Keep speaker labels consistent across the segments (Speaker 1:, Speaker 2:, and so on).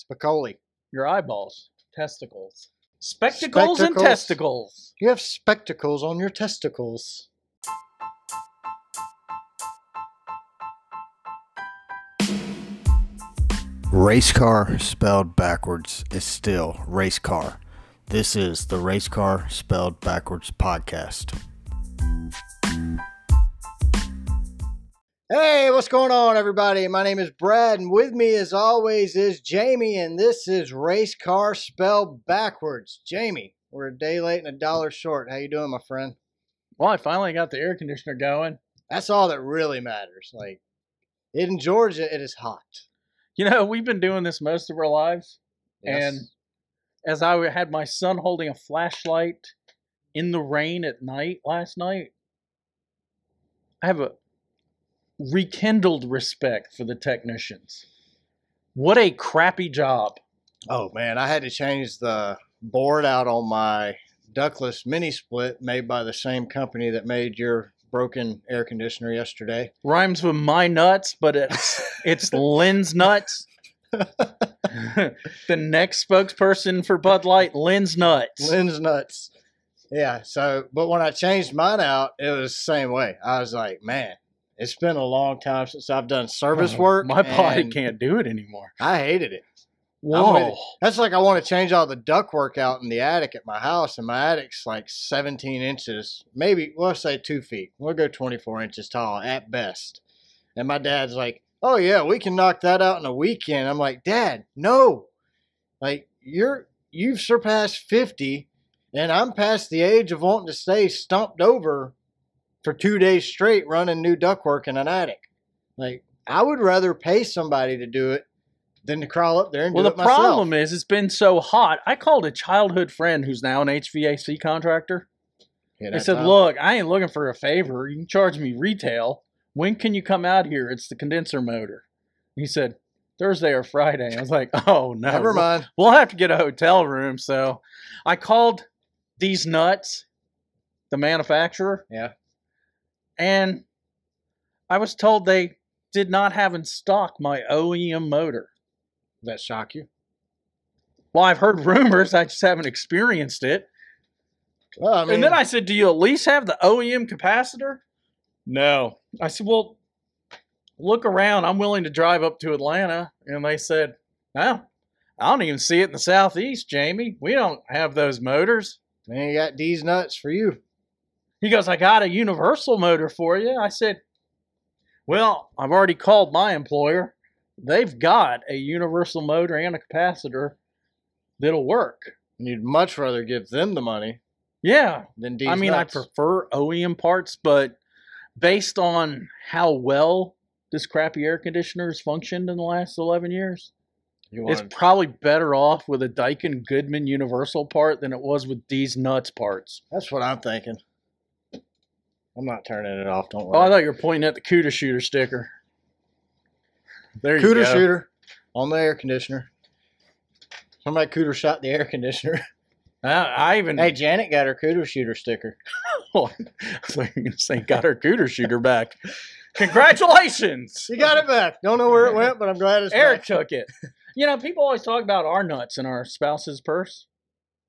Speaker 1: Spicoli.
Speaker 2: Your eyeballs, testicles, spectacles, and
Speaker 1: Spectacles.
Speaker 2: testicles.
Speaker 1: You have spectacles on your testicles.
Speaker 3: Race car spelled backwards is still race car. This is the Race Car Spelled Backwards podcast.
Speaker 1: Hey, what's going on, everybody? My name is Brad, and with me, as always, is Jamie, and this is Race Car Spelled Backwards. Jamie, we're a day late and a dollar short. How you doing, my friend?
Speaker 2: Well, I finally got the air conditioner going.
Speaker 1: That's all that really matters. Like in Georgia, it is hot.
Speaker 2: You know, we've been doing this most of our lives.
Speaker 1: Yes.
Speaker 2: And as I had my son holding a flashlight in the rain at night last night, I have a rekindled respect for the technicians. What a crappy job.
Speaker 1: oh man, I had to change the board out on my ductless mini split made by the same company that made your broken air conditioner yesterday.
Speaker 2: Rhymes with my nuts, but it's it's Lynn's nuts. the next spokesperson for Bud Light, Lynn's nuts.
Speaker 1: Lynn's nuts. Yeah. So, but when I changed mine out, it was the same way. I was like, man, it's been a long time since I've done service
Speaker 2: Oh,
Speaker 1: work.
Speaker 2: My body
Speaker 1: and
Speaker 2: can't do it anymore. Oh.
Speaker 1: I hated it. I'm with it.
Speaker 2: Whoa.
Speaker 1: That's like I want to change all the duct work out in the attic at my house, and my attic's like 17 inches, maybe we'll say two feet. We'll go 24 inches tall at best. And my dad's like, "Oh yeah, we can knock that out in a weekend." I'm like, "Dad, no, like you're you've surpassed 50, and I'm past the age of wanting to stay stumped over for two days straight running new duct work in an attic. Like I would rather pay somebody to do it." Than to crawl up there and
Speaker 2: Well,
Speaker 1: do
Speaker 2: the
Speaker 1: it myself.
Speaker 2: problem is it's been so hot. I called a childhood friend who's now an HVAC contractor.
Speaker 1: Yeah,
Speaker 2: I
Speaker 1: that's
Speaker 2: said,
Speaker 1: how-
Speaker 2: "Look, I ain't looking for a favor. You can charge me retail. When can you come out here? It's the condenser motor." He said, "Thursday or Friday." I was like, "Oh no,
Speaker 1: never mind.
Speaker 2: We'll have to get a hotel room." So, I called these nuts, the manufacturer.
Speaker 1: Yeah.
Speaker 2: And I was told they did not have in stock my OEM motor.
Speaker 1: Does that shock you?
Speaker 2: Well, I've heard rumors. I just haven't experienced it.
Speaker 1: Well, I mean,
Speaker 2: and then I said, "Do you at least have the OEM capacitor?" No. I said, "Well, look around. I'm willing to drive up to Atlanta." And they said, "No, I don't even see it in the southeast, Jamie. We don't have those motors."
Speaker 1: man, you got these nuts for you.
Speaker 2: He goes, "I got a universal motor for you." I said, "Well, I've already called my employer. They've got a universal motor and a capacitor that'll work."
Speaker 1: And you'd much rather give them the money
Speaker 2: Yeah,
Speaker 1: than these.
Speaker 2: I mean,
Speaker 1: nuts.
Speaker 2: I prefer OEM parts, but based on how well this crappy air conditioner has functioned in the last 11 years,
Speaker 1: You
Speaker 2: it's
Speaker 1: wanna-
Speaker 2: probably better off with a Daikin Goodman Universal part than it was with these nuts parts.
Speaker 1: that's what I'm thinking. I'm not turning it off. Don't
Speaker 2: Oh, I
Speaker 1: worry.
Speaker 2: thought you were pointing at the CUDA shooter sticker. There you
Speaker 1: cooter
Speaker 2: go.
Speaker 1: shooter on the air conditioner. Somebody cooter shot the air conditioner.
Speaker 2: I, Uh, I even
Speaker 1: hey, Janet got her cooter shooter sticker.
Speaker 2: I thought you were gonna say got our CUDA shooter back. Congratulations!
Speaker 1: She got it back. Don't know where it went, but I'm glad it's
Speaker 2: Eric
Speaker 1: back.
Speaker 2: took it. You know, people always talk about our nuts in our spouse's purse.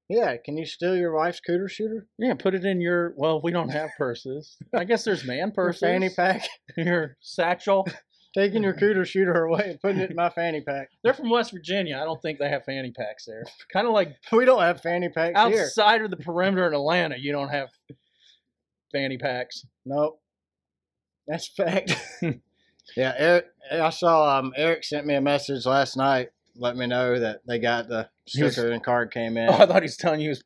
Speaker 1: Yeah, can you steal your wife's cooter shooter?
Speaker 2: Yeah, put it in your. Well, we don't have purses. I guess there's man
Speaker 1: Her
Speaker 2: purses.
Speaker 1: fanny pack.
Speaker 2: Your satchel.
Speaker 1: Taking your cooter shooter away and putting it in my fanny pack.
Speaker 2: They're from West Virginia. I don't think they have fanny packs there. Kind of like
Speaker 1: We don't have fanny packs here.
Speaker 2: outside of the perimeter in Atlanta, you don't have fanny packs.
Speaker 1: Nope. That's fact. yeah, Eric. I saw um, Eric sent me a message last night, let me know that they got the
Speaker 2: He was-
Speaker 1: sticker and card came in.
Speaker 2: Oh, I thought he was telling you. He was,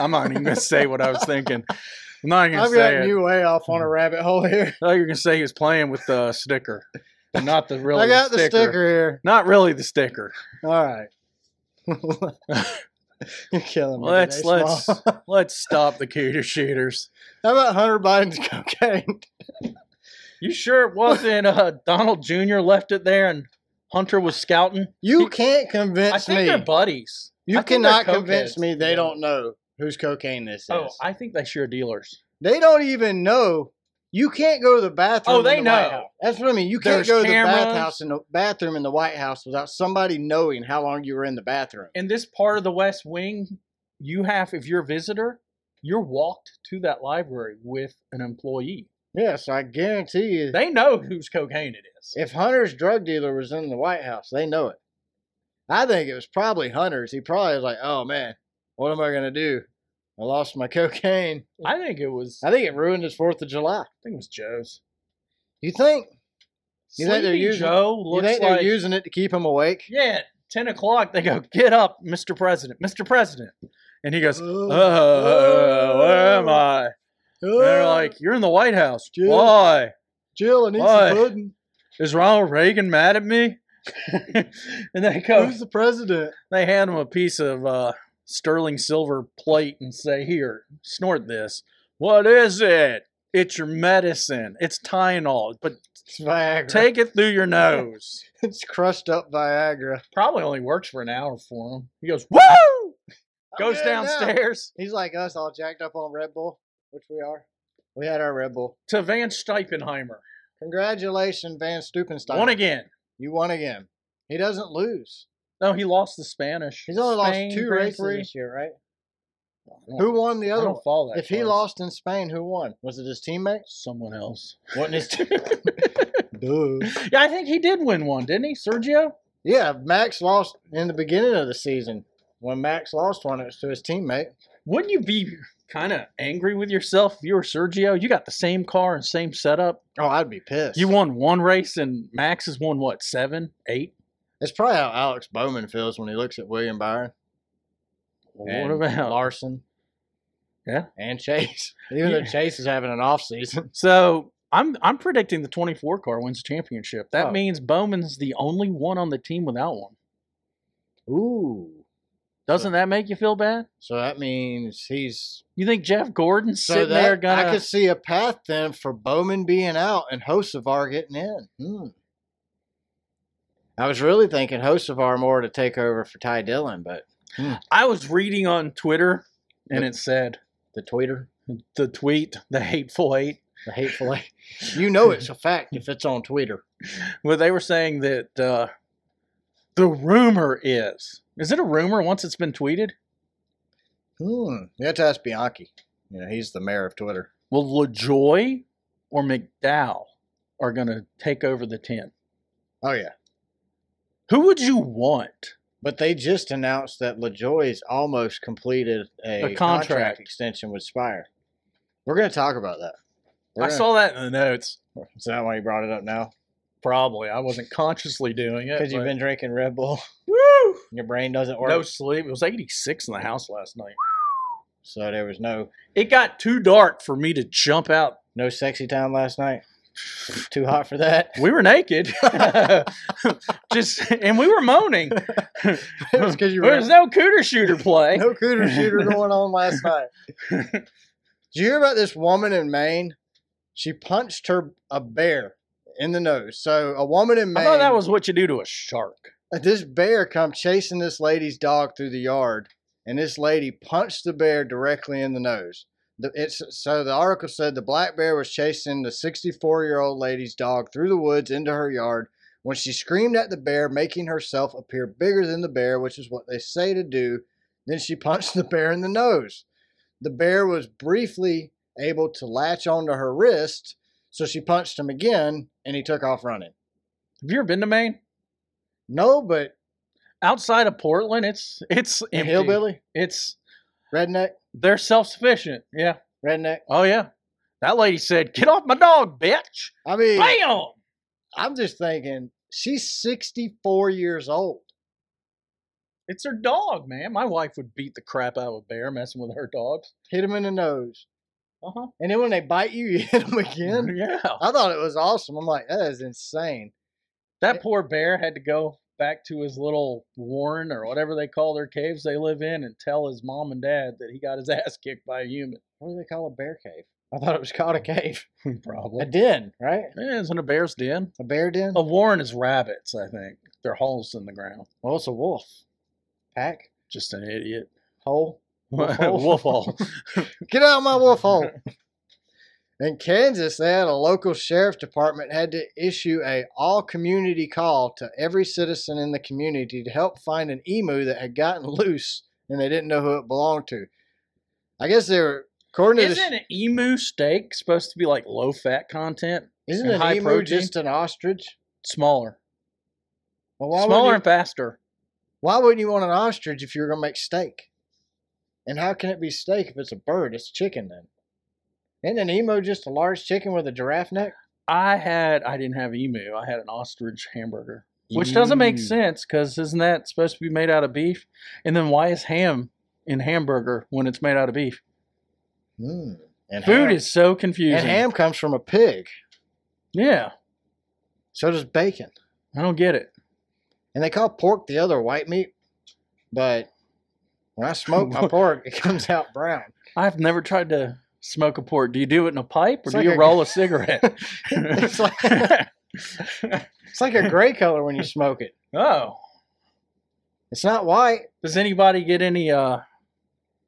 Speaker 2: I'm not even gonna say what I was thinking. I'm not even gonna
Speaker 1: I've
Speaker 2: say
Speaker 1: gotten
Speaker 2: it.
Speaker 1: you way off on a
Speaker 2: Hmm.
Speaker 1: rabbit hole here.
Speaker 2: I thought you were gonna say he was playing with the sticker, but not the real.
Speaker 1: I got the sticker. here.
Speaker 2: Not really the sticker.
Speaker 1: All right. You're killing me.
Speaker 2: Let's
Speaker 1: today,
Speaker 2: let's
Speaker 1: Small.
Speaker 2: let's stop the cooter shooters.
Speaker 1: How about Hunter Biden's cocaine?
Speaker 2: You sure it wasn't uh, Donald Jr. left it there and Hunter was scouting?
Speaker 1: You
Speaker 2: He-
Speaker 1: can't
Speaker 2: I
Speaker 1: convince
Speaker 2: think they're
Speaker 1: me.
Speaker 2: buddies.
Speaker 1: You
Speaker 2: I think they're
Speaker 1: cannot convince
Speaker 2: cokeheads
Speaker 1: me they
Speaker 2: together.
Speaker 1: don't know whose cocaine this is.
Speaker 2: Oh, I think they share dealers.
Speaker 1: they don't even know You can't go to the bathroom.
Speaker 2: Oh,
Speaker 1: in
Speaker 2: they
Speaker 1: the White
Speaker 2: know.
Speaker 1: House. That's what I mean. You can't
Speaker 2: There's
Speaker 1: go to
Speaker 2: cameras.
Speaker 1: the bathhouse in the bathroom in the White House without somebody knowing how long you were in the bathroom.
Speaker 2: in this part of the West Wing, you have, if you're a visitor, you're walked to that library with an employee.
Speaker 1: Yeah, so I guarantee you,
Speaker 2: They know whose cocaine it is.
Speaker 1: if Hunter's drug dealer was in the White House, they know it. I think it was probably Hunter's. He probably was like, "Oh man, what am I gonna do? I lost my cocaine."
Speaker 2: I think it was. I
Speaker 1: I think it ruined his Fourth of July.
Speaker 2: think it was Joe's.
Speaker 1: You think? You think they're
Speaker 2: Sleepy
Speaker 1: using-
Speaker 2: Joe
Speaker 1: You
Speaker 2: looks
Speaker 1: think
Speaker 2: like
Speaker 1: they're using it to keep him awake?
Speaker 2: yeah. at Ten o'clock, they go get up, Mr. President, Mr. President, and he goes, oh, where am I? And they're like, you're in the White House.
Speaker 1: Joe.
Speaker 2: Why?
Speaker 1: Jill and eat
Speaker 2: Why?
Speaker 1: some pudding.
Speaker 2: Is Ronald Reagan mad at me? and they go,
Speaker 1: Who's the president?
Speaker 2: they hand him a piece of uh, sterling silver plate and say, "Here, snort this." What is it? It's your medicine. It's Tylenol, but
Speaker 1: It's Viagra.
Speaker 2: take it through your nose.
Speaker 1: it's crushed up Viagra.
Speaker 2: Probably only works for an hour for him. He goes, Oh, "Woo!"
Speaker 1: I'm
Speaker 2: Goes
Speaker 1: good now.
Speaker 2: downstairs
Speaker 1: He's like us, all jacked up on Red Bull, which we are. We had our Red Bull.
Speaker 2: to Van Steipenheimer.
Speaker 1: Congratulations, Van Stupenstein.
Speaker 2: One again.
Speaker 1: You won again. He doesn't lose.
Speaker 2: No, he lost the Spanish.
Speaker 1: He's only lost
Speaker 2: Spain
Speaker 1: two
Speaker 2: Grand
Speaker 1: races
Speaker 2: Prix.
Speaker 1: this year, right?
Speaker 2: I don't-
Speaker 1: Who won the
Speaker 2: I
Speaker 1: other
Speaker 2: don't
Speaker 1: one?
Speaker 2: follow that.
Speaker 1: If he
Speaker 2: close.
Speaker 1: lost in Spain, who won? Was it his teammates?
Speaker 2: someone else.
Speaker 1: Wasn't his Dude.
Speaker 2: yeah, I think he did win one, didn't he, Sergio?
Speaker 1: Yeah, Max lost in the beginning of the season. When Max lost one, it was to his teammate.
Speaker 2: Wouldn't you be kind of angry with yourself if you were Sergio? You got the same car and same setup.
Speaker 1: Oh, I'd be pissed.
Speaker 2: You won one race, and Max has won what seven, eight?
Speaker 1: It's probably how Alex Bowman feels when he looks at William Byron.
Speaker 2: What
Speaker 1: and
Speaker 2: about
Speaker 1: Larson?
Speaker 2: Yeah.
Speaker 1: and Chase. Even
Speaker 2: Yeah.
Speaker 1: though Chase is having an off season,
Speaker 2: So I'm I'm predicting the 24 car wins the championship. That
Speaker 1: Oh.
Speaker 2: means Bowman's the only one on the team without one.
Speaker 1: ooh.
Speaker 2: Doesn't that make you feel bad?
Speaker 1: So that means he's
Speaker 2: You think Jeff Gordon's
Speaker 1: so
Speaker 2: sitting
Speaker 1: that,
Speaker 2: there gonna?
Speaker 1: I could see a path then for Bowman being out and Hosevar getting in. Hmm. I was really thinking Hosevar more to take over for Ty Dillon, but
Speaker 2: I was reading on Twitter, and it said
Speaker 1: the tweeter,
Speaker 2: the tweet, the hateful eight.
Speaker 1: the hateful, eight- you know it's a fact if it's on Twitter.
Speaker 2: Well, they were saying that uh, the rumor is. Is it a rumor once it's been tweeted?
Speaker 1: Hmm. You have to ask Bianchi. You know he's the mayor of Twitter.
Speaker 2: Well, LaJoy or McDowell are going to take over the 10.
Speaker 1: Oh yeah.
Speaker 2: Who would you want?
Speaker 1: But they just announced that LaJoy's almost completed a,
Speaker 2: A
Speaker 1: contract.
Speaker 2: contract.
Speaker 1: extension with Spire. We're going to talk about that. We're
Speaker 2: I
Speaker 1: gonna-
Speaker 2: saw that in the notes.
Speaker 1: Is that why you brought it up now?
Speaker 2: Probably. I wasn't consciously doing it.
Speaker 1: Because you've
Speaker 2: but-
Speaker 1: been drinking Red Bull.
Speaker 2: Woo!
Speaker 1: Your brain doesn't work.
Speaker 2: No sleep. It was 86 in the house last night.
Speaker 1: So there was no
Speaker 2: It got too dark for me to jump out.
Speaker 1: no sexy time last night. Too hot for that.
Speaker 2: We were naked. Just and we were moaning.
Speaker 1: it was because you
Speaker 2: There
Speaker 1: were
Speaker 2: was no cooter shooter play.
Speaker 1: no cooter shooter going on last night. Did you hear about this woman in Maine? She punched her a bear in the nose. So a woman in
Speaker 2: I
Speaker 1: Maine.
Speaker 2: thought that was what you do to a shark.
Speaker 1: this bear come chasing this lady's dog through the yard and this lady punched the bear directly in the nose the, it's, so the article said the black bear was chasing the 64 year old lady's dog through the woods into her yard when she screamed at the bear making herself appear bigger than the bear which is what they say to do then she punched the bear in the nose the bear was briefly able to latch onto her wrist so she punched him again and he took off running
Speaker 2: Have you ever been to Maine?
Speaker 1: no but
Speaker 2: Outside of Portland, it's it's empty.
Speaker 1: hillbilly
Speaker 2: It's
Speaker 1: redneck
Speaker 2: they're self sufficient. Yeah.
Speaker 1: redneck
Speaker 2: Oh yeah. That lady said, "Get off my dog, bitch!"
Speaker 1: I mean,
Speaker 2: Bam.
Speaker 1: I'm just thinking she's 64 years old.
Speaker 2: It's her dog, man. My wife would beat the crap out of a bear messing with her dogs.
Speaker 1: Hit him in the nose,
Speaker 2: Uh huh.
Speaker 1: and then when they bite you, you hit them again.
Speaker 2: Yeah.
Speaker 1: I thought it was awesome. I'm like, that is insane.
Speaker 2: That poor bear had to go back to his little warren or whatever they call their caves they live in and tell his mom and dad that he got his ass kicked by a human.
Speaker 1: What do they call a bear cave? I thought it was called a cave, a
Speaker 2: Probably.
Speaker 1: den, right?
Speaker 2: Yeah, isn't a bear's den?
Speaker 1: A bear den.
Speaker 2: A warren is rabbits, I think. They're holes in the ground.
Speaker 1: Well, it's a wolf. Pack
Speaker 2: Just an idiot.
Speaker 1: hole.
Speaker 2: Wolf hole.
Speaker 1: Get out of my wolf hole. In Kansas, they had a local sheriff department had to issue a all community call to every citizen in the community to help find an emu that had gotten loose and they didn't know who it belonged to. I guess they were according to
Speaker 2: Isn't an emu steak supposed to be like low fat content?
Speaker 1: this, isn't
Speaker 2: and
Speaker 1: an
Speaker 2: high
Speaker 1: emu
Speaker 2: protein?
Speaker 1: just an ostrich?
Speaker 2: Smaller.
Speaker 1: Well, why
Speaker 2: Smaller
Speaker 1: would
Speaker 2: and faster.
Speaker 1: why wouldn't you want an ostrich if you were gonna make steak? And how can it be steak if it's a bird? It's chicken then. Isn't an emu just a large chicken with a giraffe neck?
Speaker 2: I had I didn't have emu. I had an ostrich hamburger, which doesn't make
Speaker 1: Mm.
Speaker 2: sense because isn't that supposed to be made out of beef? And then why is ham in hamburger when it's made out of beef?
Speaker 1: Mm. And
Speaker 2: Food
Speaker 1: ham-
Speaker 2: is so confusing.
Speaker 1: and ham comes from a pig.
Speaker 2: Yeah,
Speaker 1: So does bacon.
Speaker 2: I don't get it.
Speaker 1: And they call pork the other white meat, but when I smoke my pork, it comes out brown.
Speaker 2: I've never tried to smoke a port. Do you do it in a pipe or
Speaker 1: It's
Speaker 2: do
Speaker 1: like
Speaker 2: you
Speaker 1: a-
Speaker 2: roll a cigarette?
Speaker 1: It's like- It's like a gray color when you smoke it.
Speaker 2: oh,
Speaker 1: It's not white.
Speaker 2: does anybody get any? uh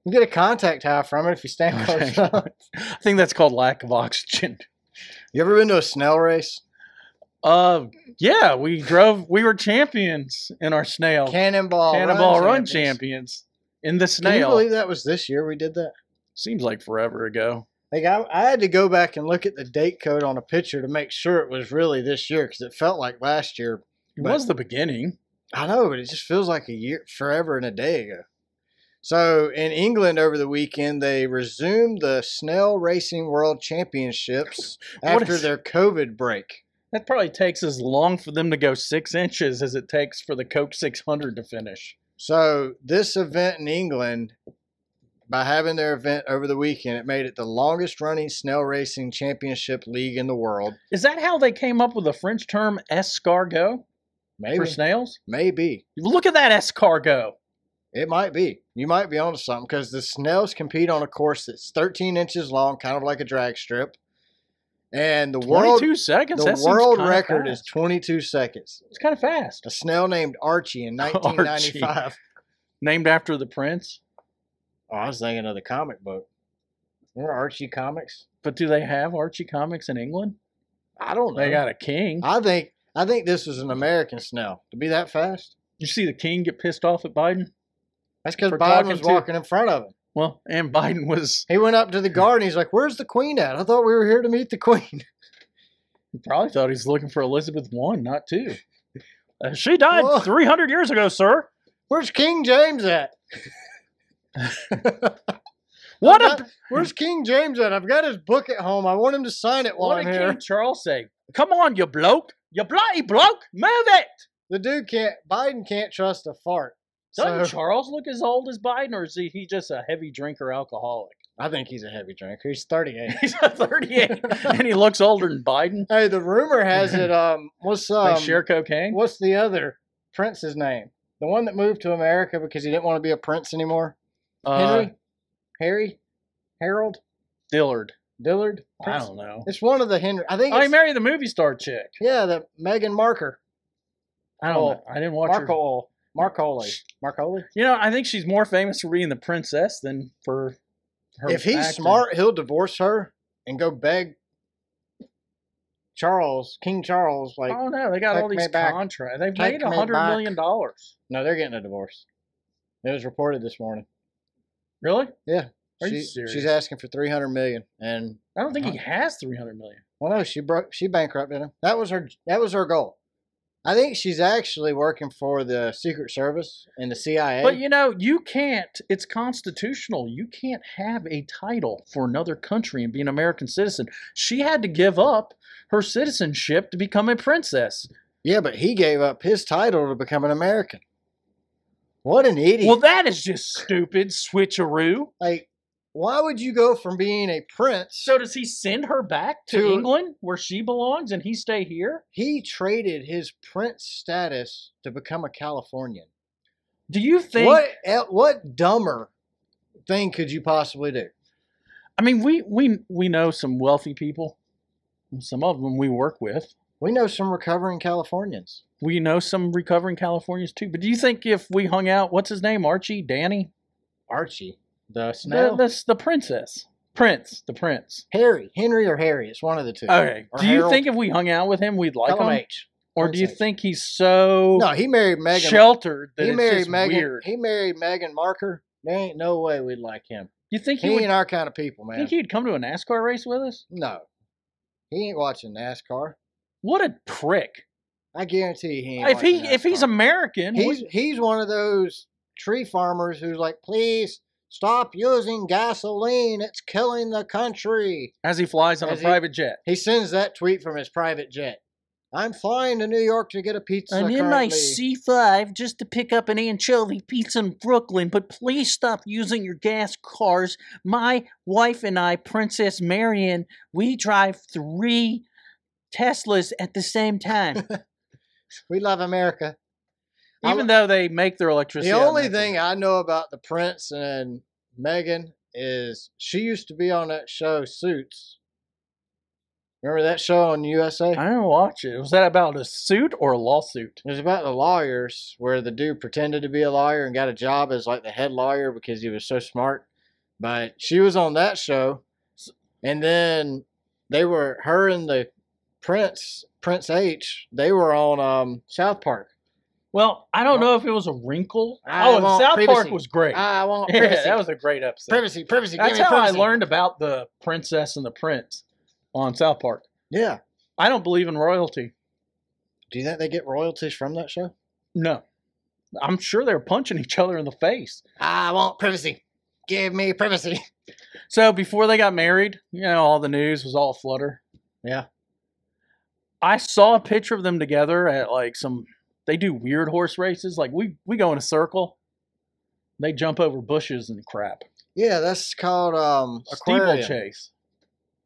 Speaker 1: You get a contact high from it if you stand close
Speaker 2: Okay.
Speaker 1: enough.
Speaker 2: I think that's called lack of oxygen.
Speaker 1: You ever been to a snail race?
Speaker 2: Uh, yeah, we drove. We were champions in our snail.
Speaker 1: Cannonball,
Speaker 2: Cannonball Run,
Speaker 1: Run
Speaker 2: champions.
Speaker 1: champions.
Speaker 2: in the
Speaker 1: Can you
Speaker 2: snail.
Speaker 1: believe that was this year we did that?
Speaker 2: Seems like forever ago.
Speaker 1: Like I, I had to go back and look at the date code on a picture to make sure it was really this year because it felt like last year,
Speaker 2: It
Speaker 1: But-
Speaker 2: was the beginning.
Speaker 1: I know, but it just feels like a year, forever and a day ago. So in England over the weekend, they resumed the snail racing world championships
Speaker 2: What
Speaker 1: after
Speaker 2: is-
Speaker 1: their COVID break.
Speaker 2: That probably takes as long for them to go six inches as it takes for the Coke 600 to finish.
Speaker 1: So this event in England, by having their event over the weekend, it made it the longest running snail racing championship league in the world.
Speaker 2: Is that how they came up with the French term escargot for
Speaker 1: Maybe,
Speaker 2: snails?
Speaker 1: maybe
Speaker 2: Look at that escargot.
Speaker 1: it might be. You might be onto something because the snails compete on a course that's 13 inches long, kind of like a drag strip. And the world
Speaker 2: 22 seconds.
Speaker 1: The
Speaker 2: that seems
Speaker 1: world
Speaker 2: kinda
Speaker 1: record
Speaker 2: fast.
Speaker 1: is 22 seconds.
Speaker 2: It's kind of fast.
Speaker 1: A snail named Archie in
Speaker 2: Archie.
Speaker 1: 1995.
Speaker 2: Named after the prince.
Speaker 1: Oh, I was thinking of the comic book. Remember Archie comics?
Speaker 2: But do they have Archie Comics in England?
Speaker 1: I don't know.
Speaker 2: They got a king.
Speaker 1: Uh, I think I think this was an American snail to be that fast.
Speaker 2: You see the king get pissed off at Biden?
Speaker 1: That's because
Speaker 2: For
Speaker 1: Biden
Speaker 2: talking
Speaker 1: was
Speaker 2: to-
Speaker 1: walking in front of him.
Speaker 2: Well, and Biden was
Speaker 1: He went up to the guard and he's like, "Where's the queen at? I thought we were here to meet the queen."
Speaker 2: He probably thought he was looking for Elizabeth one, not two. Uh, she died
Speaker 1: Whoa.
Speaker 2: 300 years ago, sir.
Speaker 1: Where's King James at?
Speaker 2: What
Speaker 1: I've
Speaker 2: a
Speaker 1: got- Where's King James at? I've got his book at home. I want him to sign it while
Speaker 2: what
Speaker 1: I'm
Speaker 2: did
Speaker 1: here.
Speaker 2: King Charles say? Come on, you bloke, you bloody bloke, move it!
Speaker 1: The dude can't. Biden can't trust a fart.
Speaker 2: Doesn't
Speaker 1: So-
Speaker 2: Charles look as old as Biden, or is he, he just a heavy drinker alcoholic?
Speaker 1: I think he's a heavy drinker. He's 38.
Speaker 2: He's a 38, and he looks older than Biden.
Speaker 1: hey, the rumor has it. Um, what's um,
Speaker 2: they share cocaine.
Speaker 1: what's the other prince's name? The one that moved to America because he didn't want to be a prince anymore.
Speaker 2: Uh,
Speaker 1: Henry, Harry, Harold,
Speaker 2: Dillard.
Speaker 1: Dillard.
Speaker 2: I
Speaker 1: Prince?
Speaker 2: don't know.
Speaker 1: It's one of the Henry. I think.
Speaker 2: Oh, he
Speaker 1: It's,
Speaker 2: married the movie star chick.
Speaker 1: yeah, the Megan Marker,
Speaker 2: I don't.
Speaker 1: Oh,
Speaker 2: know. I didn't watch her.
Speaker 1: Markle, Marcoli, Marcoli.
Speaker 2: You know, I think she's more famous for being the princess than for her.
Speaker 1: if he's
Speaker 2: acting.
Speaker 1: smart, he'll divorce her and go beg Charles, King Charles. Like,
Speaker 2: oh no, they got all
Speaker 1: take
Speaker 2: these
Speaker 1: me back.
Speaker 2: contracts. They've
Speaker 1: Take
Speaker 2: made a
Speaker 1: me
Speaker 2: hundred
Speaker 1: back.
Speaker 2: million dollars.
Speaker 1: no, they're getting a divorce. It was reported this morning.
Speaker 2: Really? Are you
Speaker 1: She,
Speaker 2: serious?
Speaker 1: she's asking for three hundred million, and
Speaker 2: I don't think he has three hundred million.
Speaker 1: well, no, she broke. She bankrupted him. That was her. That was her goal. I think she's actually working for the Secret Service and the CIA.
Speaker 2: But you know, you can't. It's constitutional. You can't have a title for another country and be an American citizen. She had to give up her citizenship to become a princess.
Speaker 1: yeah, but he gave up his title to become an American. What an idiot!
Speaker 2: Well, that is just stupid switcheroo.
Speaker 1: like, why would you go from being a prince?
Speaker 2: So does he send her back to,
Speaker 1: To-
Speaker 2: England where she belongs and he stay here?
Speaker 1: He traded his prince status to become a Californian.
Speaker 2: Do you think
Speaker 1: What el- what dumber thing could you possibly do?
Speaker 2: I mean, we we we know some wealthy people. and Some of them we work with.
Speaker 1: We know some recovering Californians.
Speaker 2: We know some recovering Californians too. But do you think if we hung out, what's his name, Archie, Danny,
Speaker 1: Archie, the
Speaker 2: the,
Speaker 1: snail.
Speaker 2: the, the princess, Prince, the Prince.
Speaker 1: Harry, Henry, or Harry. It's one of the two.
Speaker 2: Okay.
Speaker 1: Or
Speaker 2: Do you
Speaker 1: Harold.
Speaker 2: think if we hung out with him, we'd like
Speaker 1: Tell 'em
Speaker 2: him,
Speaker 1: H.
Speaker 2: or
Speaker 1: Prince
Speaker 2: do you
Speaker 1: H.
Speaker 2: think he's so
Speaker 1: No, he married Meghan.
Speaker 2: sheltered that
Speaker 1: he
Speaker 2: it's
Speaker 1: married
Speaker 2: just
Speaker 1: Meghan.
Speaker 2: weird?
Speaker 1: He married Meghan Marker. There ain't no way we'd like him.
Speaker 2: you think
Speaker 1: He,
Speaker 2: he would?
Speaker 1: ain't our kind of people, man.
Speaker 2: Think he'd come to a NASCAR race with us?
Speaker 1: no, he ain't watching NASCAR.
Speaker 2: What a prick!
Speaker 1: I guarantee he ain't.
Speaker 2: If he
Speaker 1: watching
Speaker 2: if he's
Speaker 1: NASCAR.
Speaker 2: American, we-
Speaker 1: he's he's one of those tree farmers who's like, please stop using gasoline. It's killing the country.
Speaker 2: as he flies on a
Speaker 1: as he-
Speaker 2: private jet,
Speaker 1: He sends that tweet from his private jet. I'm flying to New York to get a pizza. currently."
Speaker 2: C5 just to pick up an anchovy pizza in Brooklyn, but please stop using your gas cars. My wife and I, Princess Marion, we drive three Teslas at the same time.
Speaker 1: We love America. I
Speaker 2: Even though they make their electricity.
Speaker 1: The
Speaker 2: out of
Speaker 1: only
Speaker 2: natural
Speaker 1: thing
Speaker 2: gas.
Speaker 1: I know about the Prince and Megan is she used to be on that show Suits. Remember that show on USA?
Speaker 2: I didn't watch it. Was that about a suit or a lawsuit?
Speaker 1: It was about the lawyers where the dude pretended to be a lawyer and got a job as like the head lawyer because he was so smart. But she was on that show, and then they were her and the Prince Prince H. They were on um, South Park.
Speaker 2: Well, I don't
Speaker 1: Well,
Speaker 2: know if it was a wrinkle.
Speaker 1: I
Speaker 2: oh, and
Speaker 1: want
Speaker 2: South Park
Speaker 1: privacy.
Speaker 2: was great.
Speaker 1: I want
Speaker 2: yeah,
Speaker 1: privacy.
Speaker 2: that was a great episode.
Speaker 1: privacy, privacy. give
Speaker 2: That's
Speaker 1: me
Speaker 2: how I
Speaker 1: privacy.
Speaker 2: learned about the princess and the prince on South Park.
Speaker 1: Yeah.
Speaker 2: I don't believe in royalty.
Speaker 1: Do you think they get royalties from that show?
Speaker 2: No. I'm sure they're punching each other in the face.
Speaker 1: I want privacy. Give me privacy.
Speaker 2: So before they got married, you know, all the news was all flutter.
Speaker 1: Yeah.
Speaker 2: I saw a picture of them together at like some they do weird horse races. Like we we go in a circle. They jump over bushes and crap.
Speaker 1: Yeah, that's called um
Speaker 2: Steeple
Speaker 1: aquarium.
Speaker 2: chase.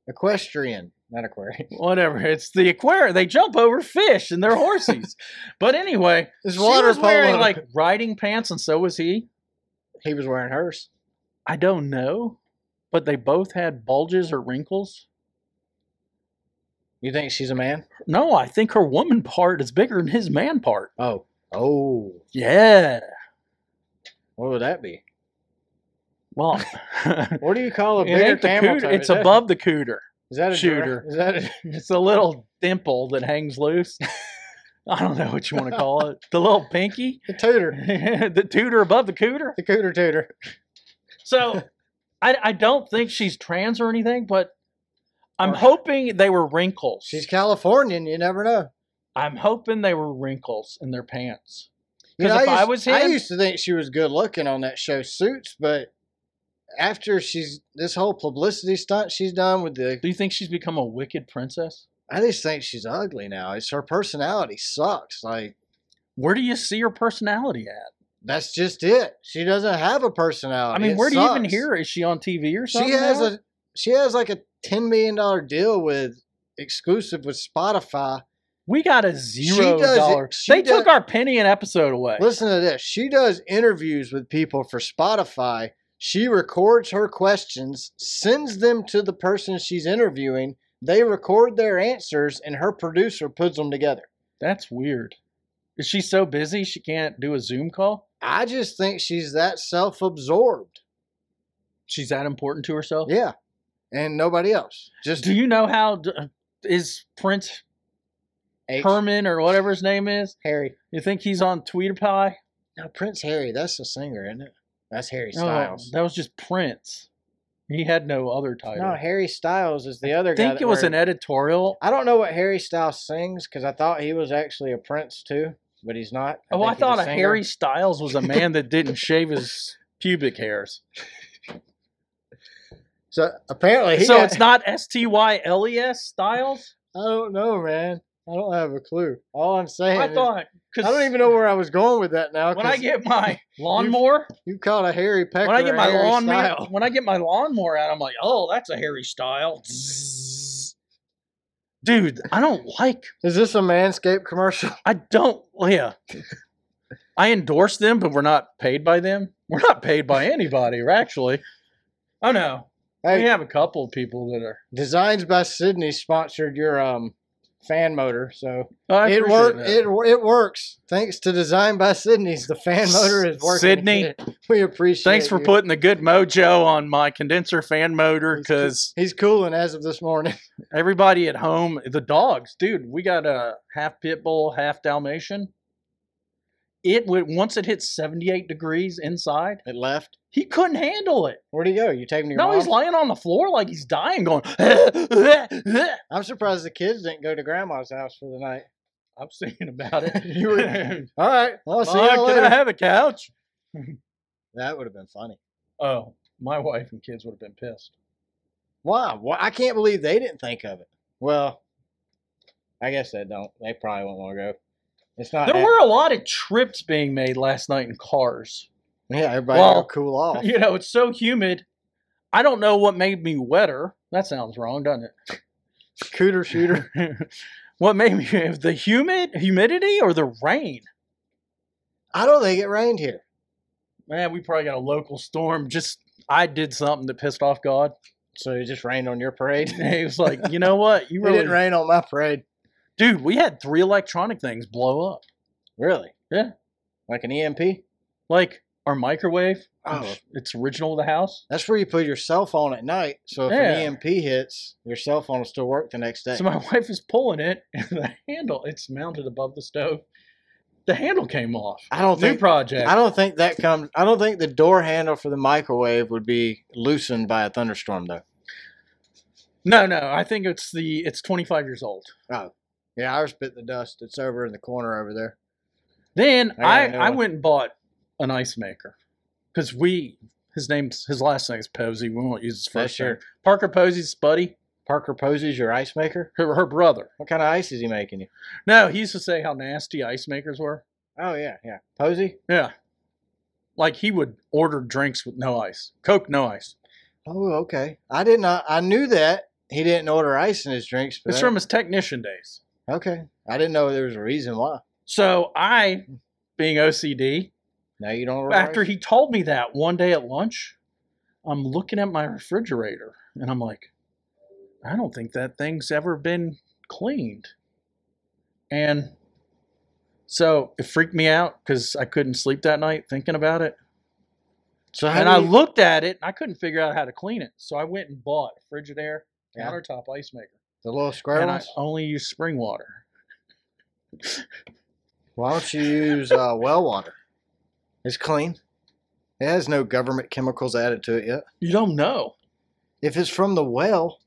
Speaker 1: Equestrian, not aquarium.
Speaker 2: Whatever. It's the aquarium. They jump over fish and they're horses. but anyway,
Speaker 1: It's
Speaker 2: she
Speaker 1: water
Speaker 2: was wearing
Speaker 1: polo.
Speaker 2: like riding pants and so was he.
Speaker 1: He was wearing hers.
Speaker 2: I don't know, but they both had bulges or wrinkles.
Speaker 1: You think she's a man?
Speaker 2: No, I think her woman part is bigger than his man part.
Speaker 1: Oh. Oh.
Speaker 2: Yeah.
Speaker 1: What would that be?
Speaker 2: Well, it
Speaker 1: What do you call a bigger
Speaker 2: ain't the
Speaker 1: camel
Speaker 2: cooter.
Speaker 1: toe?
Speaker 2: It's
Speaker 1: Is that-
Speaker 2: above the cooter.
Speaker 1: Is that a
Speaker 2: shooter.
Speaker 1: Is that a,
Speaker 2: It's a little dimple that hangs loose. I don't know what you want to call it. The little pinky,
Speaker 1: the tooter?
Speaker 2: the tooter above the cooter.
Speaker 1: The cooter tooter.
Speaker 2: So, I, I don't think she's trans or anything, but I'm
Speaker 1: Or-
Speaker 2: hoping they were wrinkles.
Speaker 1: She's Californian. You never know.
Speaker 2: I'm hoping they were wrinkles in their pants.
Speaker 1: You know,
Speaker 2: 'Cause if I
Speaker 1: used-
Speaker 2: was
Speaker 1: I
Speaker 2: him-
Speaker 1: used to think she was good looking on that show Suits, but after she's this whole publicity stunt she's done with the
Speaker 2: Do you think she's become a wicked princess?
Speaker 1: I just think she's ugly now. It's her personality sucks. Like
Speaker 2: Where do you see her personality at?
Speaker 1: that's just it. She doesn't have a personality.
Speaker 2: I mean,
Speaker 1: Uh, It
Speaker 2: where do you even
Speaker 1: sucks.
Speaker 2: hear her? Is she on TV or something?
Speaker 1: She has
Speaker 2: now?
Speaker 1: a she has like a ten million dollar deal with exclusive with Spotify.
Speaker 2: We got a zero
Speaker 1: does it-
Speaker 2: dollar.
Speaker 1: she
Speaker 2: They took
Speaker 1: does-
Speaker 2: our penny and episode away.
Speaker 1: Listen to this. She does interviews with people for Spotify. She records her questions, sends them to the person she's interviewing. They record their answers, and her producer puts them together.
Speaker 2: That's weird. Is she so busy she can't do a Zoom call?
Speaker 1: I just think she's that self absorbed.
Speaker 2: She's that important to herself?
Speaker 1: Yeah. And nobody else. Just
Speaker 2: Do you know how d- is Prince
Speaker 1: H-
Speaker 2: Herman or whatever his name is?
Speaker 1: Harry.
Speaker 2: You think he's on Tweeterpie?
Speaker 1: Now Prince Harry, that's a singer, isn't it? That's Harry
Speaker 2: No,
Speaker 1: Styles.
Speaker 2: Oh, that was just Prince. He had no other title.
Speaker 1: no, Harry Styles is the other
Speaker 2: I
Speaker 1: guy.
Speaker 2: think
Speaker 1: that
Speaker 2: it was
Speaker 1: we're-
Speaker 2: an editorial.
Speaker 1: I don't know what Harry Styles sings because I thought he was actually a Prince too, but he's not.
Speaker 2: oh, I
Speaker 1: think he's
Speaker 2: thought a
Speaker 1: singer.
Speaker 2: Harry Styles was a man that didn't shave his pubic hairs.
Speaker 1: So apparently, he
Speaker 2: so
Speaker 1: got-
Speaker 2: it's not S T Y L E S Styles.
Speaker 1: I don't know, man. I don't have a clue. All I'm saying,
Speaker 2: I
Speaker 1: is-
Speaker 2: thought
Speaker 1: I don't even know where I was going with that now.
Speaker 2: when I
Speaker 1: 'cause
Speaker 2: get my lawnmower,
Speaker 1: you called a Harry Pecker,
Speaker 2: when I get
Speaker 1: a
Speaker 2: my
Speaker 1: Harry
Speaker 2: lawnmower,
Speaker 1: Style.
Speaker 2: when I get my lawnmower out, I'm like, oh, that's a Harry Style. Dude, I don't like.
Speaker 1: is this a Manscaped commercial?
Speaker 2: I don't. Yeah, I endorse them, but we're not paid by them. We're not paid by anybody. We're actually. Oh no,
Speaker 1: Hey,
Speaker 2: we have a couple of people that are.
Speaker 1: Designs by Sydney sponsored your um fan motor, so
Speaker 2: I
Speaker 1: it
Speaker 2: appreciate
Speaker 1: worked.
Speaker 2: that.
Speaker 1: It it works thanks to Design by Sydney's. The fan motor is working.
Speaker 2: Sydney,
Speaker 1: We appreciate.
Speaker 2: Thanks for
Speaker 1: you.
Speaker 2: putting the good mojo on my condenser fan motor
Speaker 1: He's cool.
Speaker 2: because
Speaker 1: He's cooling as of this morning.
Speaker 2: everybody at home, the dogs, dude, we got a half pit bull, half Dalmatian. It would once it hit 78 degrees inside,
Speaker 1: It left.
Speaker 2: he couldn't handle it.
Speaker 1: Where'd he go? You take him to your
Speaker 2: No,
Speaker 1: mom's?
Speaker 2: he's laying on the floor like he's dying, going.
Speaker 1: I'm surprised the kids didn't go to grandma's house for the night.
Speaker 2: I'm thinking about it.
Speaker 1: You were- All right. Well, see
Speaker 2: Mom,
Speaker 1: you
Speaker 2: can I
Speaker 1: later.
Speaker 2: have a couch?
Speaker 1: That would have been funny.
Speaker 2: Oh, my wife and kids would have been pissed.
Speaker 1: Wow. Why I can't believe they didn't think of it. Well, I guess they don't. They probably won't want to go. It's not.
Speaker 2: There
Speaker 1: hap-
Speaker 2: were a lot of trips being made last night in cars.
Speaker 1: Yeah, everybody
Speaker 2: Well,
Speaker 1: will cool off.
Speaker 2: You know, it's so humid. I don't know what made me wetter. That sounds wrong, doesn't
Speaker 1: Cooter shooter.
Speaker 2: it? what made me if the humid humidity or the rain?
Speaker 1: I don't think it rained here.
Speaker 2: Man, we probably got a local storm. Just I did something that pissed off God.
Speaker 1: So it just rained on your parade. it
Speaker 2: He was like, you know what? You
Speaker 1: didn't
Speaker 2: really,
Speaker 1: rain on my parade.
Speaker 2: dude. We had three electronic things blow up.
Speaker 1: Really?
Speaker 2: Yeah.
Speaker 1: Like an E EMP?
Speaker 2: Like our microwave.
Speaker 1: Oh.
Speaker 2: It's original to the house.
Speaker 1: That's where you put your cell phone at night. So if
Speaker 2: Yeah.
Speaker 1: an EMP hits, your cell phone will still work the next day.
Speaker 2: So my wife is pulling it, and the handle it's mounted above the stove. The handle came off.
Speaker 1: I don't
Speaker 2: New
Speaker 1: think
Speaker 2: project.
Speaker 1: I don't think that comes. I don't think the door handle for the microwave would be loosened by a thunderstorm, though.
Speaker 2: no, no. I think it's the it's 25 years old.
Speaker 1: Yeah, ours bit the dust. It's over in the corner over there.
Speaker 2: Then
Speaker 1: I got
Speaker 2: I
Speaker 1: a new
Speaker 2: I,
Speaker 1: one.
Speaker 2: went and bought an ice maker because we his name's his last name is Posey. We won't use his
Speaker 1: That's
Speaker 2: first name. Parker Posey's buddy,
Speaker 1: Parker Posey's your ice maker.
Speaker 2: her, her brother.
Speaker 1: What kind of ice is he making you?
Speaker 2: No, he used to say how nasty ice makers were.
Speaker 1: Oh yeah, yeah. Posey.
Speaker 2: Yeah, like he would order drinks with no ice, Coke no ice.
Speaker 1: Oh okay. I did not. I knew that he didn't order ice in his drinks. But
Speaker 2: It's from his technician days.
Speaker 1: okay. I didn't know there was a reason why.
Speaker 2: So I, being OCD,
Speaker 1: Now you don't. Order
Speaker 2: after
Speaker 1: ice?
Speaker 2: he told me that one day at lunch, I'm looking at my refrigerator and I'm like, I don't think that thing's ever been cleaned. And so it freaked me out because I couldn't sleep that night thinking about it.
Speaker 1: So how
Speaker 2: And
Speaker 1: do
Speaker 2: I
Speaker 1: you-
Speaker 2: looked at it and I couldn't figure out how to clean it. So I went and bought a Frigidaire
Speaker 1: Yeah.
Speaker 2: countertop ice maker.
Speaker 1: the little square
Speaker 2: And I
Speaker 1: ones?
Speaker 2: only use spring water.
Speaker 1: Why don't you use uh, well water? It's clean. It has no government chemicals added to it yet.
Speaker 2: You don't know.
Speaker 1: If it's from the well,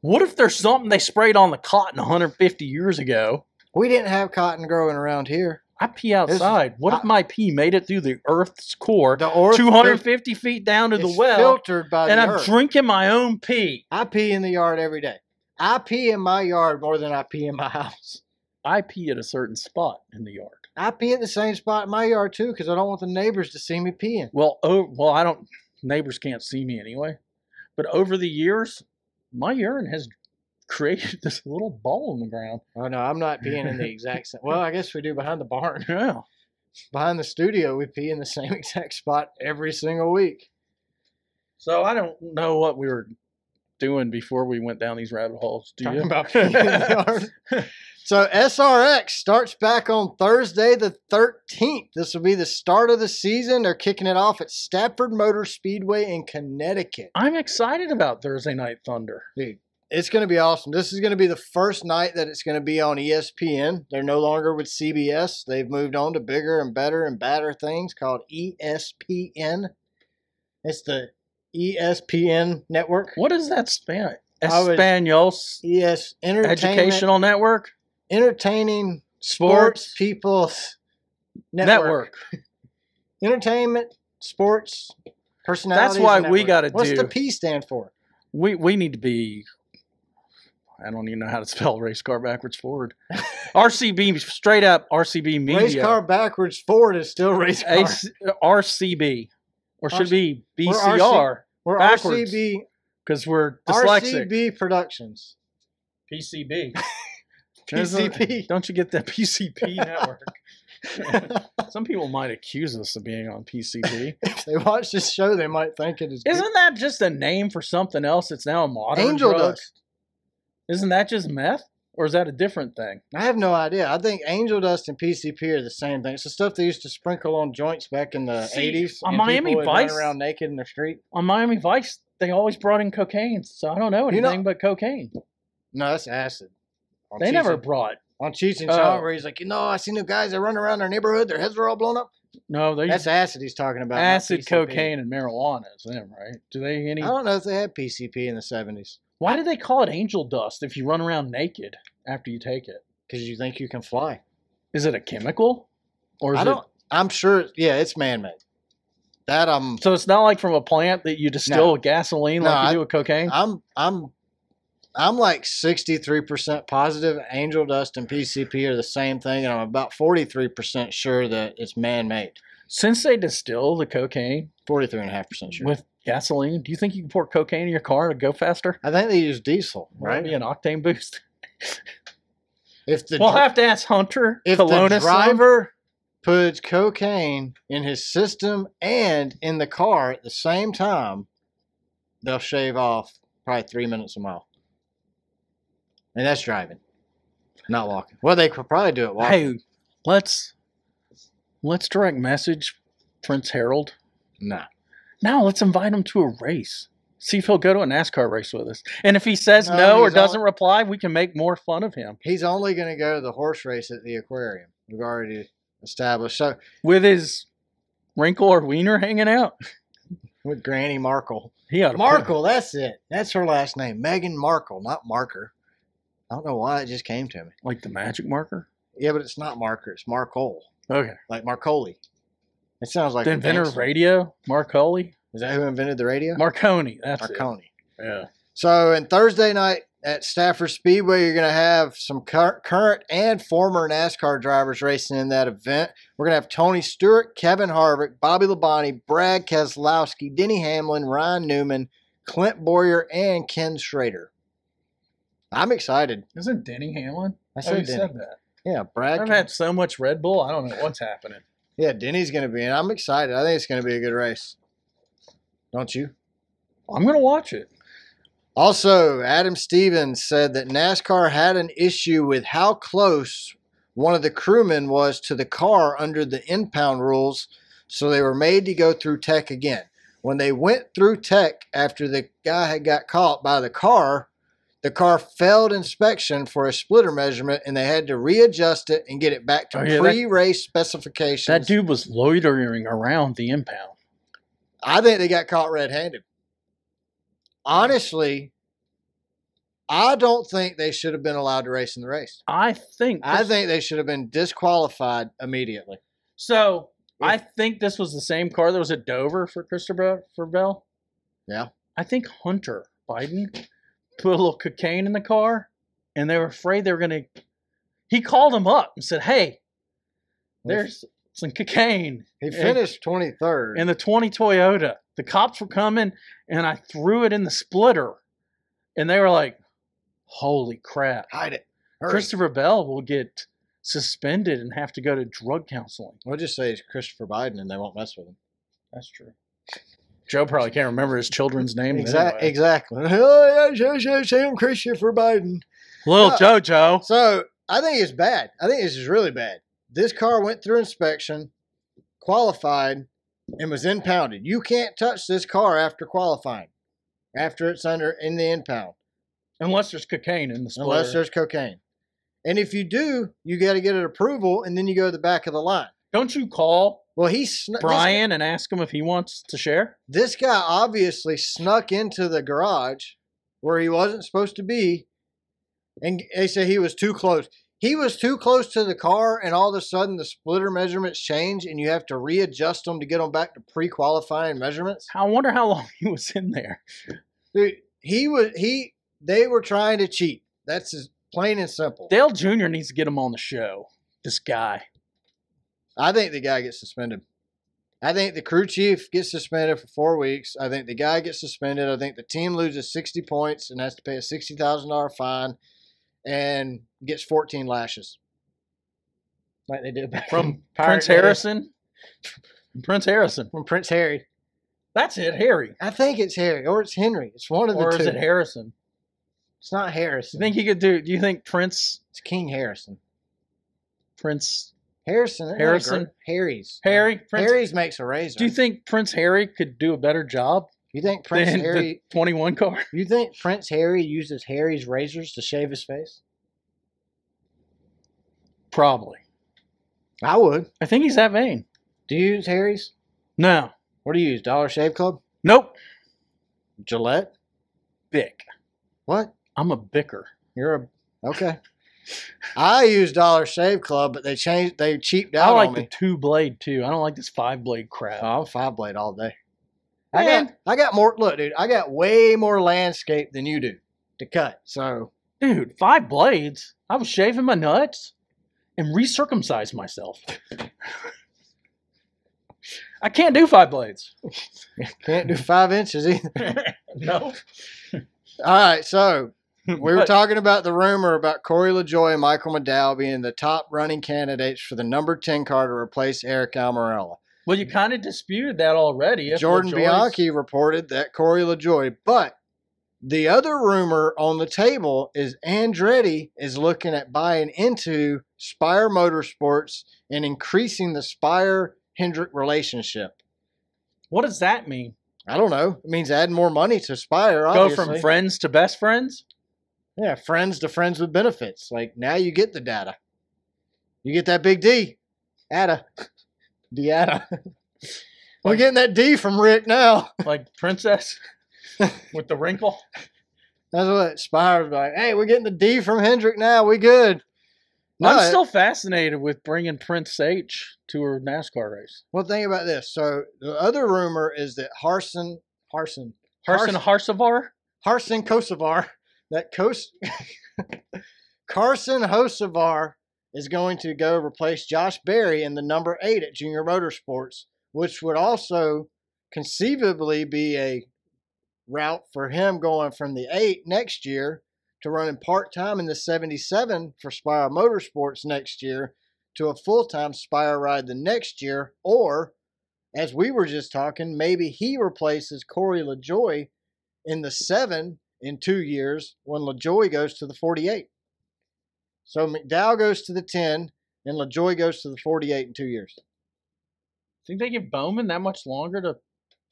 Speaker 2: What if there's something they sprayed on the cotton 150 years ago?
Speaker 1: we didn't have cotton growing around here.
Speaker 2: I pee outside. What if
Speaker 1: I-
Speaker 2: my pee made it through the Earth's core,
Speaker 1: The earth
Speaker 2: 250 feet down to
Speaker 1: fil-
Speaker 2: the
Speaker 1: is
Speaker 2: well,
Speaker 1: filtered by
Speaker 2: and
Speaker 1: the
Speaker 2: I'm
Speaker 1: earth.
Speaker 2: drinking my own pee?
Speaker 1: I pee in the yard every day. I pee in my yard more than I pee in my house.
Speaker 2: I pee at a certain spot in the yard.
Speaker 1: I pee at the same spot in my yard too because I don't want the neighbors to see me peeing.
Speaker 2: Well, oh, well, I don't. Neighbors can't see me anyway. But over the years, my urine has created this little ball in the ground.
Speaker 1: Oh no, I'm not peeing in the exact same. Well, I guess we do behind the barn,
Speaker 2: Yeah.
Speaker 1: behind the studio. We pee in the same exact spot every single week.
Speaker 2: So I don't know what we were doing before we went down these rabbit holes. Do
Speaker 1: Talking
Speaker 2: you?
Speaker 1: about peeing in the yard. So SRX starts back on Thursday the 13th. This will be the start of the season. They're kicking it off at Stafford Motor Speedway in Connecticut.
Speaker 2: I'm excited about Thursday Night Thunder.
Speaker 1: Dude, it's going to be awesome. This is going to be the first night that it's going to be on E ESPN. They're no longer with CBS. They've moved on to bigger and better and badder things called E ESPN. It's the E ESPN network.
Speaker 2: What is that span?
Speaker 1: I was-
Speaker 2: Espanos
Speaker 1: ES Entertainment
Speaker 2: Educational Network
Speaker 1: Entertaining Sports,
Speaker 2: Sports
Speaker 1: People's
Speaker 2: Network.
Speaker 1: Entertainment, sports, personality.
Speaker 2: why we gotta
Speaker 1: What's the
Speaker 2: do-
Speaker 1: P stand for?
Speaker 2: We we need to be. I don't even know how to spell race car backwards forward. RCB straight up RCB media.
Speaker 1: Race car backwards forward is still race car.
Speaker 2: AC RCB or should
Speaker 1: RC
Speaker 2: be
Speaker 1: RC
Speaker 2: BCR
Speaker 1: We're
Speaker 2: backwards.
Speaker 1: RCB
Speaker 2: because we're dyslexic.
Speaker 1: RCB Productions.
Speaker 2: PCB. Isn't-
Speaker 1: PCP.
Speaker 2: Don't you get that PCP network? Some people might accuse us of being on PCB.
Speaker 1: if they watch this show, they might think it is good.
Speaker 2: Isn't that just a name for something else? It's now a modern
Speaker 1: angel
Speaker 2: drug?
Speaker 1: dust.
Speaker 2: Isn't that just meth? Or is that a different thing?
Speaker 1: I have no idea. I think angel dust and PCP are the same thing. It's the stuff they used to sprinkle on joints back in the
Speaker 2: See,
Speaker 1: 80s.
Speaker 2: on
Speaker 1: and
Speaker 2: Miami
Speaker 1: people would run
Speaker 2: Vice-
Speaker 1: around naked in the street.
Speaker 2: On Miami Vice, they always brought in cocaine, so I don't know
Speaker 1: You
Speaker 2: anything
Speaker 1: know-
Speaker 2: but cocaine.
Speaker 1: No, that's acid. On
Speaker 2: They
Speaker 1: Cheech
Speaker 2: never
Speaker 1: and-
Speaker 2: brought.
Speaker 1: on Cheech and
Speaker 2: Oh.
Speaker 1: Chong, where he's like, you know, I seen the guys that run around our neighborhood, their heads were all blown up.
Speaker 2: No, they
Speaker 1: That's acid he's talking about. not
Speaker 2: acid,
Speaker 1: PCP.
Speaker 2: cocaine, and marijuana is them, right? Do they any?
Speaker 1: I don't know if they had PCP in the 70s
Speaker 2: Why do they call it angel dust if you run around naked after you take it?
Speaker 1: because you think you can fly.
Speaker 2: Is it a chemical? Or is
Speaker 1: I don't.
Speaker 2: it
Speaker 1: I'm sure. Yeah, it's man-made. That I'm.
Speaker 2: so it's not like from a plant that you distill gasoline
Speaker 1: No,
Speaker 2: like you
Speaker 1: I-
Speaker 2: do with cocaine?
Speaker 1: I'm. I'm. I'm like 63% positive angel dust and PCP are the same thing, and I'm about 43% sure that it's man-made.
Speaker 2: Since they distill the cocaine
Speaker 1: 43.5% sure.
Speaker 2: with gasoline, do you think you can pour cocaine in your car to go faster?
Speaker 1: I think they use diesel,
Speaker 2: Would that
Speaker 1: right?
Speaker 2: Be an octane boost.
Speaker 1: If the
Speaker 2: we'll
Speaker 1: dr-
Speaker 2: have to ask Hunter
Speaker 1: if the
Speaker 2: Colonus.
Speaker 1: driver puts cocaine in his system and in the car at the same time, they'll shave off probably three minutes a mile. And that's driving, not walking. Well, they could probably do it walking.
Speaker 2: Hey, let's let's direct message Prince Harold.
Speaker 1: Nah.
Speaker 2: Now let's invite him to a race. See if he'll go to a NASCAR race with us. And if he says
Speaker 1: No,
Speaker 2: no, or
Speaker 1: he's
Speaker 2: doesn't reply, we can make more fun of him
Speaker 1: He's only going to go to the horse race at the aquarium. We've already established. So
Speaker 2: with his wrinkle or wiener hanging out.
Speaker 1: with Granny Markle.
Speaker 2: He ought to put-
Speaker 1: Markle, that's it. That's her last name. Megan Markle, not Marker. I don't know why it just came to me.
Speaker 2: like the magic marker.
Speaker 1: Yeah, but it's not Marker. It's Markle.
Speaker 2: Okay,
Speaker 1: like Marcoli. It sounds like
Speaker 2: the
Speaker 1: a
Speaker 2: inventor of
Speaker 1: gangster.
Speaker 2: radio, Marcoli,
Speaker 1: Is that who invented the radio?
Speaker 2: Marconi. That's it.
Speaker 1: Marconi.
Speaker 2: Yeah.
Speaker 1: So, and Thursday night at Stafford Speedway, you're going to have some cur- current and former NASCAR drivers racing in that event. We're going to have Tony Stewart, Kevin Harvick, Bobby Labonte, Brad Keselowski, Denny Hamlin, Ryan Newman, Clint Boyer, and Ken Schrader. I'm excited.
Speaker 2: Isn't Denny Hamlin?
Speaker 1: I
Speaker 2: oh,
Speaker 1: said
Speaker 2: you
Speaker 1: Denny.
Speaker 2: said that.
Speaker 1: Yeah, Brad.
Speaker 2: I've
Speaker 1: Ken-
Speaker 2: had so much Red Bull. I don't know what's happening.
Speaker 1: yeah, Denny's going to be in. I'm excited. I think it's going to be a good race. Don't you?
Speaker 2: I'm gonna watch it.
Speaker 1: Also, Adam Stevens said that NASCAR had an issue with how close one of the crewmen was to the car under the impound rules, so they were made to go through tech again. When they went through tech after the guy had got caught by the car, the car failed inspection for a splitter measurement and they had to readjust it and get it back to
Speaker 2: Oh, yeah, that-
Speaker 1: pre race specifications.
Speaker 2: That dude was loitering around the impound.
Speaker 1: I think they got caught red handed. Honestly, I don't think they should have been allowed to race in the race.
Speaker 2: I think.
Speaker 1: I
Speaker 2: this-
Speaker 1: think they should have been disqualified immediately.
Speaker 2: so.
Speaker 1: Yeah.
Speaker 2: I think this was the same car that was at Dover for Christopher for Bell.
Speaker 1: Yeah.
Speaker 2: I think Hunter Biden put a little cocaine in the car, and they were afraid they were gonna. He called him up and said, "Hey, there's some cocaine
Speaker 1: he finished 23rd.
Speaker 2: in the 20 Toyota. The cops were coming, and I threw it in the splitter, and they were like, "Holy crap!"
Speaker 1: Hide it. Hurry.
Speaker 2: Christopher Bell will get suspended and have to go to drug counseling.
Speaker 1: we'll just say it's Christopher Biden and they won't mess with him.
Speaker 2: That's true. Joe probably can't remember his children's name.
Speaker 1: Exactly.
Speaker 2: Anyway.
Speaker 1: Exactly. Oh, yeah, yeah, yeah, yeah, I'm Christopher Biden.
Speaker 2: Little
Speaker 1: Uh,
Speaker 2: JoJo.
Speaker 1: So I think it's bad. I think this is really bad. This car went through inspection, qualified, and was impounded. You can't touch this car after qualifying, after it's under in the impound,
Speaker 2: Unless there's cocaine in the splitter.
Speaker 1: unless there's cocaine. And if you do, you got to get an approval, and then you go to the back of the line.
Speaker 2: Don't you call
Speaker 1: Well, he sn- this-
Speaker 2: Brian and ask him if he wants to share?
Speaker 1: This, guy obviously snuck into the garage where he wasn't supposed to be, and they said he was too close. He was too close to the car, and all of a sudden the splitter measurements change, and you have to readjust them to get them back to pre-qualifying measurements.
Speaker 2: I wonder how long he was in there.
Speaker 1: Dude, he was he. They were trying to cheat. That's as plain and simple.
Speaker 2: Dale Jr. needs to get him on the show. This guy.
Speaker 1: I think the guy gets suspended. I think the crew chief gets suspended for four weeks. I think the guy gets suspended. I think the team loses 60 points and has to pay a $60,000 fine and gets 14 lashes. Like they did back
Speaker 2: From
Speaker 1: in Pirate
Speaker 2: Prince
Speaker 1: Bay.
Speaker 2: Harrison. Prince Harrison.
Speaker 1: From Prince Harry.
Speaker 2: That's it, Harry.
Speaker 1: I think it's Harry or it's Henry. It's one of the
Speaker 2: Or
Speaker 1: two.
Speaker 2: is it Harrison?
Speaker 1: It's not Harrison.
Speaker 2: you think he could do? Do you think Prince,
Speaker 1: it's King Harrison.
Speaker 2: Prince
Speaker 1: Harrison. isn't that
Speaker 2: Harrison?
Speaker 1: great? Harry's.
Speaker 2: Harry, Prince?
Speaker 1: Harry's makes a razor.
Speaker 2: Do you think Prince Harry could do a better job
Speaker 1: you think Prince
Speaker 2: than
Speaker 1: Harry?
Speaker 2: the 21 car?
Speaker 1: You think Prince Harry uses Harry's razors to shave his face?
Speaker 2: Probably.
Speaker 1: I would.
Speaker 2: I think he's that vain.
Speaker 1: Do you use Harry's?
Speaker 2: No.
Speaker 1: What do you use? Dollar Shave Club?
Speaker 2: Nope.
Speaker 1: Gillette?
Speaker 2: Bick.
Speaker 1: What?
Speaker 2: I'm a bicker.
Speaker 1: You're a okay. I use Dollar Shave Club, but they changed. They cheaped
Speaker 2: I
Speaker 1: out
Speaker 2: like
Speaker 1: on
Speaker 2: the
Speaker 1: me.
Speaker 2: two blade too. I don't like this five blade crap.
Speaker 1: Oh, I'm five blade all day. I got
Speaker 2: Man.
Speaker 1: I got more. Look, dude, I got way more landscape than you do to cut. So
Speaker 2: Dude, five blades? I was shaving my nuts and recircumcised myself. I can't do five blades.
Speaker 1: can't do five inches either.
Speaker 2: No.
Speaker 1: All right, so we were talking about the rumor about Corey LaJoy and Michael McDowell being the top running candidates for the number ten car to replace Eric Almirola.
Speaker 2: Well, you kind of disputed that already. if
Speaker 1: Jordan
Speaker 2: LaJoy's-
Speaker 1: Bianchi reported that Corey LaJoy, but the other rumor on the table is Andretti is looking at buying into Spire Motorsports and increasing the Spire Hendrick relationship.
Speaker 2: What does that mean?
Speaker 1: I don't know. It means add more money to Spire. Obviously.
Speaker 2: Go from friends to best friends?
Speaker 1: yeah, friends to friends with benefits. Like now you get the data. You get that big D, Ada, Deata. We're getting that D from Rick now.
Speaker 2: Like princess with the wrinkle?
Speaker 1: That's what Spire's like. Hey, we're getting the D from Hendrick now. We good. No,
Speaker 2: I'm still fascinated with bringing Prince H to her NASCAR race.
Speaker 1: Well, think about this. So the other rumor is that Harson, Harson,
Speaker 2: Harson Harsevar?
Speaker 1: Harson Kosovar, that Kos, Carson Hosevar is going to go replace Josh Berry in the number eight at Junior Motorsports, which would also conceivably be a route for him going from the eight next year to running part time in the 77 for Spire Motorsports next year to a full time Spire ride the next year, or as we were just talking, maybe he replaces Corey LaJoy in the seven in two years when LaJoy goes to the 48. So McDowell goes to the 10 and LaJoy goes to the 48 in two years.
Speaker 2: Think they give Bowman that much longer to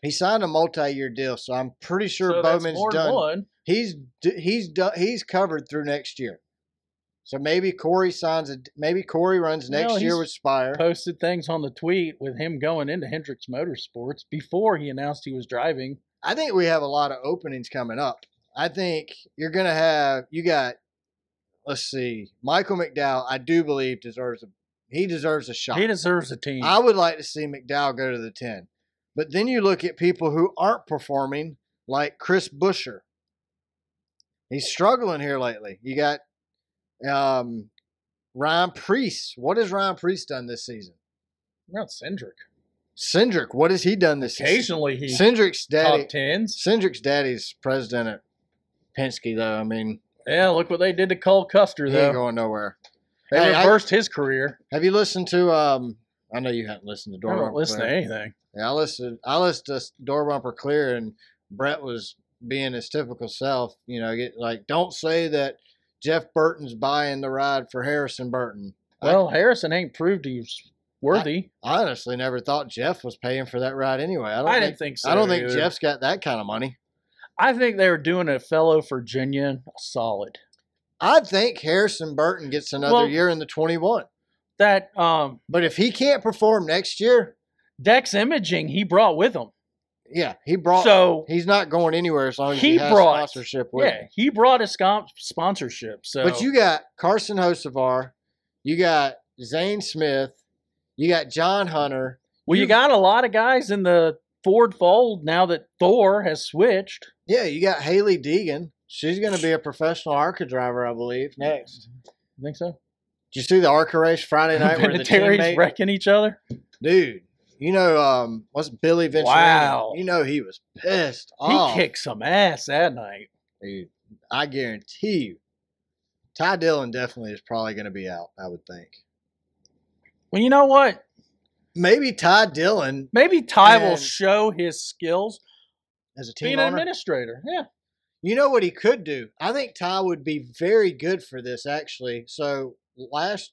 Speaker 1: He signed a multi-year deal, so I'm pretty sure
Speaker 2: so that's
Speaker 1: Bowman's
Speaker 2: more than
Speaker 1: done.
Speaker 2: one.
Speaker 1: He's d- he's done. He's covered through next year. So maybe Corey signs a. Maybe Corey runs
Speaker 2: No,
Speaker 1: next year
Speaker 2: he's
Speaker 1: with Spire.
Speaker 2: posted things on the tweet with him going into Hendrix Motorsports before he announced he was driving.
Speaker 1: I think we have a lot of openings coming up. I think you're gonna have you got let's see, Michael McDowell, I do believe deserves a he deserves a shot.
Speaker 2: He deserves a team.
Speaker 1: I would like to see McDowell go to the ten. But then you look at people who aren't performing, like Chris Busher. He's struggling here lately. You got um Ryan Priest. What has Ryan Priest done this season?
Speaker 2: not Cendric.
Speaker 1: Cindric, what has he done this season?
Speaker 2: Occasionally he
Speaker 1: Cindric's daddy.
Speaker 2: top tens.
Speaker 1: Cindric's daddy's president at Penske, though. I mean,
Speaker 2: Yeah, look what they did to Cole Custer
Speaker 1: he ain't
Speaker 2: though.
Speaker 1: going nowhere.
Speaker 2: They
Speaker 1: Hey, I-
Speaker 2: reversed his career.
Speaker 1: Have you listened to? um I know you haven't listened to Door
Speaker 2: I don't
Speaker 1: Bumper
Speaker 2: listen to
Speaker 1: Clear.
Speaker 2: anything.
Speaker 1: Yeah, I listened. I listened to Door Bumper Clear, and Brett was being his typical self. You know, get, like don't say that Jeff Burton's buying the ride for Harrison Burton. I-
Speaker 2: Well, Harrison ain't proved he's worthy.
Speaker 1: I honestly never thought Jeff was paying for that ride anyway. I
Speaker 2: I,
Speaker 1: don't. think,
Speaker 2: didn't think so.
Speaker 1: I don't think
Speaker 2: either.
Speaker 1: Jeff's got that kind of money.
Speaker 2: I think they were doing a fellow Virginia a solid.
Speaker 1: I think Harrison Burton gets another
Speaker 2: Well-
Speaker 1: year in the twenty-one.
Speaker 2: That um
Speaker 1: But if he can't perform next year,
Speaker 2: Dex Imaging he brought with him.
Speaker 1: Yeah, he brought.
Speaker 2: so
Speaker 1: he's not going anywhere as long as he,
Speaker 2: He
Speaker 1: has
Speaker 2: brought-
Speaker 1: sponsorship with
Speaker 2: yeah,
Speaker 1: him.
Speaker 2: he brought a scom- sponsorship. So
Speaker 1: But you got Carson Hosevar, you got Zane Smith, you got John Hunter.
Speaker 2: Well, you
Speaker 1: You've-
Speaker 2: got a lot of guys in the Ford fold now that Thor has switched.
Speaker 1: Yeah, you got Haley Deegan. She's going to be a professional ARCA driver, I believe. Next,
Speaker 2: You think so?
Speaker 1: did you see the ARCA race Friday night where the
Speaker 2: Planetaries
Speaker 1: teammate,
Speaker 2: wrecking each other.
Speaker 1: dude? You know, um, what's Billy Ventura?
Speaker 2: Wow.
Speaker 1: you know he was pissed off.
Speaker 2: He kicked some ass that night.
Speaker 1: dude. I guarantee you, Ty Dillon definitely is probably going to be out. I would think.
Speaker 2: Well, you know what?
Speaker 1: Maybe Ty Dillon
Speaker 2: Maybe Ty will
Speaker 1: And-
Speaker 2: show his skills
Speaker 1: as a team
Speaker 2: being an
Speaker 1: owner.
Speaker 2: administrator. Yeah,
Speaker 1: You know what he could do? I think Ty would be very good for this actually. So last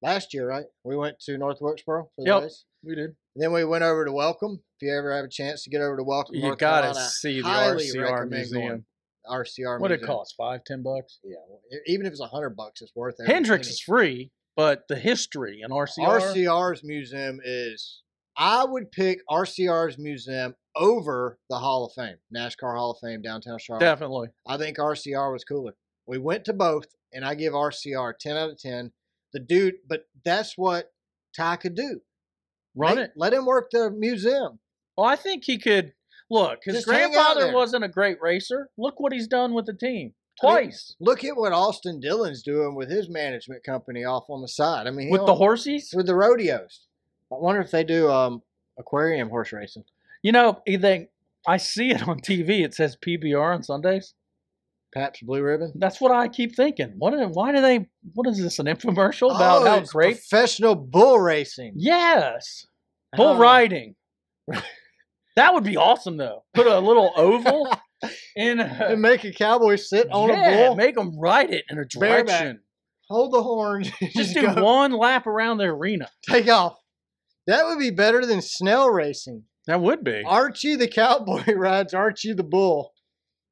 Speaker 1: last year, right? We went to North Wilkesboro for the
Speaker 2: Yep.
Speaker 1: race.
Speaker 2: We did.
Speaker 1: And then we went over to Welcome. If you ever have a chance to get over to Welcome,
Speaker 2: You
Speaker 1: North
Speaker 2: gotta
Speaker 1: Carolina, I
Speaker 2: see the
Speaker 1: highly
Speaker 2: RCR
Speaker 1: recommend
Speaker 2: museum.
Speaker 1: going. RCR.
Speaker 2: What it
Speaker 1: Museum.
Speaker 2: cost? Five, ten bucks.
Speaker 1: Yeah, well, e- even if it's a hundred bucks, it's worth it.
Speaker 2: Hendrix is free, but the history and RCR.
Speaker 1: RCR's museum is. I would pick RCR's museum over the Hall of Fame, NASCAR Hall of Fame, downtown Charlotte.
Speaker 2: definitely.
Speaker 1: I think RCR was cooler. We went to both, and I give RCR 10 out of 10. The dude, but that's what Ty could do.
Speaker 2: Run
Speaker 1: Let-
Speaker 2: it.
Speaker 1: Let him work the museum.
Speaker 2: Well, I think he could. Look, his
Speaker 1: Just hang out
Speaker 2: grandfather
Speaker 1: there.
Speaker 2: wasn't a great racer. Look what he's done with the team
Speaker 1: I mean,
Speaker 2: twice
Speaker 1: Look at what Austin Dillon's doing with his management company off on the side. I mean, he
Speaker 2: with the
Speaker 1: don't-
Speaker 2: horses.
Speaker 1: with the rodeos. I wonder if they do um, aquarium horse racing.
Speaker 2: You know, you think I see it on TV. It says PBR on Sundays.
Speaker 1: Paps Blue Ribbon.
Speaker 2: That's what I keep thinking. What? are- Why do they? What is this? An infomercial about how
Speaker 1: Oh, it's
Speaker 2: great?
Speaker 1: professional bull racing,
Speaker 2: Yes, bull
Speaker 1: Oh.
Speaker 2: riding. that would be awesome, though. Put a little oval in. a-
Speaker 1: and make a cowboy sit on
Speaker 2: yeah,
Speaker 1: a bull,
Speaker 2: make them ride it in a
Speaker 1: Bareback.
Speaker 2: direction.
Speaker 1: hold the horn,
Speaker 2: Just do
Speaker 1: go.
Speaker 2: one lap around the arena.
Speaker 1: take off. That would be better than snail racing.
Speaker 2: That would be.
Speaker 1: Archie the cowboy rides Archie the bull.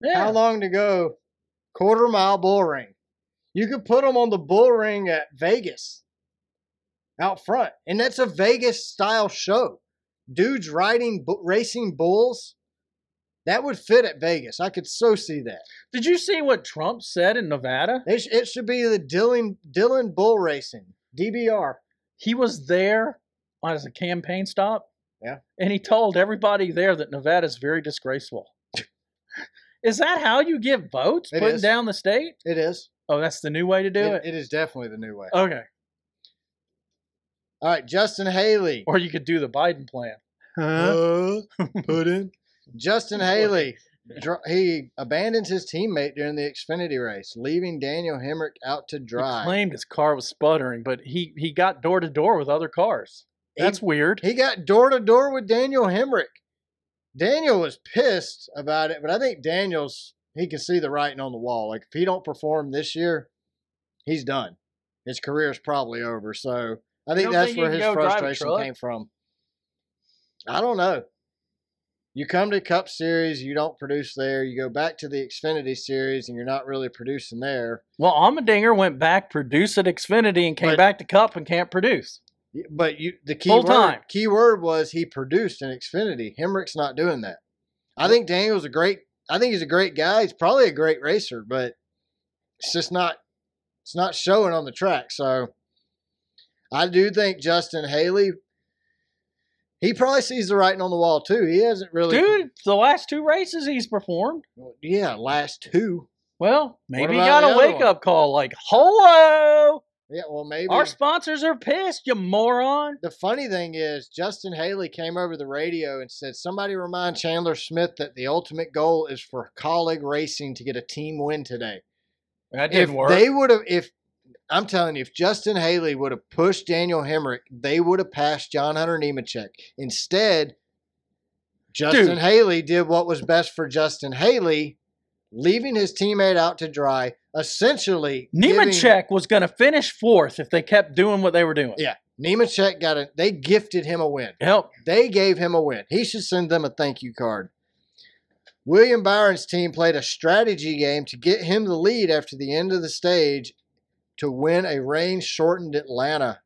Speaker 2: Yeah.
Speaker 1: How long to go? Quarter mile bull ring. You could put them on the bull ring at Vegas out front. And that's a Vegas style show. Dudes riding, bu- racing bulls. That would fit at Vegas. I could so see that.
Speaker 2: Did you see what Trump said in Nevada?
Speaker 1: It, sh- it should be the Dillon, Dillon Bull Racing, DBR.
Speaker 2: He was there as a campaign stop.
Speaker 1: Yeah.
Speaker 2: And he told everybody there that Nevada's very disgraceful. is that how you get votes?
Speaker 1: It
Speaker 2: putting
Speaker 1: is.
Speaker 2: down the state?
Speaker 1: It is.
Speaker 2: Oh, that's the new way to do it? Uh,
Speaker 1: It is definitely the new way.
Speaker 2: Okay.
Speaker 1: All right, Justin Haley.
Speaker 2: Or you could do the Biden plan.
Speaker 1: Uh, put in. Justin Haley. dr- he abandons his teammate during the Xfinity race, leaving Daniel Hemrick out to
Speaker 2: He
Speaker 1: dry.
Speaker 2: claimed his car was sputtering, but he, he got door to door with other cars.
Speaker 1: He-
Speaker 2: That's weird.
Speaker 1: He got door to door with Daniel Hemrick. Daniel was pissed about it, but I think Daniel's he can see the writing on the wall. Like if he don't perform this year, he's done. His career's probably over. So I think
Speaker 2: don't
Speaker 1: that's
Speaker 2: think he
Speaker 1: where
Speaker 2: can
Speaker 1: his
Speaker 2: go drive a
Speaker 1: frustration
Speaker 2: truck?
Speaker 1: came from. I don't know. You come to Cup Series, you don't produce there. You go back to the Xfinity Series, and you're not really producing there.
Speaker 2: Well, Almendinger went back, produced at Xfinity, and came
Speaker 1: But-
Speaker 2: back to Cup and can't produce.
Speaker 1: Y- But you, the key
Speaker 2: Full
Speaker 1: word,
Speaker 2: time.
Speaker 1: key word was he produced in Xfinity. Hemrick's not doing that. I think Daniel's a great. I think he's a great guy. He's probably a great racer, but it's just not. It's not showing on the track. So I do think Justin Haley. He probably sees the writing on the wall too. He hasn't really.
Speaker 2: Dude, the last two races he's performed.
Speaker 1: Yeah, last two.
Speaker 2: Well, maybe you
Speaker 1: about
Speaker 2: got
Speaker 1: the
Speaker 2: a
Speaker 1: other
Speaker 2: wake
Speaker 1: one?
Speaker 2: up call like, hello,
Speaker 1: Yeah, well maybe.
Speaker 2: our sponsors are pissed, you moron.
Speaker 1: the funny thing is, Justin Haley came over the radio and said, Somebody remind Chandler Smith that the ultimate goal is for colleague racing to get a team win today.
Speaker 2: That
Speaker 1: if they would have, if I'm telling you, if Justin Haley would have pushed Daniel Hemrick, they would have passed John Hunter Nemechek. Instead, Justin
Speaker 2: Dude.
Speaker 1: Haley did what was best for Justin Haley, leaving his teammate out to dry, essentially. giving-
Speaker 2: Nemechek was going to finish fourth if they kept doing what they were doing.
Speaker 1: Yeah. Nemechek got a, they gifted him a win.
Speaker 2: Help.
Speaker 1: They gave him a win. He should send them a thank you card. William Byron's team played a strategy game to get him the lead after the end of the stage to win a rain shortened Atlanta.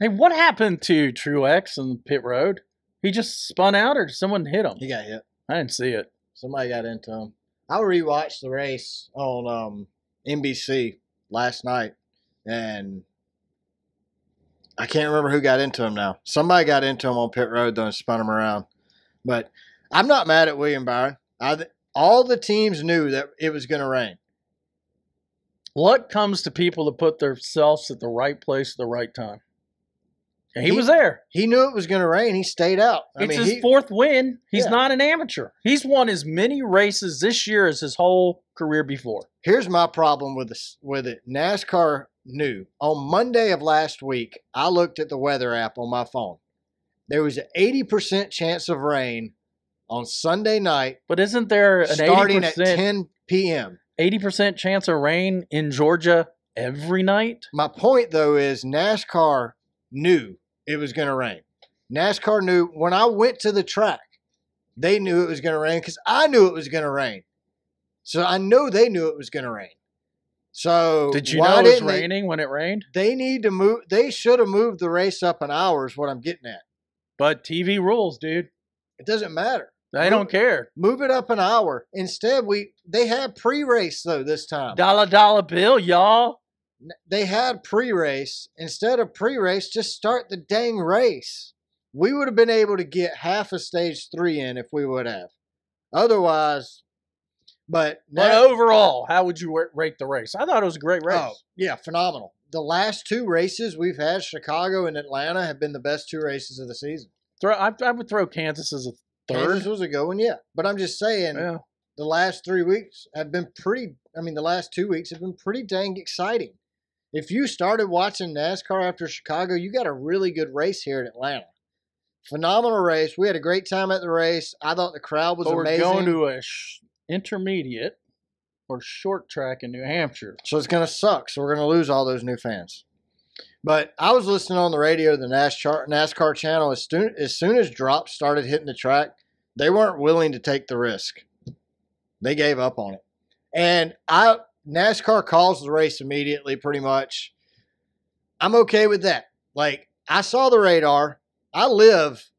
Speaker 2: Hey, what happened to Truex on pit road? He just spun out or someone hit him?
Speaker 1: He got hit.
Speaker 2: I didn't see it.
Speaker 1: Somebody got into him. I rewatched the race on um, NBC last night, and I can't remember who got into him now. Somebody got into him on pit road though and spun him around. But I'm not mad at William Byron. I th- all the teams knew that it was going to rain.
Speaker 2: Luck comes to people that put themselves at the right place at the right time. And he
Speaker 1: He-
Speaker 2: was there.
Speaker 1: He knew it was going to rain. He stayed out. I
Speaker 2: it's
Speaker 1: mean,
Speaker 2: his
Speaker 1: he,
Speaker 2: fourth win. He's
Speaker 1: Yeah.
Speaker 2: not an amateur. He's won as many races this year as his whole career before.
Speaker 1: here's my problem with this with it. NASCAR knew on Monday of last week. I looked at the weather app on my phone. There was an eighty percent chance of rain on Sunday night,
Speaker 2: But isn't there an eighty
Speaker 1: starting at
Speaker 2: percent
Speaker 1: 10 p.m.
Speaker 2: eighty percent chance of rain in Georgia every night?
Speaker 1: My point though is NASCAR knew it was going to rain. NASCAR knew when I went to the track, they knew it was going to rain because I knew it was going to rain. So I know they knew it was going to rain. So
Speaker 2: Did you
Speaker 1: why
Speaker 2: know it was
Speaker 1: didn't they-
Speaker 2: raining when it rained?
Speaker 1: They, need to move. They should have moved the race up an hour. Is what I'm getting at.
Speaker 2: But TV rules, dude.
Speaker 1: It doesn't matter.
Speaker 2: They don't
Speaker 1: Rules.
Speaker 2: care.
Speaker 1: Move it up an hour. Instead, we they had pre-race though this time.
Speaker 2: Dollar dollar bill, y'all.
Speaker 1: N- they had pre-race instead of pre-race just start the dang race we would have been able to get half of stage three in if we would have otherwise but
Speaker 2: But
Speaker 1: now-
Speaker 2: overall, how would you wa- rate the race? I thought it was a great race.
Speaker 1: oh, yeah phenomenal the last two races we've had chicago and atlanta have been the best two races of the season
Speaker 2: Throw, I, I would throw Kansas as a
Speaker 1: Kansas
Speaker 2: third.
Speaker 1: was a good one yeah but i'm just saying
Speaker 2: Yeah.
Speaker 1: the last three weeks have been pretty i mean the last two weeks have been pretty dang exciting if you started watching nascar after chicago you got a really good race here in atlanta phenomenal race we had a great time at the race i thought the crowd was
Speaker 2: But we're
Speaker 1: amazing
Speaker 2: going to a sh- intermediate or short track in New Hampshire.
Speaker 1: so it's going to suck so we're going to lose all those new fans but i was listening on the radio the nascar, NASCAR channel as soon, as soon as drops started hitting the track they weren't willing to take the risk they gave up on it. And I NASCAR calls the race immediately, pretty much. I'm okay with that. Like I saw the radar. I live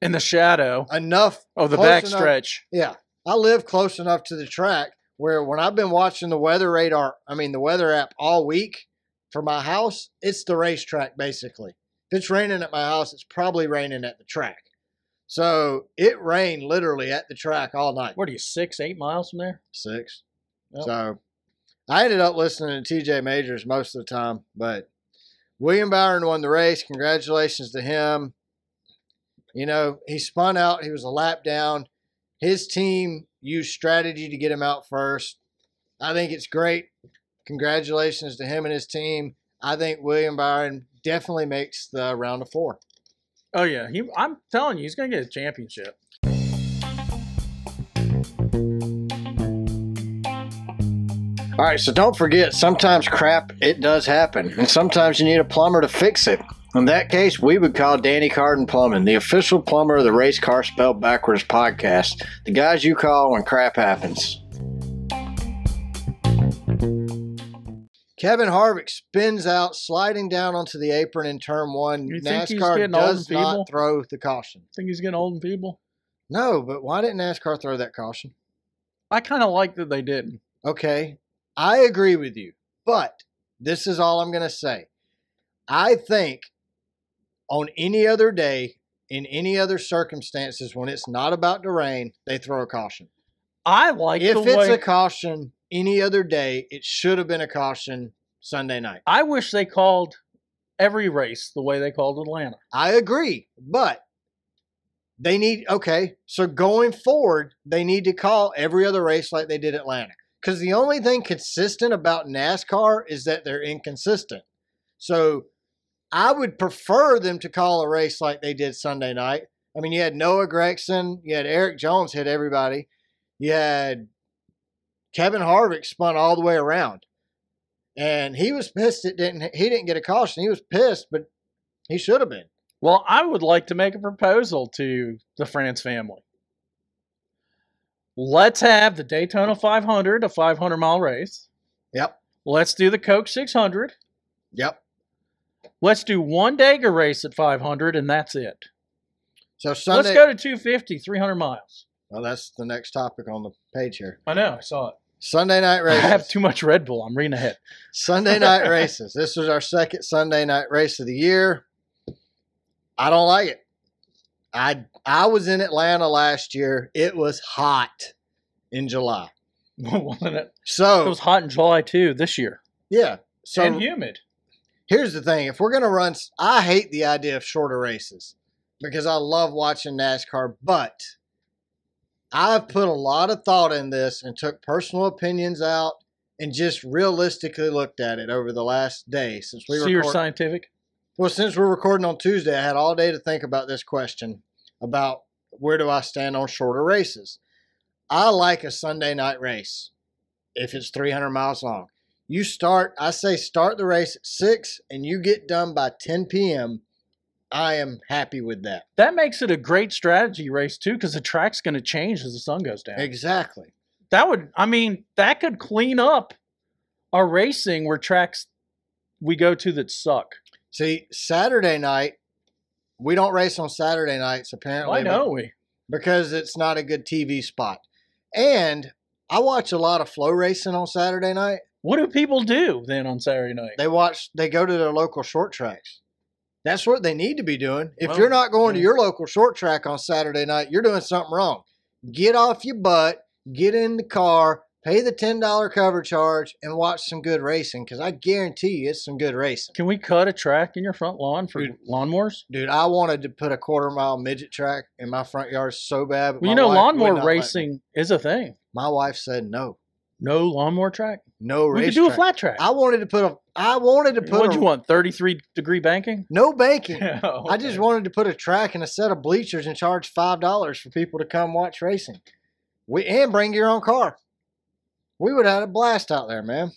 Speaker 2: In the shadow
Speaker 1: enough.
Speaker 2: of the
Speaker 1: Close
Speaker 2: back
Speaker 1: enough.
Speaker 2: stretch.
Speaker 1: Yeah, I live close enough to the track where when I've been watching the weather radar, I mean the weather app all week for my house, it's the racetrack basically. If it's raining at my house, it's probably raining at the track. So it rained literally at the track all night.
Speaker 2: What are you, six, eight miles from there?
Speaker 1: six.
Speaker 2: Yep.
Speaker 1: So I ended up listening to TJ Majors most of the time, but William Byron won the race. Congratulations to him. You know, he spun out, he was a lap down. His team used strategy to get him out first. I think it's great. Congratulations to him and his team. I think William Byron definitely makes the round of four.
Speaker 2: Oh, yeah. He, I'm telling you, he's going to get a championship.
Speaker 1: All right, so don't forget, sometimes crap, it does happen. And sometimes you need a plumber to fix it. In that case, we would call Danny Cardin Plumbing, the official plumber of the Race Car Spelled Backwards podcast. The guys you call when crap happens. Kevin Harvick spins out, sliding down onto the apron in turn one.
Speaker 2: You think he's
Speaker 1: NASCAR
Speaker 2: getting old
Speaker 1: does
Speaker 2: and feeble?
Speaker 1: not throw the caution.
Speaker 2: Think he's getting old and feeble?
Speaker 1: No, but why didn't NASCAR throw that caution?
Speaker 2: I kind of like that they didn't.
Speaker 1: Okay, I agree with you, but this is all I'm going to say. I think on any other day, in any other circumstances, when it's not about to rain, they throw a caution.
Speaker 2: I like
Speaker 1: if
Speaker 2: the
Speaker 1: it's
Speaker 2: way.
Speaker 1: a caution any other day, it should have been a caution Sunday night.
Speaker 2: I wish they called every race the way they called Atlanta.
Speaker 1: I agree, but they need okay. So going forward, they need to call every other race like they did Atlanta. Because the only thing consistent about NASCAR is that they're inconsistent. So I would prefer them to call a race like they did Sunday night. I mean, you had Noah Gregson, you had Eric Jones hit everybody, you had Kevin Harvick spun all the way around, and he was pissed. It didn't. He didn't get a caution. He was pissed, but he should have been.
Speaker 2: Well, I would like to make a proposal to the France family. Let's have the Daytona 500, a 500 mile race.
Speaker 1: Yep.
Speaker 2: Let's do the Coke 600.
Speaker 1: Yep.
Speaker 2: Let's do one Dagger race at 500, and that's it.
Speaker 1: So Sunday.
Speaker 2: Let's go to 250, 300 miles.
Speaker 1: Well, that's the next topic on the page here.
Speaker 2: I know, I saw it.
Speaker 1: Sunday night
Speaker 2: I
Speaker 1: races.
Speaker 2: have too much Red Bull. I'm reading ahead.
Speaker 1: Sunday night races. This was our second Sunday night race of the year. I don't like it. I I was in Atlanta last year. It was hot in July.
Speaker 2: Wasn't it? It
Speaker 1: So
Speaker 2: was hot in July, too, this year.
Speaker 1: yeah. So
Speaker 2: and humid.
Speaker 1: here's the thing if we're going to run s- i hate the idea of shorter races because i love watching nascar but i've put a lot of thought in this and took personal opinions out and just realistically looked at it over the last day since we
Speaker 2: See, you're
Speaker 1: record-
Speaker 2: scientific.
Speaker 1: well since we're recording on tuesday i had all day to think about this question about where do I stand on shorter races? I like a Sunday night race if it's 300 miles long. You start, I say, start the race at 6 and you get done by 10 p.m. I am happy with that.
Speaker 2: That makes it a great strategy race too, because the track's going to change as the sun goes down.
Speaker 1: Exactly.
Speaker 2: That would, I mean, that could clean up our racing where tracks we go to that suck.
Speaker 1: See, Saturday night, we don't race on Saturday nights apparently.
Speaker 2: Why
Speaker 1: but-
Speaker 2: don't we?
Speaker 1: because it's not a good TV spot. And I watch a lot of flow racing on Saturday night.
Speaker 2: What do people do then on Saturday night?
Speaker 1: They watch, they go to their local short tracks. That's what they need to be doing. If
Speaker 2: Well,
Speaker 1: you're not going to
Speaker 2: yeah.
Speaker 1: your local short track on Saturday night, you're doing something wrong. Get off your butt, get in the car, pay the $10 cover charge, and watch some good racing because I guarantee you it's some good racing.
Speaker 2: Can we cut a track in your front lawn for
Speaker 1: Dude.
Speaker 2: lawnmowers?
Speaker 1: Dude, I wanted to put a quarter mile midget track in my front yard so bad. but
Speaker 2: Well, you
Speaker 1: my
Speaker 2: know,
Speaker 1: wife would not
Speaker 2: lawnmower
Speaker 1: let me.
Speaker 2: racing is a thing.
Speaker 1: My wife said no.
Speaker 2: No lawnmower track.
Speaker 1: No
Speaker 2: We
Speaker 1: race.
Speaker 2: could do a
Speaker 1: track.
Speaker 2: flat track.
Speaker 1: I wanted to put a. I wanted to put.
Speaker 2: What'd
Speaker 1: a-
Speaker 2: you want? Thirty-three degree banking.
Speaker 1: No banking.
Speaker 2: Oh,
Speaker 1: I just
Speaker 2: okay.
Speaker 1: wanted to put a track and a set of bleachers and charge five dollars for people to come watch racing. We and bring your own car. We would have had a blast out there, man.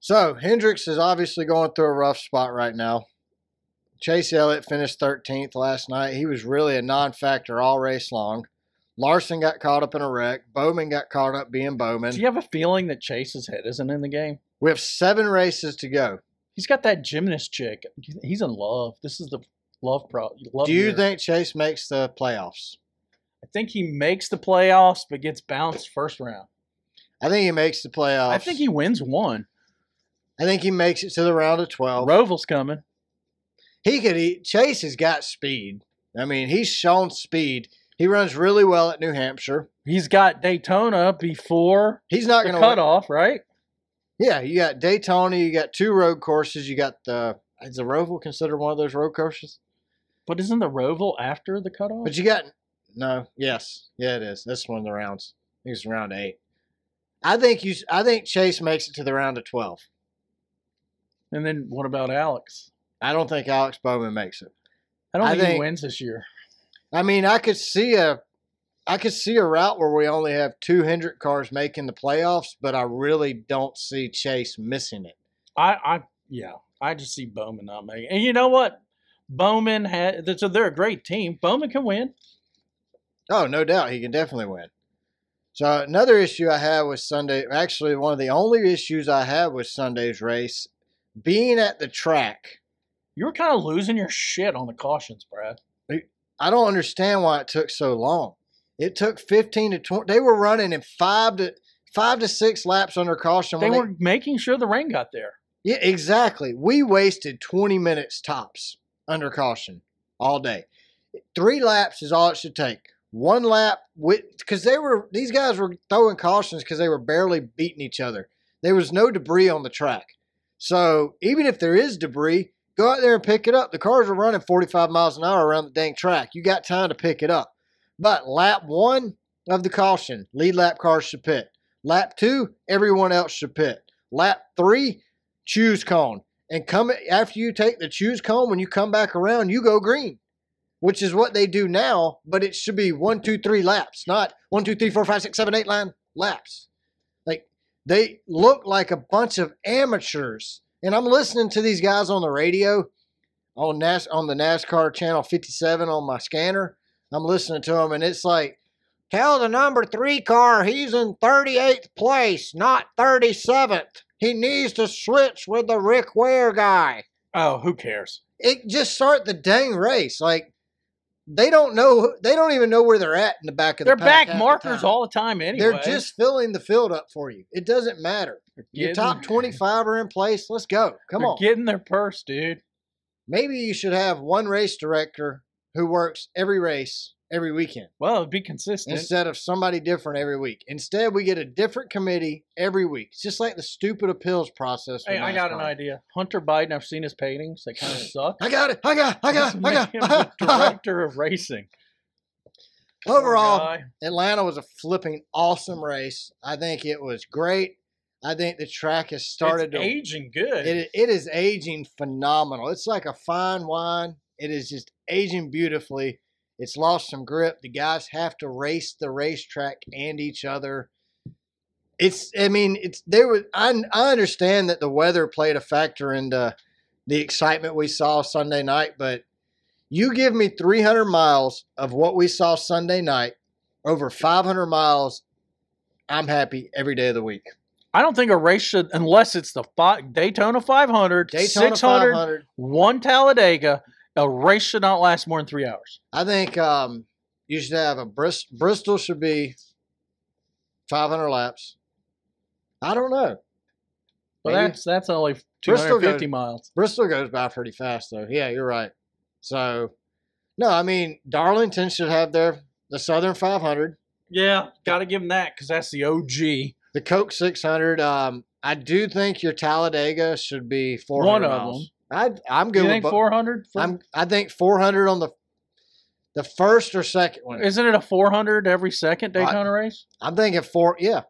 Speaker 1: So Hendricks is obviously going through a rough spot right now. Chase Elliott finished 13th last night. He was really a non-factor all race long. Larson got caught up in a wreck. Bowman got caught up being Bowman.
Speaker 2: Do you have a feeling that Chase's head isn't in the game?
Speaker 1: We have seven races to go.
Speaker 2: He's got that gymnast chick. He's in love. This is the love pro. Love
Speaker 1: Do you
Speaker 2: year.
Speaker 1: think Chase makes the playoffs?
Speaker 2: I think he makes the playoffs, but gets bounced first round.
Speaker 1: I think he makes the playoffs.
Speaker 2: I think he wins one.
Speaker 1: I think he makes it to the round of twelve.
Speaker 2: Roval's coming.
Speaker 1: He could. Eat. Chase has got speed. I mean, he's shown speed. He runs really well at New Hampshire.
Speaker 2: He's got Daytona before
Speaker 1: He's not
Speaker 2: the
Speaker 1: going to.
Speaker 2: cutoff, right?
Speaker 1: Yeah, you got Daytona. You got two road courses. You got the. Is the Roval considered one of those road courses?
Speaker 2: But isn't the Roval after the cutoff?
Speaker 1: But you got no. Yes, yeah, it is. That's one of the rounds. I think it's round eight. I think you. I think Chase makes it to the round of twelve.
Speaker 2: and then what about Alex?
Speaker 1: I don't think Alex Bowman makes it.
Speaker 2: I don't
Speaker 1: I
Speaker 2: think, he
Speaker 1: think-
Speaker 2: wins this year.
Speaker 1: I mean, I could see a, I could see a route where we only have two Hendrick cars making the playoffs, but I really don't see Chase missing it.
Speaker 2: I, I yeah, I just see Bowman not making. And you know what? Bowman had so they're a great team. Bowman can win.
Speaker 1: Oh, no doubt, he can definitely win. So another issue I had with Sunday, actually one of the only issues I had with Sunday's race, being at the track.
Speaker 2: You were kind of losing your shit on the cautions, Brad.
Speaker 1: I don't understand why it took so long. It took fifteen to twenty. They were running in five to five to six laps under caution.
Speaker 2: They
Speaker 1: when
Speaker 2: were making sure the rain got there.
Speaker 1: Yeah, exactly. We wasted 20 minutes tops under caution all day. Three laps is all it should take. One lap with because they were these guys were throwing cautions because they were barely beating each other. There was no debris on the track. So even if there is debris, go out there and pick it up. The cars are running 45 miles an hour around the dang track. You got time to pick it up. But lap one of the caution, lead lap cars should pit. Lap two, everyone else should pit. Lap three, choose cone and come after you take the choose cone when you come back around you go green which is what they do now but it should be one two three laps not one two three four five six seven eight line laps like they look like a bunch of amateurs and i'm listening to these guys on the radio on nas on the nascar channel 57 on my scanner i'm listening to them and it's like Tell the number three car he's in 38th place, not 37th. He needs to switch with the Rick Ware guy.
Speaker 2: Oh, who cares?
Speaker 1: It just start the dang race. Like they don't know. They don't even know where they're at in the back of
Speaker 2: They're
Speaker 1: the pack.
Speaker 2: back
Speaker 1: half the
Speaker 2: markers
Speaker 1: time.
Speaker 2: all the time anyway.
Speaker 1: They're just filling the field up for you. It doesn't matter. Your
Speaker 2: Getting-
Speaker 1: top 25 are in place. Let's go. Come
Speaker 2: they're
Speaker 1: on.
Speaker 2: getting their purse, dude.
Speaker 1: Maybe you should have one race director who works every race every weekend.
Speaker 2: Well, it'd be consistent.
Speaker 1: instead of somebody different every week. Instead, we get a different committee every week. It's just like the stupid appeals process. with
Speaker 2: hey, I got an
Speaker 1: NASCAR.
Speaker 2: idea. Hunter Biden. I've seen his paintings. They kind of suck.
Speaker 1: I got it. I got. I
Speaker 2: Let's
Speaker 1: got. I got.
Speaker 2: make him
Speaker 1: I
Speaker 2: the
Speaker 1: got.
Speaker 2: director of racing. Poor
Speaker 1: Overall,
Speaker 2: guy.
Speaker 1: Atlanta was a flipping awesome race. I think it was great. I think the track has started
Speaker 2: it's
Speaker 1: to.
Speaker 2: aging good.
Speaker 1: It, it is aging phenomenal. It's like a fine wine. It is just aging beautifully. It's lost some grip. The guys have to race the racetrack and each other. It's, I mean, it's there was. I I understand that the weather played a factor into the excitement we saw Sunday night, but you give me 300 miles of what we saw Sunday night, over 500 miles, I'm happy every day of the week.
Speaker 2: I don't think a race should, unless it's the fi- Daytona 500,
Speaker 1: Daytona
Speaker 2: 600,
Speaker 1: 500.
Speaker 2: one Talladega, a race should not last more than three hours.
Speaker 1: I think um, you should have a Brist- Bristol should be 500 laps. I don't know.
Speaker 2: But
Speaker 1: Maybe.
Speaker 2: that's that's only
Speaker 1: Bristol
Speaker 2: 250
Speaker 1: goes-
Speaker 2: miles.
Speaker 1: Bristol goes by pretty fast though. Yeah, you're right. So, no, I mean Darlington should have their the Southern 500,
Speaker 2: Yeah, got to give them that because that's the OG.
Speaker 1: the Coke 600. Um, I do think your Talladega should be 400
Speaker 2: One of
Speaker 1: miles. I I'm
Speaker 2: Do
Speaker 1: good
Speaker 2: you
Speaker 1: with
Speaker 2: think
Speaker 1: bo-
Speaker 2: 400? For-
Speaker 1: I'm I think 400 on the the first or second one.
Speaker 2: isn't it a 400 every second
Speaker 1: I-
Speaker 2: Daytona race?
Speaker 1: I'm thinking four. Yeah,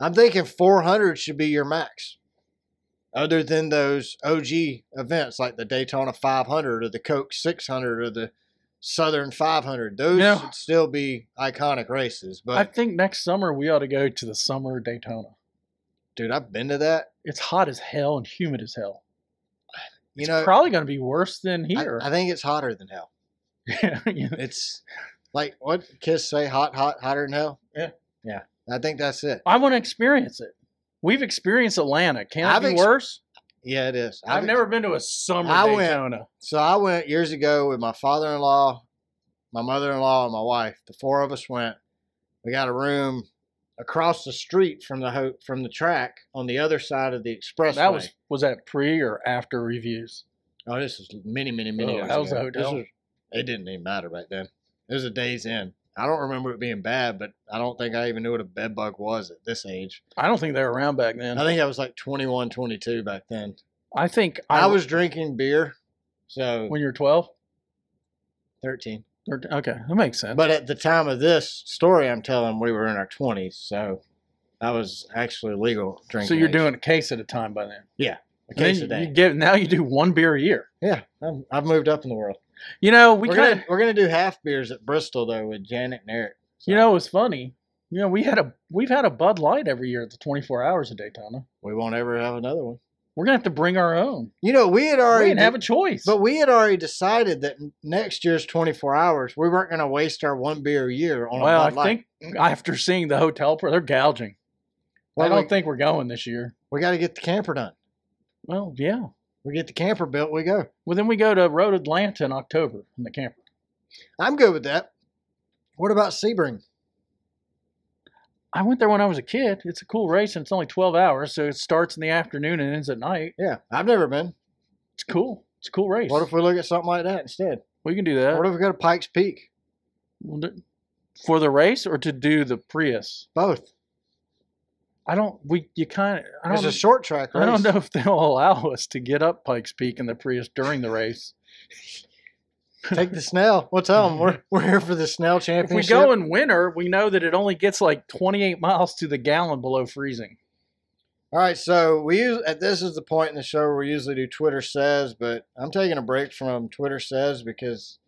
Speaker 1: I'm thinking 400 should be your max. Other than those OG events like the Daytona 500 or the Coke 600 or the Southern 500, those
Speaker 2: No.
Speaker 1: should still be iconic races. But
Speaker 2: I think next summer we ought to go to the summer Daytona.
Speaker 1: dude, I've been to that.
Speaker 2: It's hot as hell and humid as hell.
Speaker 1: You know,
Speaker 2: Probably going to be worse than
Speaker 1: I,
Speaker 2: here.
Speaker 1: I think it's hotter than hell.
Speaker 2: Yeah.
Speaker 1: It's like what Kiss say, hot, hot, hotter than hell.
Speaker 2: Yeah.
Speaker 1: yeah. I think that's it.
Speaker 2: I want to experience it. We've experienced Atlanta. Can it
Speaker 1: I've
Speaker 2: be
Speaker 1: ex-
Speaker 2: worse?
Speaker 1: Yeah, it is.
Speaker 2: I've,
Speaker 1: I've-
Speaker 2: never been to a summer
Speaker 1: I went-
Speaker 2: Daytona.
Speaker 1: So I went years ago with my father in law, my mother in law, and my wife. The four of us went. We got a room across the street from the ho- from the track on the other side of the expressway.
Speaker 2: That was was that pre or after reviews?
Speaker 1: oh, this was many, many, many
Speaker 2: Oh,
Speaker 1: years
Speaker 2: that was a
Speaker 1: ago. This
Speaker 2: hotel.
Speaker 1: was- it didn't even matter back then. It was a day's end. I don't remember it being bad, but I don't think I even knew what a bed bug was at this age.
Speaker 2: I don't think they were around back
Speaker 1: I
Speaker 2: then.
Speaker 1: think I was like 21, 22 back then.
Speaker 2: I think
Speaker 1: I was drinking beer, so
Speaker 2: when you were 12.
Speaker 1: 13.
Speaker 2: 13 Okay, that makes sense.
Speaker 1: But at the time of this story, I'm telling we were in our 20s, so I was actually legal drinking.
Speaker 2: so you're
Speaker 1: age.
Speaker 2: doing a case at a time by then.
Speaker 1: a case a
Speaker 2: Then you
Speaker 1: day.
Speaker 2: get now you do one beer a year.
Speaker 1: Yeah, I'm, I've moved up in the world.
Speaker 2: You know we
Speaker 1: We are
Speaker 2: kind of
Speaker 1: gonna we're gonna do half beers at Bristol though with Janet and Eric. So
Speaker 2: you know it's funny. You know we had a we've had a Bud Light every year at the 24 hours of Daytona.
Speaker 1: we won't ever have another one.
Speaker 2: We're gonna have to bring our own.
Speaker 1: You know we had
Speaker 2: We
Speaker 1: already
Speaker 2: didn't have a choice.
Speaker 1: but we had already decided that next year's 24 hours we weren't gonna waste our one beer a year on
Speaker 2: well,
Speaker 1: a
Speaker 2: I
Speaker 1: Bud Light.
Speaker 2: think after seeing the hotel, pro- they're gouging.
Speaker 1: Well,
Speaker 2: I don't
Speaker 1: we,
Speaker 2: think we're going this year.
Speaker 1: we got to get the camper done.
Speaker 2: Well, yeah.
Speaker 1: We get the camper built. We go.
Speaker 2: Well, then we go to Road Atlanta in October in the camper.
Speaker 1: I'm good with that. What about Sebring?
Speaker 2: I went there when I was a kid. It's a cool race and it's only 12 hours, so it starts in the afternoon and ends at night.
Speaker 1: Yeah, I've never been.
Speaker 2: It's cool. It's a cool race.
Speaker 1: What if we look at something like that instead?
Speaker 2: we can do that
Speaker 1: What if we go to Pikes Peak?
Speaker 2: We'll do- for the race or to do the Prius?
Speaker 1: Both.
Speaker 2: I don't. We you kind of. I
Speaker 1: It's
Speaker 2: don't.
Speaker 1: a short track race.
Speaker 2: I don't know if they'll allow us to get up Pikes Peak in the Prius during the race.
Speaker 1: Take the Snell. We'll tell them we're, we're here for the Snell
Speaker 2: If we
Speaker 1: Championship.
Speaker 2: go in winter, we know that it only gets like 28 miles to the gallon below freezing.
Speaker 1: All right, so we use at this is the point in the show where we usually do Twitter says, but I'm taking a break from Twitter says because,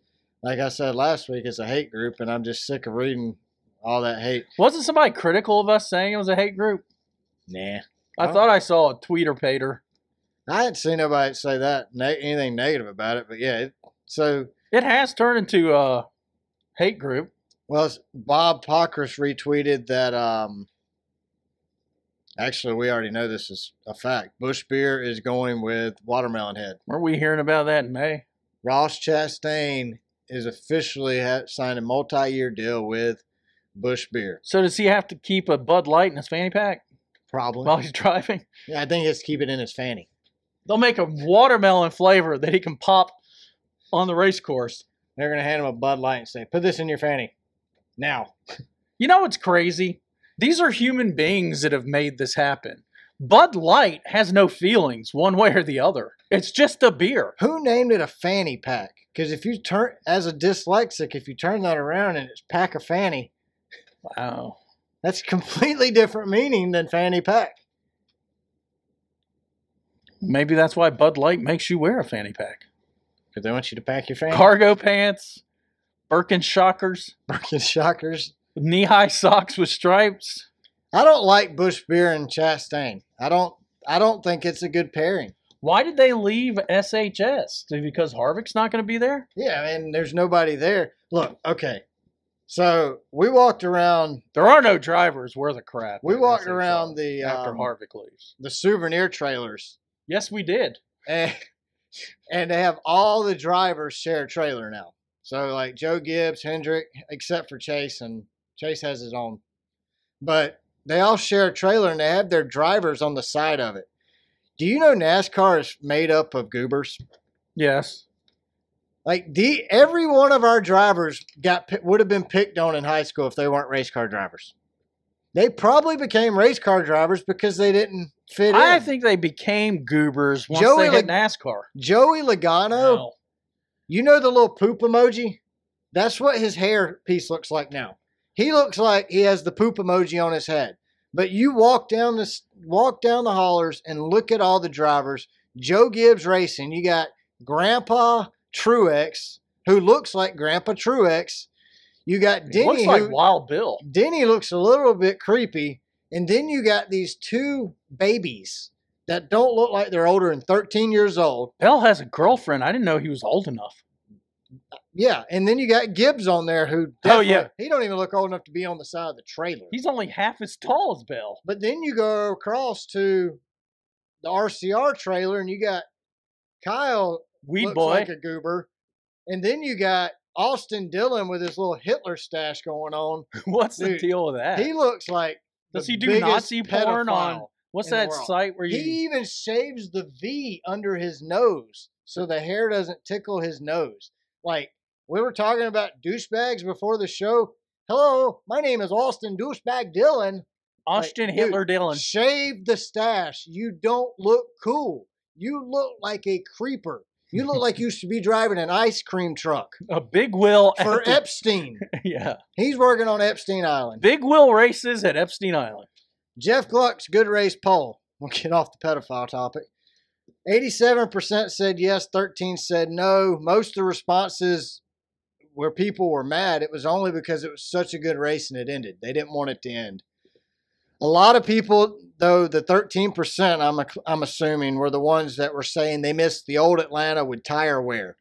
Speaker 1: like I said last week, it's a hate group, and I'm just sick of reading all that hate.
Speaker 2: Wasn't somebody critical of us saying it was a hate group?
Speaker 1: Nah,
Speaker 2: I
Speaker 1: Oh.
Speaker 2: thought I saw a tweeter pater.
Speaker 1: I hadn't seen nobody say that ne- anything negative about it, but yeah. It, so
Speaker 2: It has turned into a hate group.
Speaker 1: Well, it's- Bob Pockris retweeted that. Um, actually, we already know this is a fact. Bush beer is going with watermelon head.
Speaker 2: Were we hearing about that in May?
Speaker 1: Ross Chastain is officially ha- signed a multi-year deal with Bush beer.
Speaker 2: So does he have to keep a Bud Light in his fanny pack
Speaker 1: Probably.
Speaker 2: while he's driving?
Speaker 1: yeah, I think he has to keep it in his fanny.
Speaker 2: They'll make a watermelon flavor that he can pop on the race course.
Speaker 1: They're gonna hand him a Bud Light and say, "Put this in your fanny now."
Speaker 2: You know what's crazy? These are human beings that have made this happen. Bud Light has no feelings one way or the other. It's just a beer.
Speaker 1: Who named it a fanny pack? Because if you turn as a dyslexic, if you turn that around and it's pack a fanny,
Speaker 2: Wow.
Speaker 1: That's completely different meaning than fanny pack.
Speaker 2: Maybe that's why Bud Light makes you wear a fanny pack.
Speaker 1: Because they want you to pack your fanny.
Speaker 2: Cargo pants, Birkenstockers,
Speaker 1: Birkin shockers.
Speaker 2: knee-high socks with stripes.
Speaker 1: I don't like Bush Beer and Chastain. I don't. I don't think it's a good pairing.
Speaker 2: Why did they leave SHS? Because Harvick's not going to be there.
Speaker 1: Yeah, I mean, there's nobody there. Look, okay. So we walked around.
Speaker 2: There are no drivers worth a crap.
Speaker 1: We
Speaker 2: at
Speaker 1: walked
Speaker 2: SHS
Speaker 1: around the
Speaker 2: after
Speaker 1: um,
Speaker 2: Harvick leaves.
Speaker 1: the souvenir trailers,
Speaker 2: Yes, we did.
Speaker 1: and and they have all the drivers share a trailer now. So like Joe Gibbs, Hendrick, except for Chase, and Chase has his own, but they all share a trailer and they have their drivers on the side of it. Do you know NASCAR is made up of goobers?
Speaker 2: Yes.
Speaker 1: Like the every one of our drivers got pi- would have been picked on in high school if they weren't race car drivers. They probably became race car drivers because they didn't fit
Speaker 2: I
Speaker 1: in.
Speaker 2: think they became goobers once
Speaker 1: Joey
Speaker 2: they
Speaker 1: Leg-
Speaker 2: hit NASCAR.
Speaker 1: Joey Logano,
Speaker 2: No.
Speaker 1: you know the little poop emoji? That's what his hair piece looks like now. He looks like he has the poop emoji on his head. But you walk down this walk down the hollers and look at all the drivers. Joe Gibbs Racing, you got Grandpa Truex, who looks like Grandpa Truex. You got
Speaker 2: It looks
Speaker 1: Denny,
Speaker 2: like
Speaker 1: who-
Speaker 2: Wild Bill.
Speaker 1: Denny looks a little bit creepy, and then you got these two babies that don't look like they're older than 13 years old.
Speaker 2: Bell has a girlfriend. I didn't know he was old enough.
Speaker 1: Yeah, and then you got Gibbs on there who
Speaker 2: Oh,
Speaker 1: definitely-
Speaker 2: yeah.
Speaker 1: he don't even look old enough to be on the side of the trailer.
Speaker 2: He's only half as tall as Bell.
Speaker 1: but then you go across to the RCR trailer and you got Kyle
Speaker 2: Weed
Speaker 1: looks
Speaker 2: boy.
Speaker 1: like a goober, and then you got Austin Dillon with his little Hitler stash going on.
Speaker 2: What's the
Speaker 1: Dude,
Speaker 2: deal with that?
Speaker 1: He looks like the
Speaker 2: Does he do
Speaker 1: biggest
Speaker 2: Nazi porn on-
Speaker 1: pedophile.
Speaker 2: What's
Speaker 1: in the
Speaker 2: that
Speaker 1: world.
Speaker 2: site where you?
Speaker 1: He even shaves the V under his nose so the hair doesn't tickle his nose. Like, we were talking about douchebags before the show. Hello, my name is Austin Douchebag Dylan.
Speaker 2: Austin
Speaker 1: dude,
Speaker 2: Hitler Dillon.
Speaker 1: Shave the stash. You don't look cool. You look like a creeper. You look like you should be driving an ice cream truck
Speaker 2: A big will at
Speaker 1: for
Speaker 2: the-
Speaker 1: Epstein.
Speaker 2: yeah.
Speaker 1: He's working on Epstein Island.
Speaker 2: Big will races at Epstein Island.
Speaker 1: Jeff Gluck's good race poll. We'll get off the pedophile topic. 87% said yes, 13 said no. Most of the responses where people were mad, it was only because it was such a good race and it ended. They didn't want it to end. A lot of people, though, the 13%, I'm, ac- I'm assuming, were the ones that were saying they missed the old Atlanta with tire wear.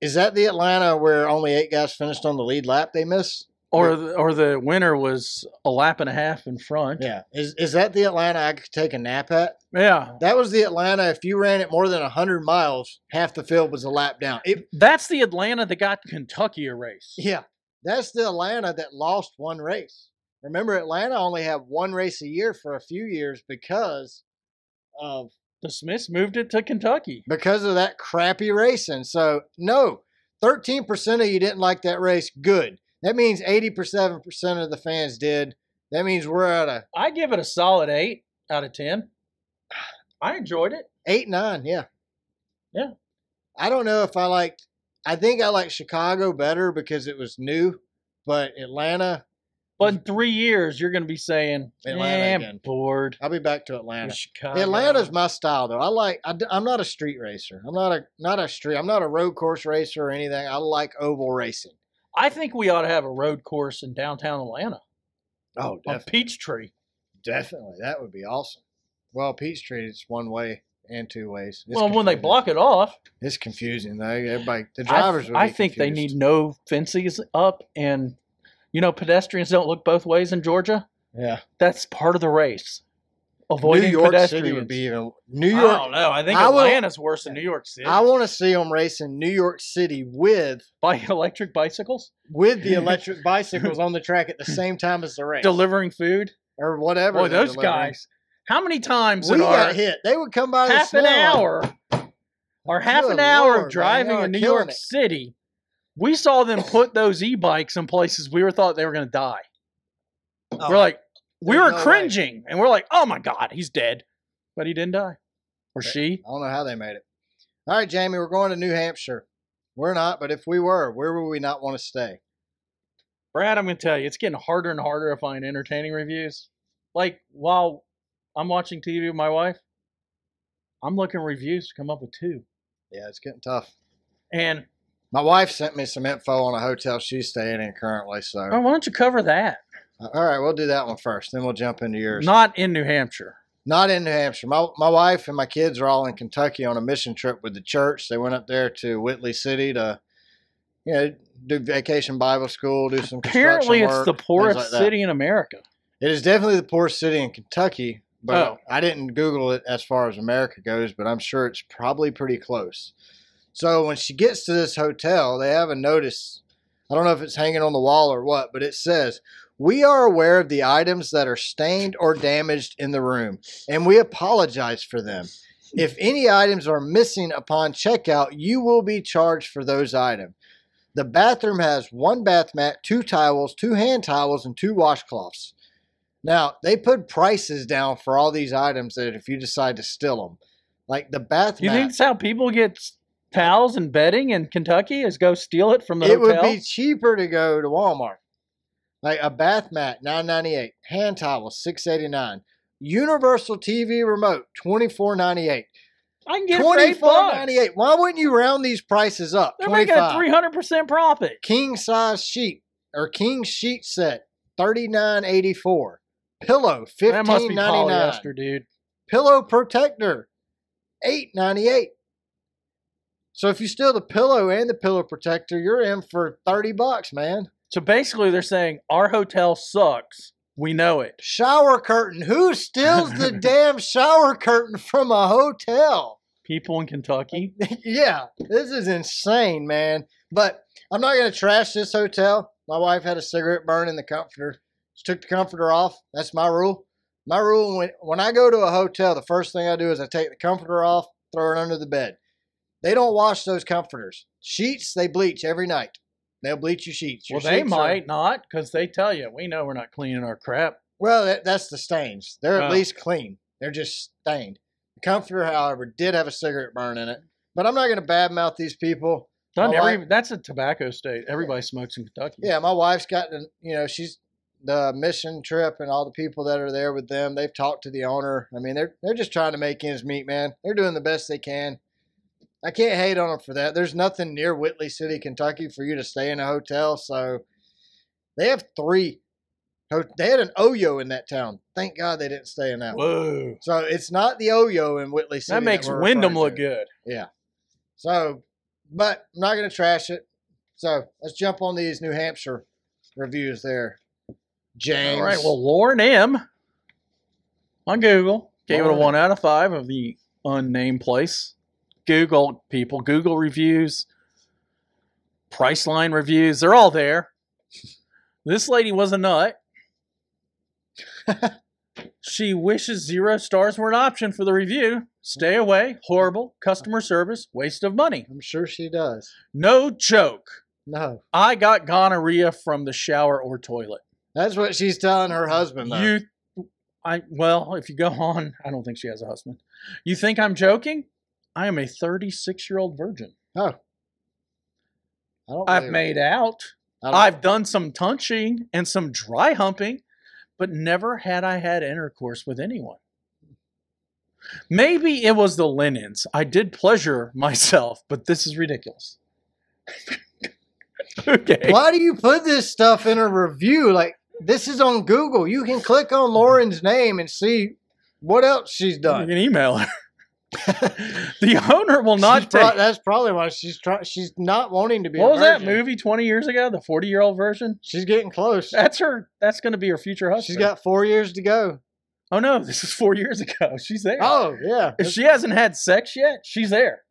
Speaker 1: Is that the Atlanta where only eight guys finished on the lead lap they missed?
Speaker 2: Or the, or the winner was a lap and a half in front.
Speaker 1: Yeah. Is, is that the Atlanta I could take a nap at?
Speaker 2: Yeah.
Speaker 1: That was the Atlanta. If you ran it more than 100 miles, half the field was a lap down. It,
Speaker 2: That's the Atlanta that got Kentucky a race.
Speaker 1: yeah, that's the Atlanta that lost one race. Remember, Atlanta only had one race a year for a few years because of
Speaker 2: The Smiths moved it to Kentucky.
Speaker 1: because of that crappy racing. So no, 13% of you didn't like that race. Good. That means 87% of the fans did. That means we're at a
Speaker 2: I give it a solid eight out of ten. I enjoyed it.
Speaker 1: Eight, nine, yeah.
Speaker 2: Yeah.
Speaker 1: I don't know if I liked I think I liked Chicago better because it was new, but Atlanta,
Speaker 2: But in three years, you're going to be saying,
Speaker 1: Atlanta
Speaker 2: "Eh, I'm
Speaker 1: again.
Speaker 2: bored.
Speaker 1: I'll be back to Atlanta.
Speaker 2: with Chicago."
Speaker 1: Atlanta's my style though. I like I, am not a street racer. I'm not a not a street. I'm not a road course racer or anything. I like oval racing.
Speaker 2: I think we ought to have a road course in downtown Atlanta,
Speaker 1: Oh,
Speaker 2: a Peachtree.
Speaker 1: definitely. That would be awesome. Well, Peachtree it's one way and two ways. It's
Speaker 2: well, when they
Speaker 1: confusing.
Speaker 2: block it off,
Speaker 1: it's confusing though. Everybody, the
Speaker 2: I th-
Speaker 1: drivers. would
Speaker 2: I,
Speaker 1: be
Speaker 2: think they
Speaker 1: confused.
Speaker 2: need no fences up, and you know pedestrians don't look both ways in Georgia.
Speaker 1: Yeah,
Speaker 2: That's part of the race.
Speaker 1: New
Speaker 2: Avoiding
Speaker 1: York
Speaker 2: pedestrians. Oh,
Speaker 1: City would be even. New
Speaker 2: I
Speaker 1: York
Speaker 2: don't know. I think
Speaker 1: I will-
Speaker 2: Atlanta's worse than New York City.
Speaker 1: I want to see them racing New York City with
Speaker 2: By electric bicycles,
Speaker 1: with the electric bicycles on the track at the same time as the race
Speaker 2: delivering food.
Speaker 1: or whatever.
Speaker 2: Boy,
Speaker 1: they're
Speaker 2: those
Speaker 1: delivering.
Speaker 2: guys! How many times
Speaker 1: We
Speaker 2: in our
Speaker 1: got hit. They would come by the
Speaker 2: half an
Speaker 1: snow.
Speaker 2: hour or half
Speaker 1: Good
Speaker 2: an
Speaker 1: Lord,
Speaker 2: hour
Speaker 1: man,
Speaker 2: of
Speaker 1: they
Speaker 2: driving
Speaker 1: are
Speaker 2: in New
Speaker 1: killing
Speaker 2: York
Speaker 1: it.
Speaker 2: City, we saw them put those e-bikes in places we were thought they were going to die.
Speaker 1: Oh,
Speaker 2: we're like, we
Speaker 1: there's
Speaker 2: were
Speaker 1: no way.
Speaker 2: cringing, and we're like, oh my god, he's dead, but he didn't die, or
Speaker 1: Yeah.
Speaker 2: she.
Speaker 1: I don't know how they made it. All right, Jamie, we're going to New Hampshire. We're not, but if we were, where would we not want to stay?
Speaker 2: Brad, I'm going to tell you, it's getting harder and harder to find entertaining reviews. Like while I'm watching TV with my wife, I'm looking reviews to come up with two,
Speaker 1: Yeah, it's getting tough.
Speaker 2: and
Speaker 1: My wife sent me some info on a hotel she's staying in currently. So,
Speaker 2: Oh, why don't you cover that?
Speaker 1: all right, we'll do that one first. Then we'll jump into yours.
Speaker 2: Not in New Hampshire.
Speaker 1: Not in New Hampshire. My, my wife and my kids are all in Kentucky on a mission trip with the church. They went up there to Whitley City to, you know, do vacation Bible school, do some construction
Speaker 2: Apparently, it's
Speaker 1: work,
Speaker 2: the
Speaker 1: things
Speaker 2: poorest
Speaker 1: like that.
Speaker 2: city in America.
Speaker 1: It is definitely the poorest city in Kentucky, but
Speaker 2: Oh.
Speaker 1: I didn't Google it as far as America goes, but I'm sure it's probably pretty close. So when she gets to this hotel, they have a notice. I don't know if it's hanging on the wall or what, but it says, We are aware of the items that are stained or damaged in the room, and we apologize for them. If any items are missing upon checkout, you will be charged for those items. The bathroom has one bath mat, two towels, two hand towels, and two washcloths. Now they put prices down for all these items that if you decide to steal them, like the bath
Speaker 2: You
Speaker 1: mat,
Speaker 2: think that's how people get s- towels and bedding in Kentucky? Is go steal it from the
Speaker 1: it would
Speaker 2: hotel?
Speaker 1: be cheaper to go to Walmart. Like a bath mat, nine ninety eight, hand towel, six eighty nine, universal TV remote, twenty four ninety eight,
Speaker 2: I can get it for
Speaker 1: twenty
Speaker 2: eight
Speaker 1: four
Speaker 2: bucks.
Speaker 1: ninety eight. Why wouldn't you round these prices up?
Speaker 2: They're making a
Speaker 1: 25.
Speaker 2: three hundred percent profit.
Speaker 1: king size sheet or king sheet set, thirty nine eighty four, pillow,
Speaker 2: That must
Speaker 1: fifteen ninety
Speaker 2: be
Speaker 1: nine.
Speaker 2: polyester, dude.
Speaker 1: pillow protector, eight ninety eight. So if you steal the pillow and the pillow protector, you're in for thirty bucks, man.
Speaker 2: So basically, they're saying our hotel sucks. We know it.
Speaker 1: Shower curtain. Who steals the damn shower curtain from a hotel?
Speaker 2: People in Kentucky.
Speaker 1: yeah, this is insane, man. But I'm not gonna trash this hotel. My wife had a cigarette burn in the comforter. She took the comforter off. That's my rule. My rule when when I go to a hotel, the first thing I do is I take the comforter off, throw it under the bed. They don't wash those comforters. Sheets they bleach every night. They'll bleach your sheets. Your
Speaker 2: Well, they
Speaker 1: sheets are-
Speaker 2: might not, because they tell you we know we're not cleaning our crap.
Speaker 1: well, that, that's the stains. They're at
Speaker 2: Oh.
Speaker 1: least clean. They're just stained. The comforter, however, did have a cigarette burn in it. But I'm not gonna badmouth these people.
Speaker 2: Doesn't
Speaker 1: My
Speaker 2: every, that's a tobacco state. Everybody smokes in Kentucky.
Speaker 1: Yeah, my wife's gotten, you know, she's the mission trip and all the people that are there with them. They've talked to the owner. I mean, they're they're just trying to make ends meet, man. They're doing the best they can. I can't hate on them for that. There's nothing near Whitley City, Kentucky, for you to stay in a hotel. So they have three. ho- They had an Oyo in that town. Thank God they didn't stay in that one.
Speaker 2: Whoa.
Speaker 1: So it's not the Oyo in Whitley City.
Speaker 2: That makes
Speaker 1: we're
Speaker 2: Wyndham
Speaker 1: referring
Speaker 2: look
Speaker 1: to.
Speaker 2: good.
Speaker 1: So, but I'm not going to trash it. So let's jump on these New Hampshire reviews there. James.
Speaker 2: All right. Well, Lauren M. on Google gave it a
Speaker 1: Lauren.
Speaker 2: one out of five of the unnamed place. Google people, Google reviews, Priceline reviews, they're all there. This lady was a nut. she wishes zero stars were an option for the review. Stay away, horrible, customer service, waste of money.
Speaker 1: I'm sure she does.
Speaker 2: No joke.
Speaker 1: No,
Speaker 2: I got gonorrhea from the shower or toilet.
Speaker 1: that's what she's telling her husband. Though.
Speaker 2: You, I well, if you go on, I don't think she has a husband. You think I'm joking? I am a 36 year old virgin.
Speaker 1: I don't
Speaker 2: I've
Speaker 1: believe it.
Speaker 2: made out.
Speaker 1: I don't-
Speaker 2: I've done some touching and some dry humping, but never had I had intercourse with anyone. Maybe it was the linens. I did pleasure myself, but this is ridiculous. okay.
Speaker 1: Why do you put this stuff in a review? Like this is on Google. You can click on Lauren's name and see what else she's
Speaker 2: You
Speaker 1: done.
Speaker 2: can email her. the owner will
Speaker 1: She's
Speaker 2: not
Speaker 1: pro-
Speaker 2: take.
Speaker 1: that's probably why she's trying. She's not wanting to be. a
Speaker 2: What was that
Speaker 1: virgin.
Speaker 2: movie 20 years ago? The 40 year old version?
Speaker 1: She's getting close.
Speaker 2: That's her. That's going to be her future husband.
Speaker 1: She's got four years to go.
Speaker 2: Oh no, this is four years ago. She's there.
Speaker 1: Oh yeah,
Speaker 2: if she hasn't had sex yet, she's there.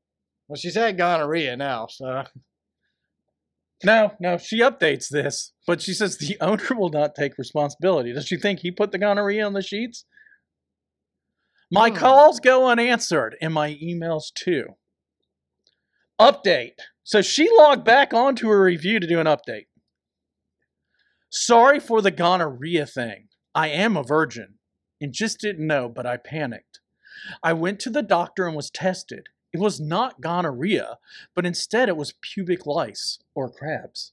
Speaker 1: Well, she's had gonorrhea now, so
Speaker 2: No, no, she updates this, but she says the owner will not take responsibility. Does she think he put the gonorrhea on the sheets? My
Speaker 1: Hmm.
Speaker 2: calls go unanswered and my emails too. Update. So she logged back onto her review to do an update. Sorry for the gonorrhea thing. I am a virgin and just didn't know, but I panicked. I went to the doctor and was tested. It was not gonorrhea, but instead it was pubic lice or crabs.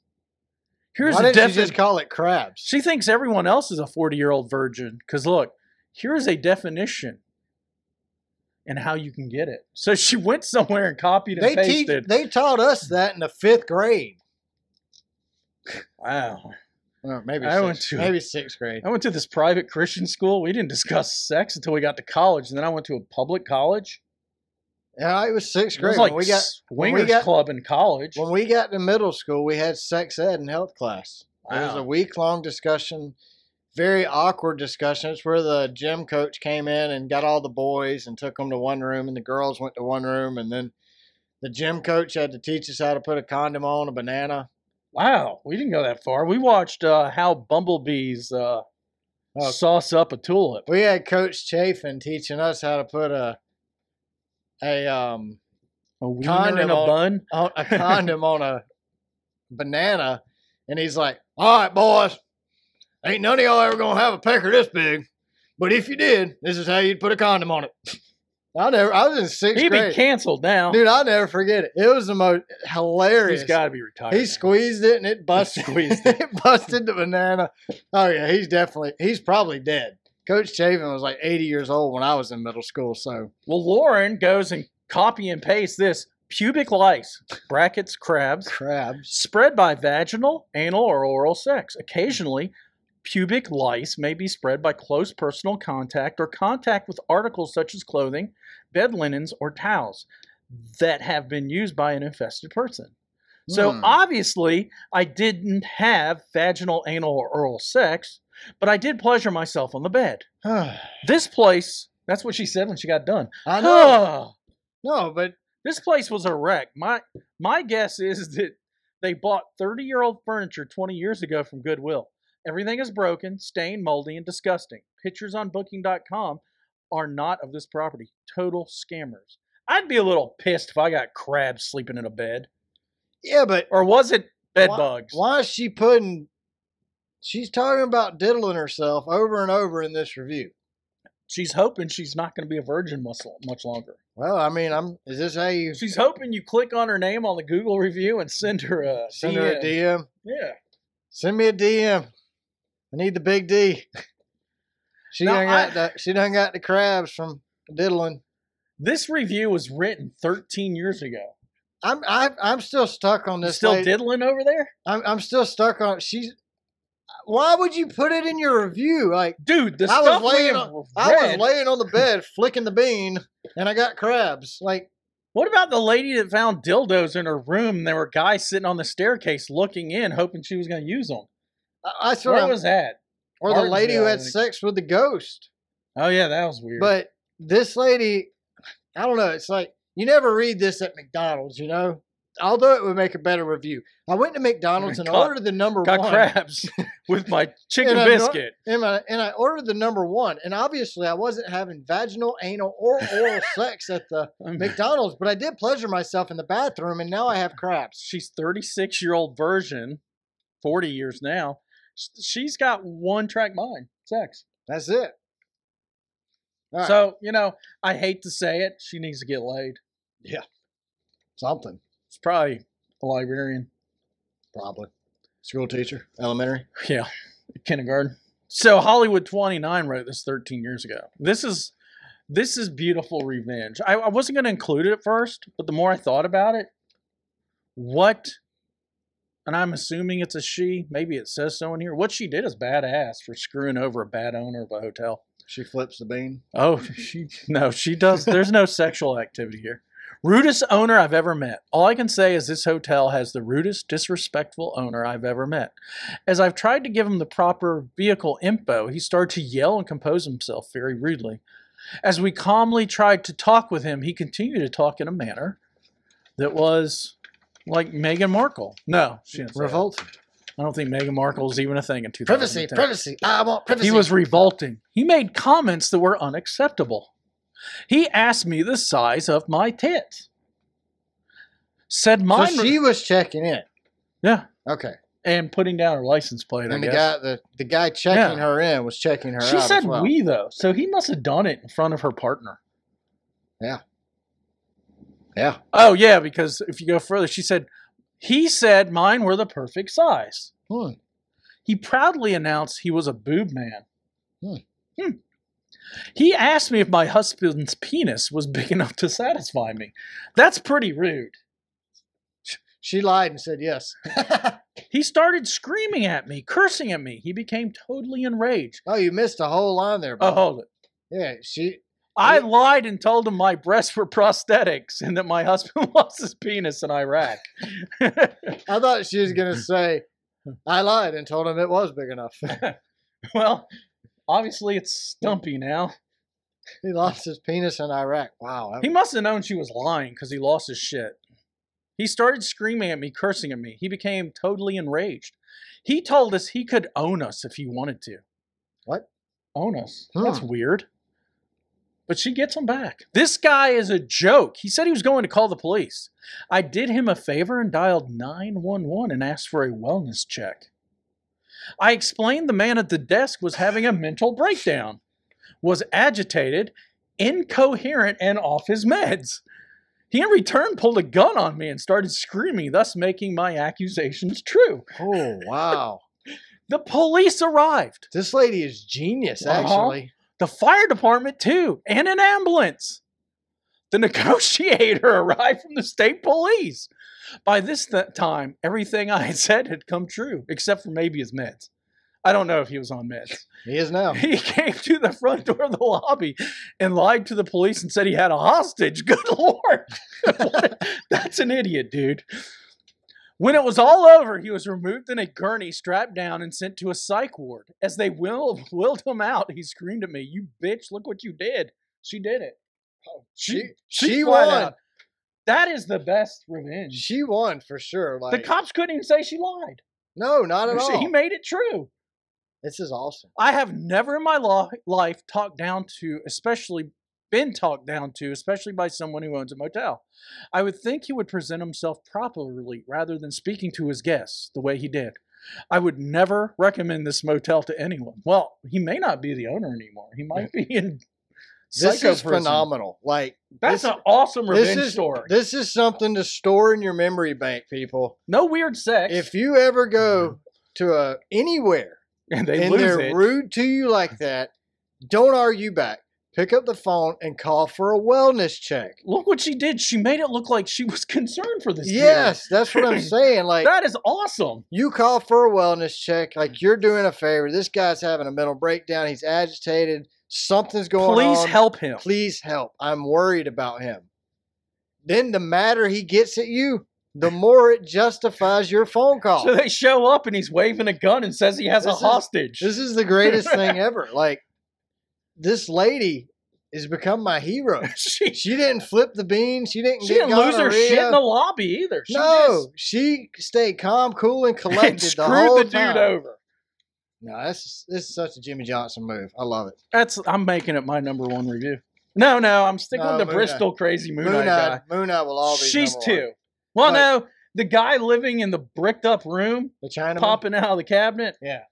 Speaker 2: Here's
Speaker 1: why
Speaker 2: a
Speaker 1: didn't
Speaker 2: definition.
Speaker 1: she just call it crabs?
Speaker 2: She thinks everyone else is a 40 year old virgin. Because look, here is a definition and how you can get it. So she went somewhere and copied and
Speaker 1: They teach.
Speaker 2: pasted.
Speaker 1: They taught us that in the fifth grade.
Speaker 2: wow.
Speaker 1: Well, maybe
Speaker 2: I
Speaker 1: sixth,
Speaker 2: went to-
Speaker 1: maybe sixth grade.
Speaker 2: I went to this private Christian school. We didn't discuss sex until we got to college, and then I went to a public college.
Speaker 1: Yeah, it was sixth
Speaker 2: It
Speaker 1: grade.
Speaker 2: was like
Speaker 1: when we got when we
Speaker 2: swingers
Speaker 1: got-
Speaker 2: club in college.
Speaker 1: when we got to middle school, we had sex ed and health class. It was a
Speaker 2: Wow.
Speaker 1: week long discussion, very awkward discussion. It's where the gym coach came in and got all the boys and took them to one room, and the girls went to one room, and then the gym coach had to teach us how to put a condom on a banana.
Speaker 2: Wow, we didn't go that far. We watched uh, how bumblebees uh,
Speaker 1: Oh.
Speaker 2: sauce up a tulip.
Speaker 1: We had Coach Chafin teaching us how to put a a um
Speaker 2: A wiener
Speaker 1: Condom
Speaker 2: in a
Speaker 1: on-
Speaker 2: bun.
Speaker 1: on- a condom on a banana, and he's like, "All right, boys, ain't none of y'all ever gonna have a pecker this big, but if you did, this is how you'd put a condom on it." I never. I was in sixth
Speaker 2: He'd be
Speaker 1: grade,
Speaker 2: canceled now.
Speaker 1: dude. I'll never forget it. It was the most hilarious.
Speaker 2: He's got to be retired.
Speaker 1: He
Speaker 2: now.
Speaker 1: squeezed it and it busted.
Speaker 2: squeezed
Speaker 1: it. busted the banana. Oh yeah, he's definitely. He's probably dead. Coach Chafin was like 80 years old when I was in middle school, so
Speaker 2: Well, Lauren goes and copy and pastes this pubic lice brackets crabs
Speaker 1: crabs.
Speaker 2: spread by vaginal, anal, or oral sex. Occasionally, pubic lice may be spread by close personal contact or contact with articles such as clothing, bed linens, or towels that have been used by an infested person. So
Speaker 1: Hmm.
Speaker 2: obviously, I didn't have vaginal, anal, or oral sex, but I did pleasure myself on the bed.
Speaker 1: I
Speaker 2: This place, that's what she said when she got done.
Speaker 1: know. no, but
Speaker 2: This place was a wreck. My my guess is that they bought 30-year-old furniture 20 years ago from Goodwill. Everything is broken, stained, moldy, and disgusting. Pictures on booking.com are not of this property. Total scammers. I'd be a little pissed if I got crabs sleeping in a bed.
Speaker 1: yeah, but
Speaker 2: Or was it bed
Speaker 1: Why-
Speaker 2: bugs?
Speaker 1: Why is she putting? She's talking about diddling herself over and over in this review.
Speaker 2: She's hoping she's not going to be a virgin much, much longer.
Speaker 1: Well, I mean, I'm. Is this how you
Speaker 2: She's hoping you click on her name on the Google review and send her a
Speaker 1: send her a
Speaker 2: DM.
Speaker 1: DM?
Speaker 2: Yeah.
Speaker 1: Send me a DM. I need the big D. she
Speaker 2: Now,
Speaker 1: done got
Speaker 2: I-
Speaker 1: the she done got the crabs from diddling.
Speaker 2: This review was written 13 years ago.
Speaker 1: I'm I, I'm still stuck on
Speaker 2: You
Speaker 1: this.
Speaker 2: still
Speaker 1: lady.
Speaker 2: diddling over there?
Speaker 1: I'm I'm still stuck on. She's. Why would you put it in your review? Like
Speaker 2: Dude, the
Speaker 1: I was
Speaker 2: stuff
Speaker 1: laying
Speaker 2: we
Speaker 1: on-
Speaker 2: have
Speaker 1: I was
Speaker 2: read-
Speaker 1: laying on the bed flicking the bean, and I got crabs. Like
Speaker 2: What about the lady that found dildos in her room? And there were guys sitting on the staircase looking in, hoping she was going to use them.
Speaker 1: I, that's what
Speaker 2: Where
Speaker 1: I'm-
Speaker 2: was that?
Speaker 1: or the lady who
Speaker 2: Martinsville, I
Speaker 1: had
Speaker 2: think.
Speaker 1: sex with the ghost.
Speaker 2: Oh, yeah, that was weird.
Speaker 1: But this lady, I don't know. It's like you never read this at McDonald's, you know. Although it would make a better review, I went to McDonald's and
Speaker 2: Got-
Speaker 1: ordered the number
Speaker 2: Got
Speaker 1: one,
Speaker 2: crabs with my chicken
Speaker 1: And I'm not-
Speaker 2: biscuit.
Speaker 1: and I, and I ordered the number one. And obviously, I wasn't having vaginal, anal, or oral sex at the
Speaker 2: Um,
Speaker 1: McDonald's, but I did pleasure myself in the bathroom, and now I have crabs.
Speaker 2: She's 36 year old version, 40 years now. S- She's got one track mind sex.
Speaker 1: That's it. All right.
Speaker 2: So, you know, I hate to say it. She needs to get laid.
Speaker 1: something
Speaker 2: It's probably a librarian.
Speaker 1: probably school teacher, elementary.
Speaker 2: Yeah, kindergarten. So Hollywood 29 wrote this 13 years ago. This is this is beautiful revenge. I, I wasn't going to include it at first, but the more I thought about it, what, and I'm assuming it's a she. Maybe it says so in here. What she did is badass for screwing over a bad owner of a hotel.
Speaker 1: She flips the bean.
Speaker 2: Oh, she no, she does. There's no sexual activity here. Rudest owner I've ever met. All I can say is this hotel has the rudest, disrespectful owner I've ever met. As I've tried to give him the proper vehicle info, he started to yell and compose himself very rudely. As we calmly tried to talk with him, he continued to talk in a manner that was like Meghan Markle. No, she didn't say that.
Speaker 1: Revolt.
Speaker 2: I don't think Meghan Markle is even a thing in 2010.
Speaker 1: Privacy, privacy. I want privacy.
Speaker 2: He was revolting. He made comments that were unacceptable. He asked me the size of my tits. Said
Speaker 1: So
Speaker 2: mine. were-
Speaker 1: she was checking in.
Speaker 2: yeah,
Speaker 1: Okay.
Speaker 2: and putting down her license plate.
Speaker 1: And,
Speaker 2: I
Speaker 1: the
Speaker 2: guess.
Speaker 1: guy the, the guy checking
Speaker 2: Yeah.
Speaker 1: her in was checking her
Speaker 2: she
Speaker 1: out.
Speaker 2: said
Speaker 1: as well.
Speaker 2: we though, so he must have done it in front of her partner.
Speaker 1: Yeah.
Speaker 2: Oh yeah, because if you go further, she said he said mine were the perfect size.
Speaker 1: Hmm.
Speaker 2: He proudly announced he was a boob man.
Speaker 1: Hmm.
Speaker 2: Hmm. He asked me if my husband's penis was big enough to satisfy me. That's pretty rude.
Speaker 1: She lied and said yes.
Speaker 2: He started screaming at me, cursing at me. He became totally enraged.
Speaker 1: oh, you missed a whole line there,
Speaker 2: Oh,
Speaker 1: bro.
Speaker 2: hold it.
Speaker 1: Yeah, she.
Speaker 2: I
Speaker 1: Wait.
Speaker 2: lied and told him my breasts were prosthetics and that my husband lost his penis in Iraq.
Speaker 1: I thought she was gonna say, "I lied and told him it was big enough."
Speaker 2: well, obviously it's stumpy now.
Speaker 1: he lost his penis in Iraq. Wow. that-
Speaker 2: He must have known she was lying because he lost his shit. He started screaming at me, cursing at me. He became totally enraged. He told us he could own us if he wanted to.
Speaker 1: What?
Speaker 2: Own us?
Speaker 1: Huh.
Speaker 2: That's weird. But she gets him back. This guy is a joke. He said he was going to call the police. I did him a favor and dialed 911 and asked for a wellness check. I explained the man at the desk was having a mental breakdown, was agitated, incoherent, and off his meds. He in return pulled a gun on me and started screaming, thus making my accusations true.
Speaker 1: oh wow.
Speaker 2: The police arrived,
Speaker 1: This lady is genius,
Speaker 2: Uh-huh.
Speaker 1: actually.
Speaker 2: the fire department too, and an ambulance. The negotiator arrived from the state police. By this th- time, everything I had said had come true, except for maybe his meds. I don't know if he was on meds.
Speaker 1: He is now.
Speaker 2: He came to the front door of the lobby and lied to the police and said he had a hostage. Good lord. What a- That's an idiot, dude. When it was all over, he was removed in a gurney, strapped down, and sent to a psych ward. As they will- willed him out, he screamed at me, You bitch, look what you did. She did it.
Speaker 1: She she
Speaker 2: flat
Speaker 1: won.
Speaker 2: out- That is the best revenge.
Speaker 1: She won for sure. Like
Speaker 2: the cops couldn't even say she lied.
Speaker 1: no, not at
Speaker 2: She-
Speaker 1: all.
Speaker 2: He made it true.
Speaker 1: this is awesome.
Speaker 2: I have never in my lo- life talked down to, especially been talked down to, especially by someone who owns a motel. I would think he would present himself properly rather than speaking to his guests the way he did. I would never recommend this motel to anyone. Well, he may not be the owner anymore. He might be in psycho
Speaker 1: This is
Speaker 2: prison.
Speaker 1: phenomenal. Like
Speaker 2: That's
Speaker 1: this-
Speaker 2: an awesome
Speaker 1: this
Speaker 2: revenge
Speaker 1: is
Speaker 2: story.
Speaker 1: this is something to store in your memory bank, people.
Speaker 2: no weird sex.
Speaker 1: If you ever go to a, anywhere
Speaker 2: and Mm-hmm. they
Speaker 1: and
Speaker 2: lose
Speaker 1: they're
Speaker 2: it.
Speaker 1: rude to you like that, don't argue back. Pick up the phone and call for a wellness check.
Speaker 2: Look what she did. She made it look like she was concerned for this. dude.
Speaker 1: Yes, that's what I'm saying. Like
Speaker 2: That is awesome.
Speaker 1: you call for a wellness check, like you're doing a favor. This guy's having a mental breakdown. He's agitated. Something's going
Speaker 2: Please
Speaker 1: on.
Speaker 2: help him.
Speaker 1: Please help. I'm worried about him. Then the madder he gets at you, the more it justifies your phone call.
Speaker 2: So they show up and he's waving a gun and says he has
Speaker 1: Oh. This
Speaker 2: a
Speaker 1: is-
Speaker 2: hostage.
Speaker 1: This is the greatest thing ever. Like this lady has become my hero.
Speaker 2: she she
Speaker 1: She didn't flip the bean. She didn't get
Speaker 2: didn't lose her shit in
Speaker 1: gonorrhea.
Speaker 2: the lobby either. She
Speaker 1: no, she stayed calm, cool, and
Speaker 2: just and
Speaker 1: collected the
Speaker 2: screwed
Speaker 1: whole
Speaker 2: the, dude
Speaker 1: time.
Speaker 2: over.
Speaker 1: No, this this is such a Jimmy Johnson move. I love it.
Speaker 2: That's I'm making it my number one review. No, no, I'm sticking
Speaker 1: No,
Speaker 2: with the
Speaker 1: Moon Knight.
Speaker 2: Bristol crazy Moon, Knight
Speaker 1: Moon
Speaker 2: guy.
Speaker 1: Eye, Moon Eye will all be.
Speaker 2: She's
Speaker 1: number one.
Speaker 2: two. Well,
Speaker 1: But-
Speaker 2: no, the guy living in the bricked up room,
Speaker 1: The China
Speaker 2: popping out of the cabinet.
Speaker 1: Yeah.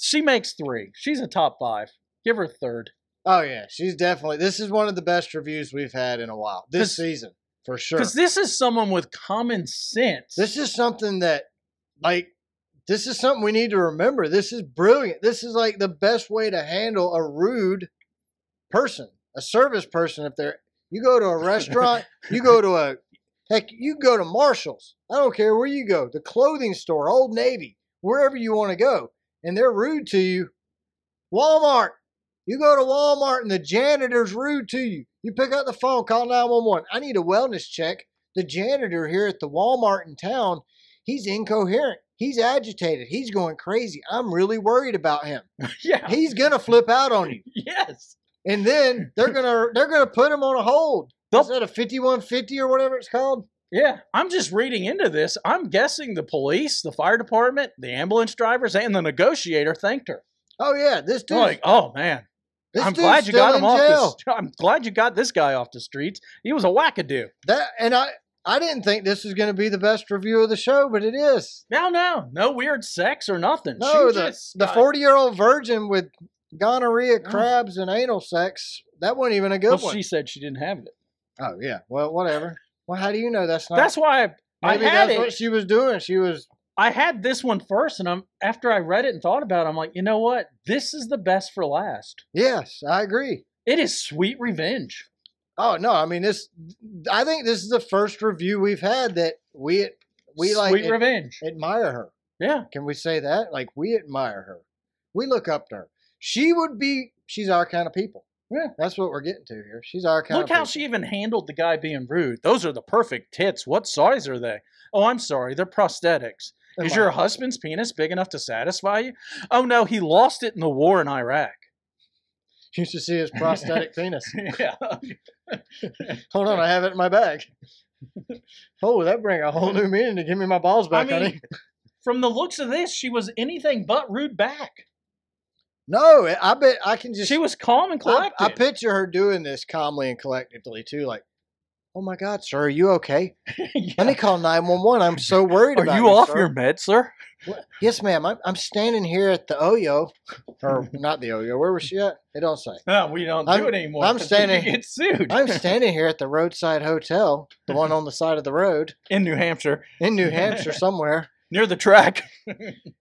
Speaker 2: She makes three. She's a top five. Give her a third.
Speaker 1: Oh yeah, she's definitely. This is one of the best reviews we've had in a while this
Speaker 2: 'Cause-
Speaker 1: season for sure.
Speaker 2: Because this is someone with common sense.
Speaker 1: This is something that, like, this is something we need to remember. This is brilliant. This is like the best way to handle a rude person, a service person. If they're, you go to a restaurant, you go to a, heck, you go to Marshall's. I don't care where you go, the clothing store, Old Navy, wherever you want to go, and they're rude to you. Walmart. You go to Walmart and the janitor's rude to you. You pick up the phone, call 911. I need a wellness check the janitor here at the Walmart in town, he's incoherent. He's agitated. He's going crazy. I'm really worried about him.
Speaker 2: yeah.
Speaker 1: He's gonna flip out on you.
Speaker 2: Yes.
Speaker 1: And then they're gonna they're gonna put him on a hold.
Speaker 2: They'll-
Speaker 1: Is that a fifty one fifty or whatever it's called?
Speaker 2: Yeah, I'm just reading into this. I'm guessing the police, the fire department, the ambulance drivers, and the negotiator thanked her.
Speaker 1: Oh yeah, this dude.
Speaker 2: They're like, oh man,
Speaker 1: this
Speaker 2: I'm
Speaker 1: dude's
Speaker 2: glad you
Speaker 1: still
Speaker 2: got
Speaker 1: in
Speaker 2: him off.
Speaker 1: jail.
Speaker 2: The, st- I'm glad you got this guy off the streets. He was a wackadoo.
Speaker 1: That and I I didn't think this was gonna be the best review of the show, but it is.
Speaker 2: No, no, no weird sex or nothing.
Speaker 1: No,
Speaker 2: She
Speaker 1: the
Speaker 2: just
Speaker 1: the
Speaker 2: got-
Speaker 1: forty year old virgin with gonorrhea,
Speaker 2: Mm.
Speaker 1: crabs, and anal sex. That wasn't even a good
Speaker 2: Well,
Speaker 1: one.
Speaker 2: she said she didn't have it.
Speaker 1: Oh yeah. Well, whatever. Well, how do you know that's not?
Speaker 2: That's why I, I
Speaker 1: maybe
Speaker 2: had
Speaker 1: that's
Speaker 2: it.
Speaker 1: what she was doing. She was.
Speaker 2: I had this one first, and I'm after I read it and thought about it, I'm like, you know what? This is the best for last.
Speaker 1: Yes, I agree.
Speaker 2: It is sweet revenge.
Speaker 1: Oh no, I mean this. I think this is the first review we've had that we we
Speaker 2: sweet
Speaker 1: like ad-
Speaker 2: revenge.
Speaker 1: admire her.
Speaker 2: yeah.
Speaker 1: Can we say that? Like we admire her, we look up to her. She would be. She's our kind of people.
Speaker 2: Yeah.
Speaker 1: that's what we're getting to here. She's our kind.
Speaker 2: Look
Speaker 1: of
Speaker 2: how she even handled the guy being rude. Those are the perfect tits. What size are they? Oh, I'm sorry, they're prosthetics.
Speaker 1: people.
Speaker 2: Is your husband's penis big enough to satisfy you? Oh no, he lost it in the war in Iraq.
Speaker 1: You should see his prosthetic penis.
Speaker 2: yeah.
Speaker 1: Hold on, I have it in my bag. oh, that bring a whole new meaning to give me my balls
Speaker 2: I
Speaker 1: back, honey.
Speaker 2: mean, from the looks of this, she was anything but rude back.
Speaker 1: No, I bet I can just.
Speaker 2: She was calm and
Speaker 1: I,
Speaker 2: collected.
Speaker 1: I picture her doing this calmly and collectively too. Like, oh my God, sir, are you okay?
Speaker 2: Yeah.
Speaker 1: Let me call nine one one. I'm so worried
Speaker 2: Are
Speaker 1: about
Speaker 2: you off
Speaker 1: sir."
Speaker 2: your med, sir?
Speaker 1: What? Yes, ma'am. I'm, I'm standing here at the Oyo, or not the Oyo. Where was she at? They don't say.
Speaker 2: No, we don't
Speaker 1: I'm-
Speaker 2: do it anymore.
Speaker 1: I'm
Speaker 2: 'cause
Speaker 1: standing-
Speaker 2: You get sued
Speaker 1: I'm standing here at the roadside hotel, the one on the side of the road
Speaker 2: in New Hampshire
Speaker 1: in New Hampshire somewhere,
Speaker 2: near the track.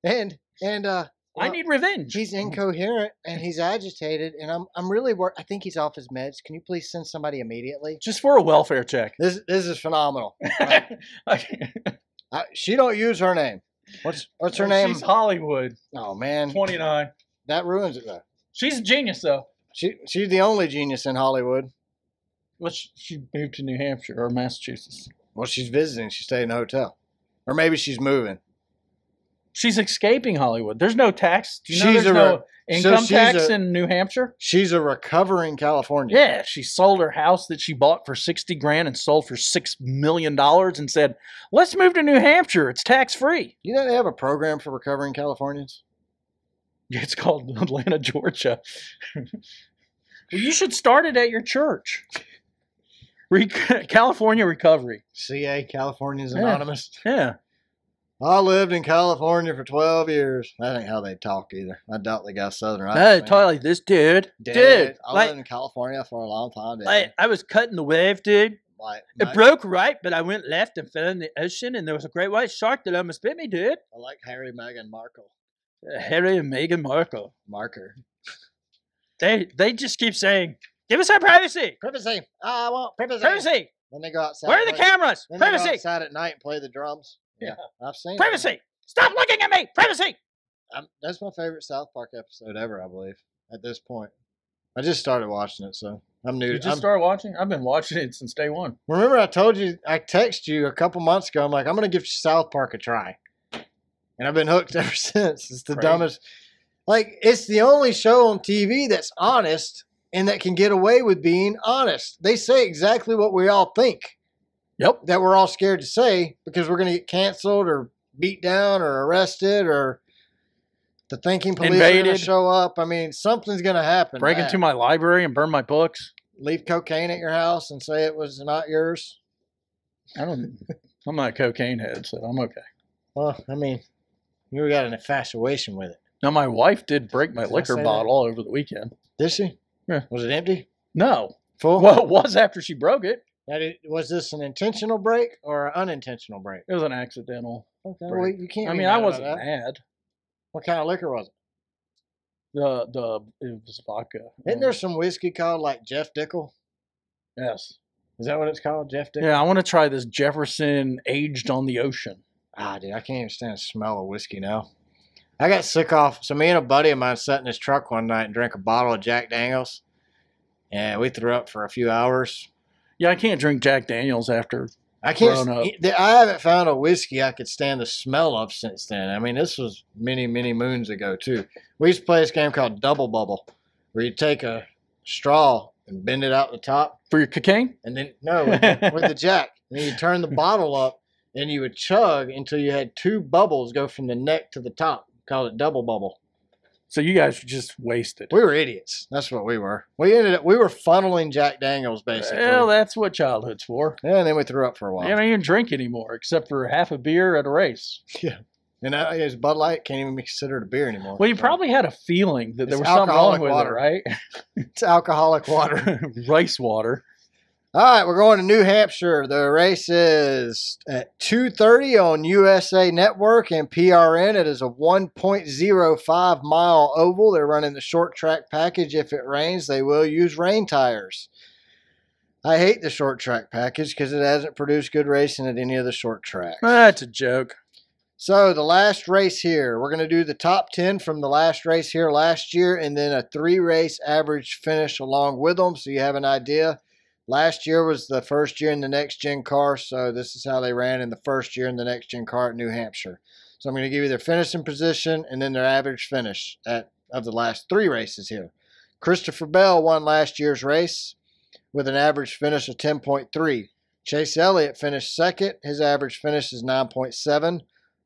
Speaker 1: and and uh,
Speaker 2: I
Speaker 1: Well,
Speaker 2: need revenge.
Speaker 1: he's incoherent and he's agitated, and I'm I'm really worried. I think he's off his meds. Can you please send somebody immediately?
Speaker 2: Just for a welfare check.
Speaker 1: This this is phenomenal.
Speaker 2: Okay.
Speaker 1: I, she don't use her name. What's what's her
Speaker 2: Well,
Speaker 1: name?
Speaker 2: Oh, She's Hollywood,
Speaker 1: Oh man,
Speaker 2: 29.
Speaker 1: that ruins it though.
Speaker 2: She's a genius, though.
Speaker 1: She she's the only genius in Hollywood.
Speaker 2: Well, she, she moved to New Hampshire or Massachusetts.
Speaker 1: Well, she's visiting. She stayed in a hotel, or maybe she's moving.
Speaker 2: She's escaping Hollywood. There's no tax. Do you know
Speaker 1: She's
Speaker 2: there's
Speaker 1: a
Speaker 2: no
Speaker 1: re- so
Speaker 2: income
Speaker 1: she's
Speaker 2: tax
Speaker 1: a-
Speaker 2: in New Hampshire?
Speaker 1: She's a recovering Californian.
Speaker 2: Yeah, she sold her house that she bought for 60 grand and sold for 6 million dollars and said, "Let's move to New Hampshire. It's tax-free."
Speaker 1: You know they have a program for recovering Californians.
Speaker 2: It's called Atlanta, Georgia. well, you should start it at your church. Re- California Recovery.
Speaker 1: CA Californians
Speaker 2: Yeah.
Speaker 1: Anonymous.
Speaker 2: Yeah.
Speaker 1: I lived in California for twelve years. That ain't how they talk either. I doubt they got southern.
Speaker 2: Hey,
Speaker 1: accent.
Speaker 2: totally. This dude,
Speaker 1: Dude,
Speaker 2: dude,
Speaker 1: I
Speaker 2: like,
Speaker 1: lived in California for a long time. dude.
Speaker 2: like I was cutting the wave, dude.
Speaker 1: Like,
Speaker 2: It
Speaker 1: my-
Speaker 2: broke right, but I went left and fell in the ocean, and there was a great white shark that almost bit me, dude.
Speaker 1: I like Harry, Meghan, Markle,
Speaker 2: Uh, Harry and Meghan Markle.
Speaker 1: Marker.
Speaker 2: They they just keep saying, "Give us our privacy,
Speaker 1: Privacy. I want privacy.
Speaker 2: privacy.
Speaker 1: Then they go outside.
Speaker 2: Where are
Speaker 1: and
Speaker 2: the
Speaker 1: play-
Speaker 2: cameras?
Speaker 1: Then they go
Speaker 2: Privacy,
Speaker 1: outside at night and play the drums. Yeah, I've seen. it.
Speaker 2: privacy. Stop looking at me, privacy."
Speaker 1: I'm, that's my favorite South Park episode ever, I believe. At this point, I just started watching it, so I'm new. to I'm,
Speaker 2: started watching? I've been watching it since day one.
Speaker 1: remember, I told you, I texted you a couple months ago. I'm like, I'm gonna give South Park a try, and I've been hooked ever since. It's the
Speaker 2: Crazy.
Speaker 1: dumbest. Like, it's the only show on TV that's honest and that can get away with being honest. They say exactly what we all think
Speaker 2: Yep.
Speaker 1: that we're all scared to say because we're gonna get canceled or beat down or arrested or the thinking police are gonna
Speaker 2: Invaded.
Speaker 1: show up. I mean, something's gonna happen. Uh,
Speaker 2: Break into my library and burn my books.
Speaker 1: leave cocaine at your house and say it was not yours.
Speaker 2: I don't. I'm not a cocaine head, so I'm okay.
Speaker 1: Well, I mean, you got an infatuation with it.
Speaker 2: Now my wife did break my
Speaker 1: Did I
Speaker 2: liquor
Speaker 1: say that?
Speaker 2: bottle over the weekend.
Speaker 1: Did she?
Speaker 2: Yeah.
Speaker 1: Was it empty?
Speaker 2: No.
Speaker 1: Full?
Speaker 2: Well, it was after she broke it.
Speaker 1: That i- was this an intentional break or an unintentional break?
Speaker 2: It was an accidental.
Speaker 1: Okay.
Speaker 2: Break.
Speaker 1: Well, you can't.
Speaker 2: I
Speaker 1: be
Speaker 2: mean,
Speaker 1: mad
Speaker 2: I
Speaker 1: about
Speaker 2: wasn't
Speaker 1: that.
Speaker 2: mad.
Speaker 1: What kind of liquor was it?
Speaker 2: The the it was vodka. Um,
Speaker 1: Isn't there some whiskey called like Jeff Dickel?
Speaker 2: Yes.
Speaker 1: Is that what it's called, Jeff Dickel?
Speaker 2: Yeah, I want to try this Jefferson aged on the ocean.
Speaker 1: Ah, dude, I can't even stand the smell of whiskey now. I got sick off. So me and a buddy of mine sat in his truck one night and drank a bottle of Jack Daniels, and we threw up for a few hours.
Speaker 2: Yeah, I can't drink Jack Daniels after.
Speaker 1: I can't.
Speaker 2: Grown up.
Speaker 1: th- I haven't found a whiskey I could stand the smell of since then. I mean, this was many, many moons ago too. We used to play this game called Double Bubble, where you take a straw and bend it out the top,
Speaker 2: For your cocaine?
Speaker 1: and then no, with the, with the Jack, and then you turn the bottle up, and you would chug until you had two bubbles go from the neck to the top. Called it Double Bubble.
Speaker 2: So you guys just wasted.
Speaker 1: We were idiots. That's what we were. We ended up we were funneling Jack Daniels basically.
Speaker 2: Well, that's what childhood's for.
Speaker 1: yeah, and then we threw up for a while.
Speaker 2: You don't even drink anymore except for half a beer at a race.
Speaker 1: And now his Bud Light can't even be considered a beer anymore.
Speaker 2: Well, you
Speaker 1: So,
Speaker 2: probably had a feeling that
Speaker 1: It's
Speaker 2: there was something wrong
Speaker 1: alcoholic
Speaker 2: with
Speaker 1: water.
Speaker 2: it,
Speaker 1: it's alcoholic water.
Speaker 2: right? Rice water.
Speaker 1: All right, we're going to New Hampshire. The race is at 2:30 on USA Network and PRN. It is a 1.05 mile oval. They're running the short track package. If it rains, they will use rain tires. I hate the short track package because it hasn't produced good racing at any of the short tracks.
Speaker 2: That's a joke.
Speaker 1: So the last race here, we're going to do the top 10 from the last race here last year and then a three race average finish along with them so you have an idea. Last year was the first year in the next gen car, so this is how they ran in the first year in the next gen car at New Hampshire. So I'm going to give you their finishing position and then their average finish at of the last three races here. Christopher Bell won last year's race with an average finish of 10.3. Chase Elliott finished second. His average finish is 9.7.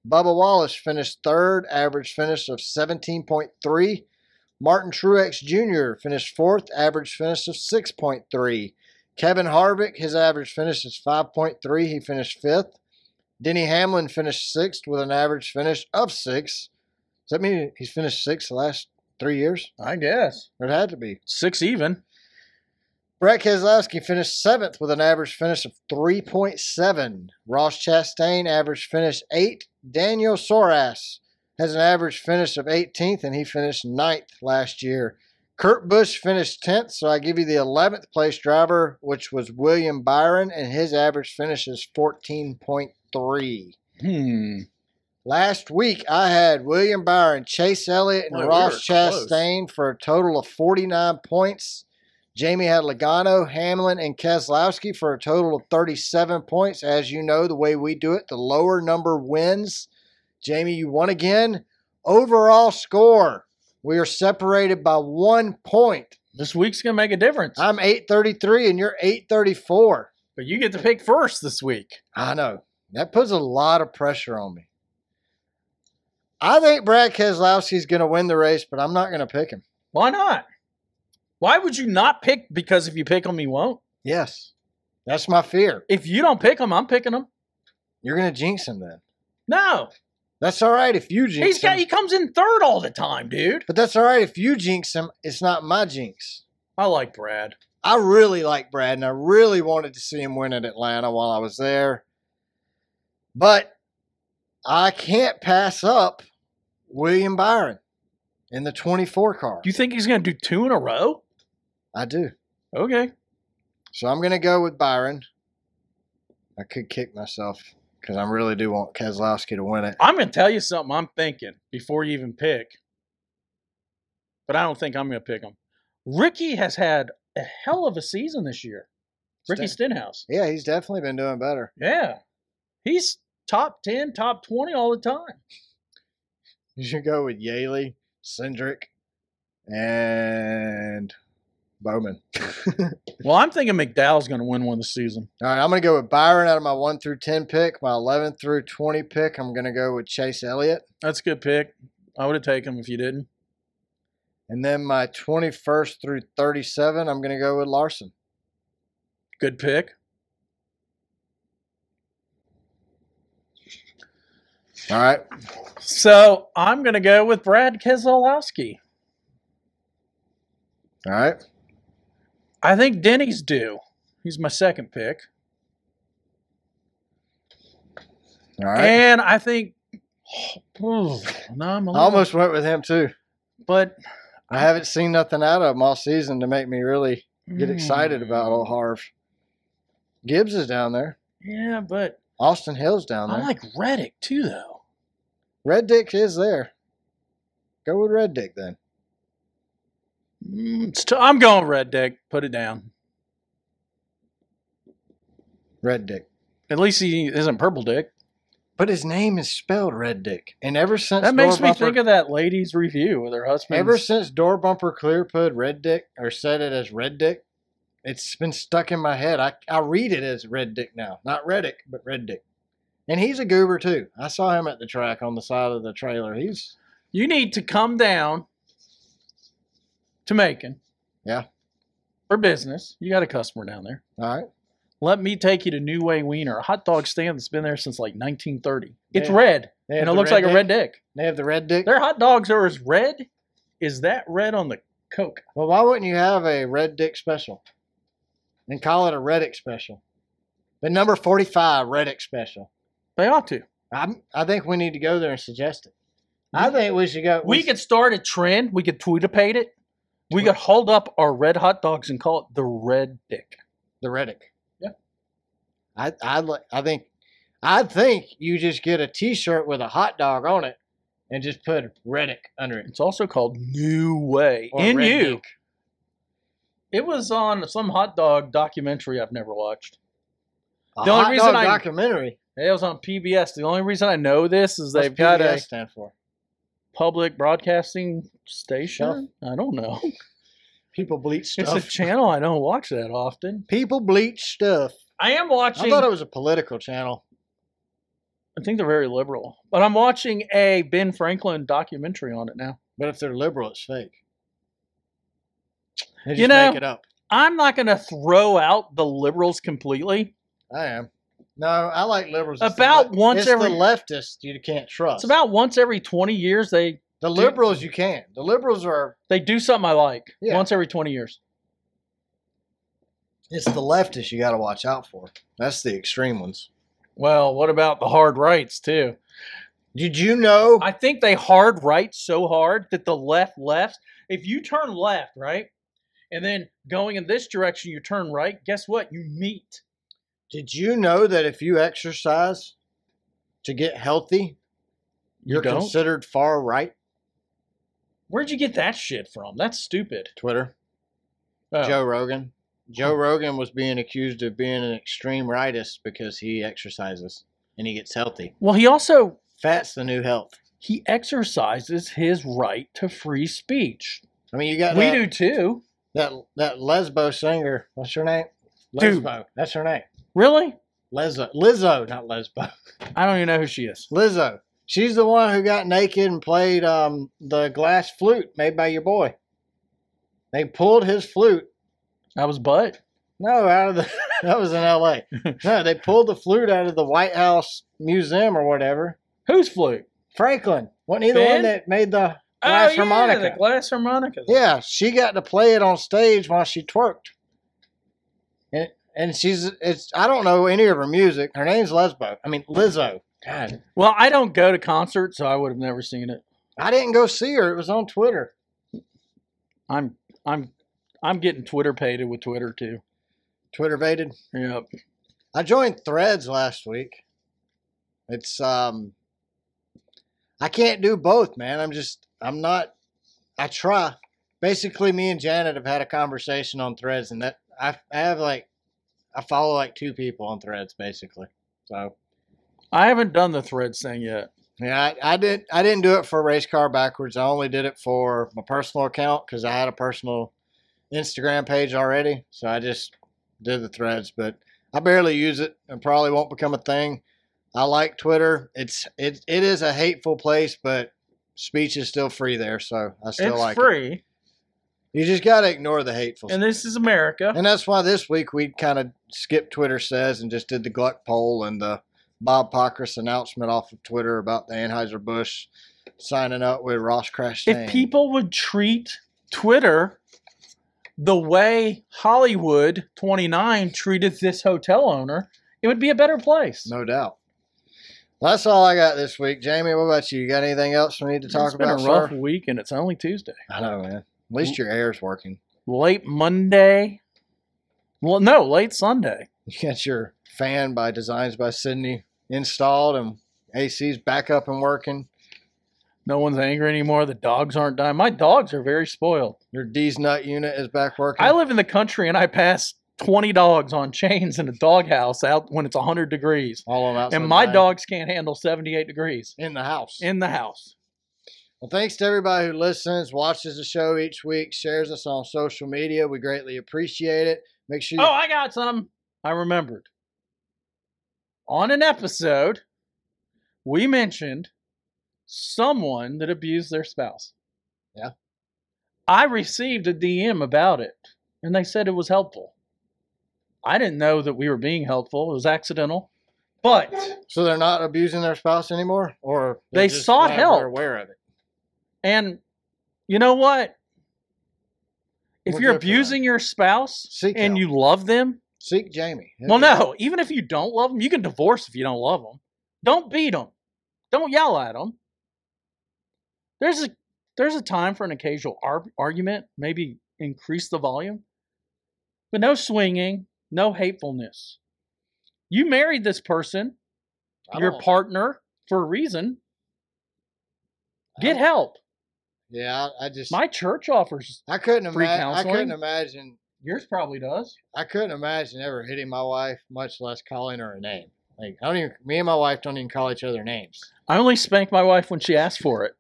Speaker 1: Bubba Wallace finished third, average finish of 17.3. Martin Truex Jr. finished fourth, average finish of 6.3. Kevin Harvick, his average finish is 5.3. He finished fifth. Denny Hamlin finished sixth with an average finish of six. Does that mean he's finished sixth the last three years?
Speaker 2: I guess.
Speaker 1: It had to be.
Speaker 2: Six even.
Speaker 1: Brett Keselowski finished seventh with an average finish of 3.7. Ross Chastain average finish eight. Daniel Soras has an average finish of 18th, and he finished ninth last year. Kurt Busch finished 10th, so I give you the 11th place driver, which was William Byron, and his average finish is 14.3.
Speaker 2: Hmm.
Speaker 1: Last week, I had William Byron, Chase Elliott, and
Speaker 2: Boy, we
Speaker 1: Ross
Speaker 2: were close.
Speaker 1: Chastain for a total of 49 points. Jamie had Logano, Hamlin, and Keselowski for a total of 37 points. As you know, the way we do it, the lower number wins. Jamie, you won again. Overall score, we are separated by one point.
Speaker 2: This week's gonna make a difference.
Speaker 1: I'm 833 and you're 834.
Speaker 2: but you get to pick first this week.
Speaker 1: I know. That puts a lot of pressure on me. I think Brad Keselowski's going to win the race, but I'm not going to pick him.
Speaker 2: Why not? Why would you not pick? Because if you pick them, he won't.
Speaker 1: Yes. That's my fear.
Speaker 2: If you don't pick him, I'm picking him.
Speaker 1: You're going to jinx him then.
Speaker 2: No,
Speaker 1: That's all right if you jinx
Speaker 2: he's got.
Speaker 1: him.
Speaker 2: He comes in third all the time, dude.
Speaker 1: but that's all right if you jinx him. It's not my jinx.
Speaker 2: I like Brad.
Speaker 1: I really like Brad, and I really wanted to see him win at Atlanta while I was there. But I can't pass up William Byron in the 24 car.
Speaker 2: Do you think he's gonna do two in a row?
Speaker 1: I do.
Speaker 2: Okay.
Speaker 1: So I'm going to go with Byron. I could kick myself because I really do want Keselowski to win it.
Speaker 2: I'm gonna tell you something I'm thinking before you even pick. But I don't think I'm gonna pick him. Ricky has had a hell of a season this year. Ricky Stenhouse.
Speaker 1: Yeah, he's definitely been doing better.
Speaker 2: Yeah. He's top ten, top twenty all the time.
Speaker 1: You should go with Yaley, Cindric, and Bowman.
Speaker 2: Well, I'm thinking McDowell's gonna win one this season.
Speaker 1: All right, I'm going to go with Byron out of my 1 through 10 pick. My 11 through 20 pick, I'm going to go with Chase Elliott.
Speaker 2: That's a good pick. I would have taken him if you didn't.
Speaker 1: And then my 21st through 37, I'm going to go with Larson.
Speaker 2: Good pick.
Speaker 1: All right.
Speaker 2: So I'm gonna go with Brad Keselowski.
Speaker 1: All right.
Speaker 2: I think Denny's due. He's my second pick.
Speaker 1: All right.
Speaker 2: And I think no, I'm a
Speaker 1: I
Speaker 2: little-
Speaker 1: almost went with him, too.
Speaker 2: but
Speaker 1: I haven't seen nothing out of him all season to make me really get
Speaker 2: mm,
Speaker 1: excited about old Harv. Gibbs is down there.
Speaker 2: Yeah, but
Speaker 1: Austin Hill's down
Speaker 2: I
Speaker 1: there.
Speaker 2: like Reddick too, though.
Speaker 1: Red Dick is there. Go with Red Dick then.
Speaker 2: Mm, it's t- I'm going Reddick. Put it down.
Speaker 1: Red Dick.
Speaker 2: At least he isn't purple dick.
Speaker 1: But his name is spelled Red Dick. And ever since
Speaker 2: That makes
Speaker 1: Door
Speaker 2: me
Speaker 1: Bumper-
Speaker 2: think of that lady's review with her husband.
Speaker 1: ever since Door Bumper Clear put Red Dick or said it as Red Dick, it's been stuck in my head. I, I read it as Red Dick now. Not Reddick, but Red Dick. And he's a goober too. I saw him at the track on the side of the trailer. He's
Speaker 2: you need to come down to Macon.
Speaker 1: Yeah.
Speaker 2: For business, you got a customer down there.
Speaker 1: all right.
Speaker 2: Let me take you to New Way Wiener, a hot dog stand that's been there since like 1930. It's
Speaker 1: Yeah.
Speaker 2: red,
Speaker 1: They have
Speaker 2: and it
Speaker 1: the
Speaker 2: looks like a
Speaker 1: Dick.
Speaker 2: red dick.
Speaker 1: They have the red dick.
Speaker 2: Their hot dogs are as red as that red on the Coke.
Speaker 1: Well, why wouldn't you have a red dick special? and call it a Reddick special. The number 45 Reddick special.
Speaker 2: They ought to.
Speaker 1: I'm, I think we need to go there and suggest it. I think we should go.
Speaker 2: We could start a trend. We could tweetipate it. We could hold up our red hot dogs and call it the Red Dick.
Speaker 1: the Reddick.
Speaker 2: Yeah.
Speaker 1: I I li- I think I think you just get a T-shirt with a hot dog on it and just put Reddick under it.
Speaker 2: It's also called New Way.
Speaker 1: or
Speaker 2: In
Speaker 1: Red
Speaker 2: you.
Speaker 1: Dick.
Speaker 2: It was on some hot dog documentary I've never watched.
Speaker 1: A
Speaker 2: The only
Speaker 1: hot
Speaker 2: reason
Speaker 1: dog
Speaker 2: I-
Speaker 1: documentary.
Speaker 2: It was on PBS. The only reason I know this is they've
Speaker 1: What's
Speaker 2: got
Speaker 1: PBS
Speaker 2: a
Speaker 1: stand for
Speaker 2: public broadcasting station. I don't know.
Speaker 1: people bleach
Speaker 2: It's
Speaker 1: stuff.
Speaker 2: a channel I don't watch that often.
Speaker 1: people bleach stuff.
Speaker 2: I am watching.
Speaker 1: I thought it was a political channel.
Speaker 2: I think they're very liberal, but I'm watching a Ben Franklin documentary on it now.
Speaker 1: But if they're liberal, it's fake. They
Speaker 2: You
Speaker 1: just
Speaker 2: know-
Speaker 1: make it up.
Speaker 2: I'm not going to throw out the liberals completely.
Speaker 1: I am. No, I like liberals. It's the
Speaker 2: About
Speaker 1: le-
Speaker 2: once
Speaker 1: it's the
Speaker 2: every-
Speaker 1: leftist you can't trust.
Speaker 2: It's about once every 20 years they
Speaker 1: the liberals you can. The liberals are.
Speaker 2: they do something I like.
Speaker 1: Yeah.
Speaker 2: Once every 20 years.
Speaker 1: It's the leftists you got to watch out for. That's the extreme ones.
Speaker 2: Well, what about the hard rights too?
Speaker 1: Did you know?
Speaker 2: I think they hard right so hard that the left left. If you turn left, right, and then going in this direction, you turn right. Guess what? You meet.
Speaker 1: did you know that if you exercise to get healthy,
Speaker 2: You
Speaker 1: you're
Speaker 2: don't?
Speaker 1: considered far right?
Speaker 2: Where'd you get that shit from? That's stupid.
Speaker 1: Twitter.
Speaker 2: Oh.
Speaker 1: Joe Rogan. Joe Rogan was being accused of being an extreme rightist because he exercises and he gets healthy.
Speaker 2: Well, he also
Speaker 1: Fat's the new health.
Speaker 2: he exercises his right to free speech.
Speaker 1: I mean, you got
Speaker 2: We
Speaker 1: that,
Speaker 2: do too.
Speaker 1: that that Lesbo singer. What's her name? Lesbo.
Speaker 2: Dude.
Speaker 1: That's her name.
Speaker 2: Really?
Speaker 1: Lizzo. Lizzo, not Lesbo.
Speaker 2: I don't even know who she is.
Speaker 1: Lizzo. She's the one who got naked and played um, the glass flute made by your boy. They pulled his flute.
Speaker 2: I was butt.
Speaker 1: No, out of the that was in L.A. No, they pulled the flute out of the White House Museum or whatever.
Speaker 2: Who's flute?
Speaker 1: Franklin wasn't he the one
Speaker 2: Ben?
Speaker 1: that made the glass
Speaker 2: yeah,
Speaker 1: harmonica?
Speaker 2: the glass harmonica.
Speaker 1: Yeah, she got to play it on stage while she twerked. And and she's it's I don't know any of her music. Her name's Lesbo. I mean Lizzo. God.
Speaker 2: Well, I don't go to concerts, so I would have never seen it.
Speaker 1: I didn't go see her. It was on Twitter.
Speaker 2: I'm I'm I'm getting Twitter pated with Twitter too.
Speaker 1: Twitter baited.
Speaker 2: Yep.
Speaker 1: I joined Threads last week. It's um I can't do both, man. I'm just I'm not I try. Basically me and Janet have had a conversation on Threads and that I I have like I follow like two people on Threads basically. So
Speaker 2: I haven't done the threads thing yet.
Speaker 1: Yeah, I, I didn't. I didn't do it for race car backwards. I only did it for my personal account because I had a personal Instagram page already. So I just did the threads, but I barely use it. and probably won't become a thing. I like Twitter. It's it it is a hateful place, but speech is still free there, so I still
Speaker 2: it's
Speaker 1: like it.
Speaker 2: free,
Speaker 1: You just gotta ignore the hateful.
Speaker 2: and this is America.
Speaker 1: And that's why this week we kind of skipped Twitter says and just did the Gluck poll and the Bob Pockris announcement off of Twitter about the Anheuser-Busch signing up with Ross Crash.
Speaker 2: if people would treat Twitter the way Hollywood 29 treated this hotel owner, it would be a better place.
Speaker 1: No doubt. Well, that's all I got this week. Jamie, what about you? You got anything else we need to talk
Speaker 2: it's been
Speaker 1: about,
Speaker 2: a rough
Speaker 1: sir?
Speaker 2: week, and it's only Tuesday.
Speaker 1: I know, man. At least your air's working.
Speaker 2: Late Monday. Well, no, late Sunday.
Speaker 1: You got your fan by Designs by Sydney installed and AC's back up and working.
Speaker 2: No one's angry anymore. The dogs aren't dying. My dogs are very spoiled.
Speaker 1: Your D's nut unit is back working.
Speaker 2: I live in the country, and I pass 20 dogs on chains in a doghouse out when it's 100 degrees,
Speaker 1: all on outside
Speaker 2: and my
Speaker 1: dining.
Speaker 2: dogs can't handle 78 degrees
Speaker 1: in the house.
Speaker 2: in the house.
Speaker 1: Well, thanks to everybody who listens, watches the show each week, shares us on social media. We greatly appreciate it. Make sure you
Speaker 2: Oh, I got some. I remembered. On an episode, we mentioned someone that abused their spouse.
Speaker 1: Yeah.
Speaker 2: I received a DM about it, and they said it was helpful. I didn't know that we were being helpful. It was accidental. But
Speaker 1: so they're not abusing their spouse anymore, or they're
Speaker 2: They
Speaker 1: just
Speaker 2: sought
Speaker 1: glad
Speaker 2: help.
Speaker 1: They're aware of it.
Speaker 2: and you know what? If
Speaker 1: We're
Speaker 2: you're
Speaker 1: good for that.
Speaker 2: abusing your spouse
Speaker 1: Seek
Speaker 2: and
Speaker 1: help.
Speaker 2: you love them,
Speaker 1: Seek Jamie. He'll
Speaker 2: well,
Speaker 1: get
Speaker 2: no. Even if you don't love them, you can divorce if you don't love them. Don't beat them. Don't yell at them. There's a there's a time for an occasional ar- argument. Maybe increase the volume, but no swinging, no hatefulness. You married this person,
Speaker 1: it. I
Speaker 2: your
Speaker 1: don't-
Speaker 2: partner, for a reason.
Speaker 1: I
Speaker 2: Get
Speaker 1: don't-
Speaker 2: help.
Speaker 1: Yeah, I, I just
Speaker 2: My church offers.
Speaker 1: I couldn't
Speaker 2: free
Speaker 1: imagine. I
Speaker 2: counseling?
Speaker 1: couldn't imagine.
Speaker 2: Yours probably does.
Speaker 1: I couldn't imagine ever hitting my wife, much less calling her a name. Like I don't even. Me and my wife don't even call each other names.
Speaker 2: I only spanked my wife when she asked for it.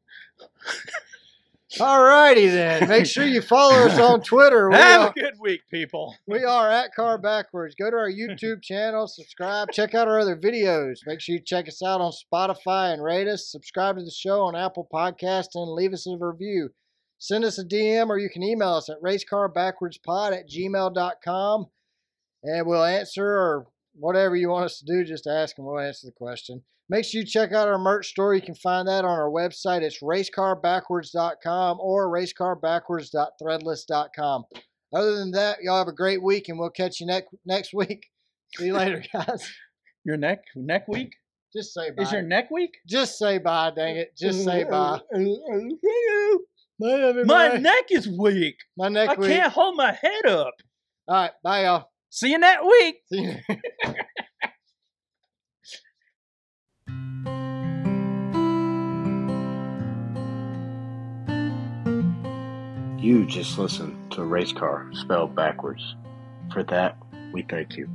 Speaker 1: All righty then. Make sure you follow us on Twitter. We
Speaker 2: Have
Speaker 1: are,
Speaker 2: a good week, people.
Speaker 1: we are at Car Backwards. Go to our YouTube channel, subscribe, check out our other videos. Make sure you check us out on Spotify and rate us. Subscribe to the show on Apple Podcasts and leave us a review. Send us a DM or you can email us at racecarbackwardspod at gmail.com and we'll answer or whatever you want us to do, just ask and we'll answer the question. Make sure you check out our merch store. You can find that on our website. It's racecarbackwards.com or racecarbackwards.threadless.com. Other than that, y'all have a great week and we'll catch you next next week. See you later, guys.
Speaker 2: Your neck neck week
Speaker 1: Just say bye.
Speaker 2: is your neck week.
Speaker 1: Just say bye, dang it. Just say bye. Bye,
Speaker 2: My
Speaker 1: everybody.
Speaker 2: neck is weak.
Speaker 1: My
Speaker 2: I
Speaker 1: next week.
Speaker 2: can't hold my head up.
Speaker 1: All right. Bye, y'all.
Speaker 2: See you next week.
Speaker 1: See you.
Speaker 3: You just listened to Race Car spelled backwards. For that, we thank you.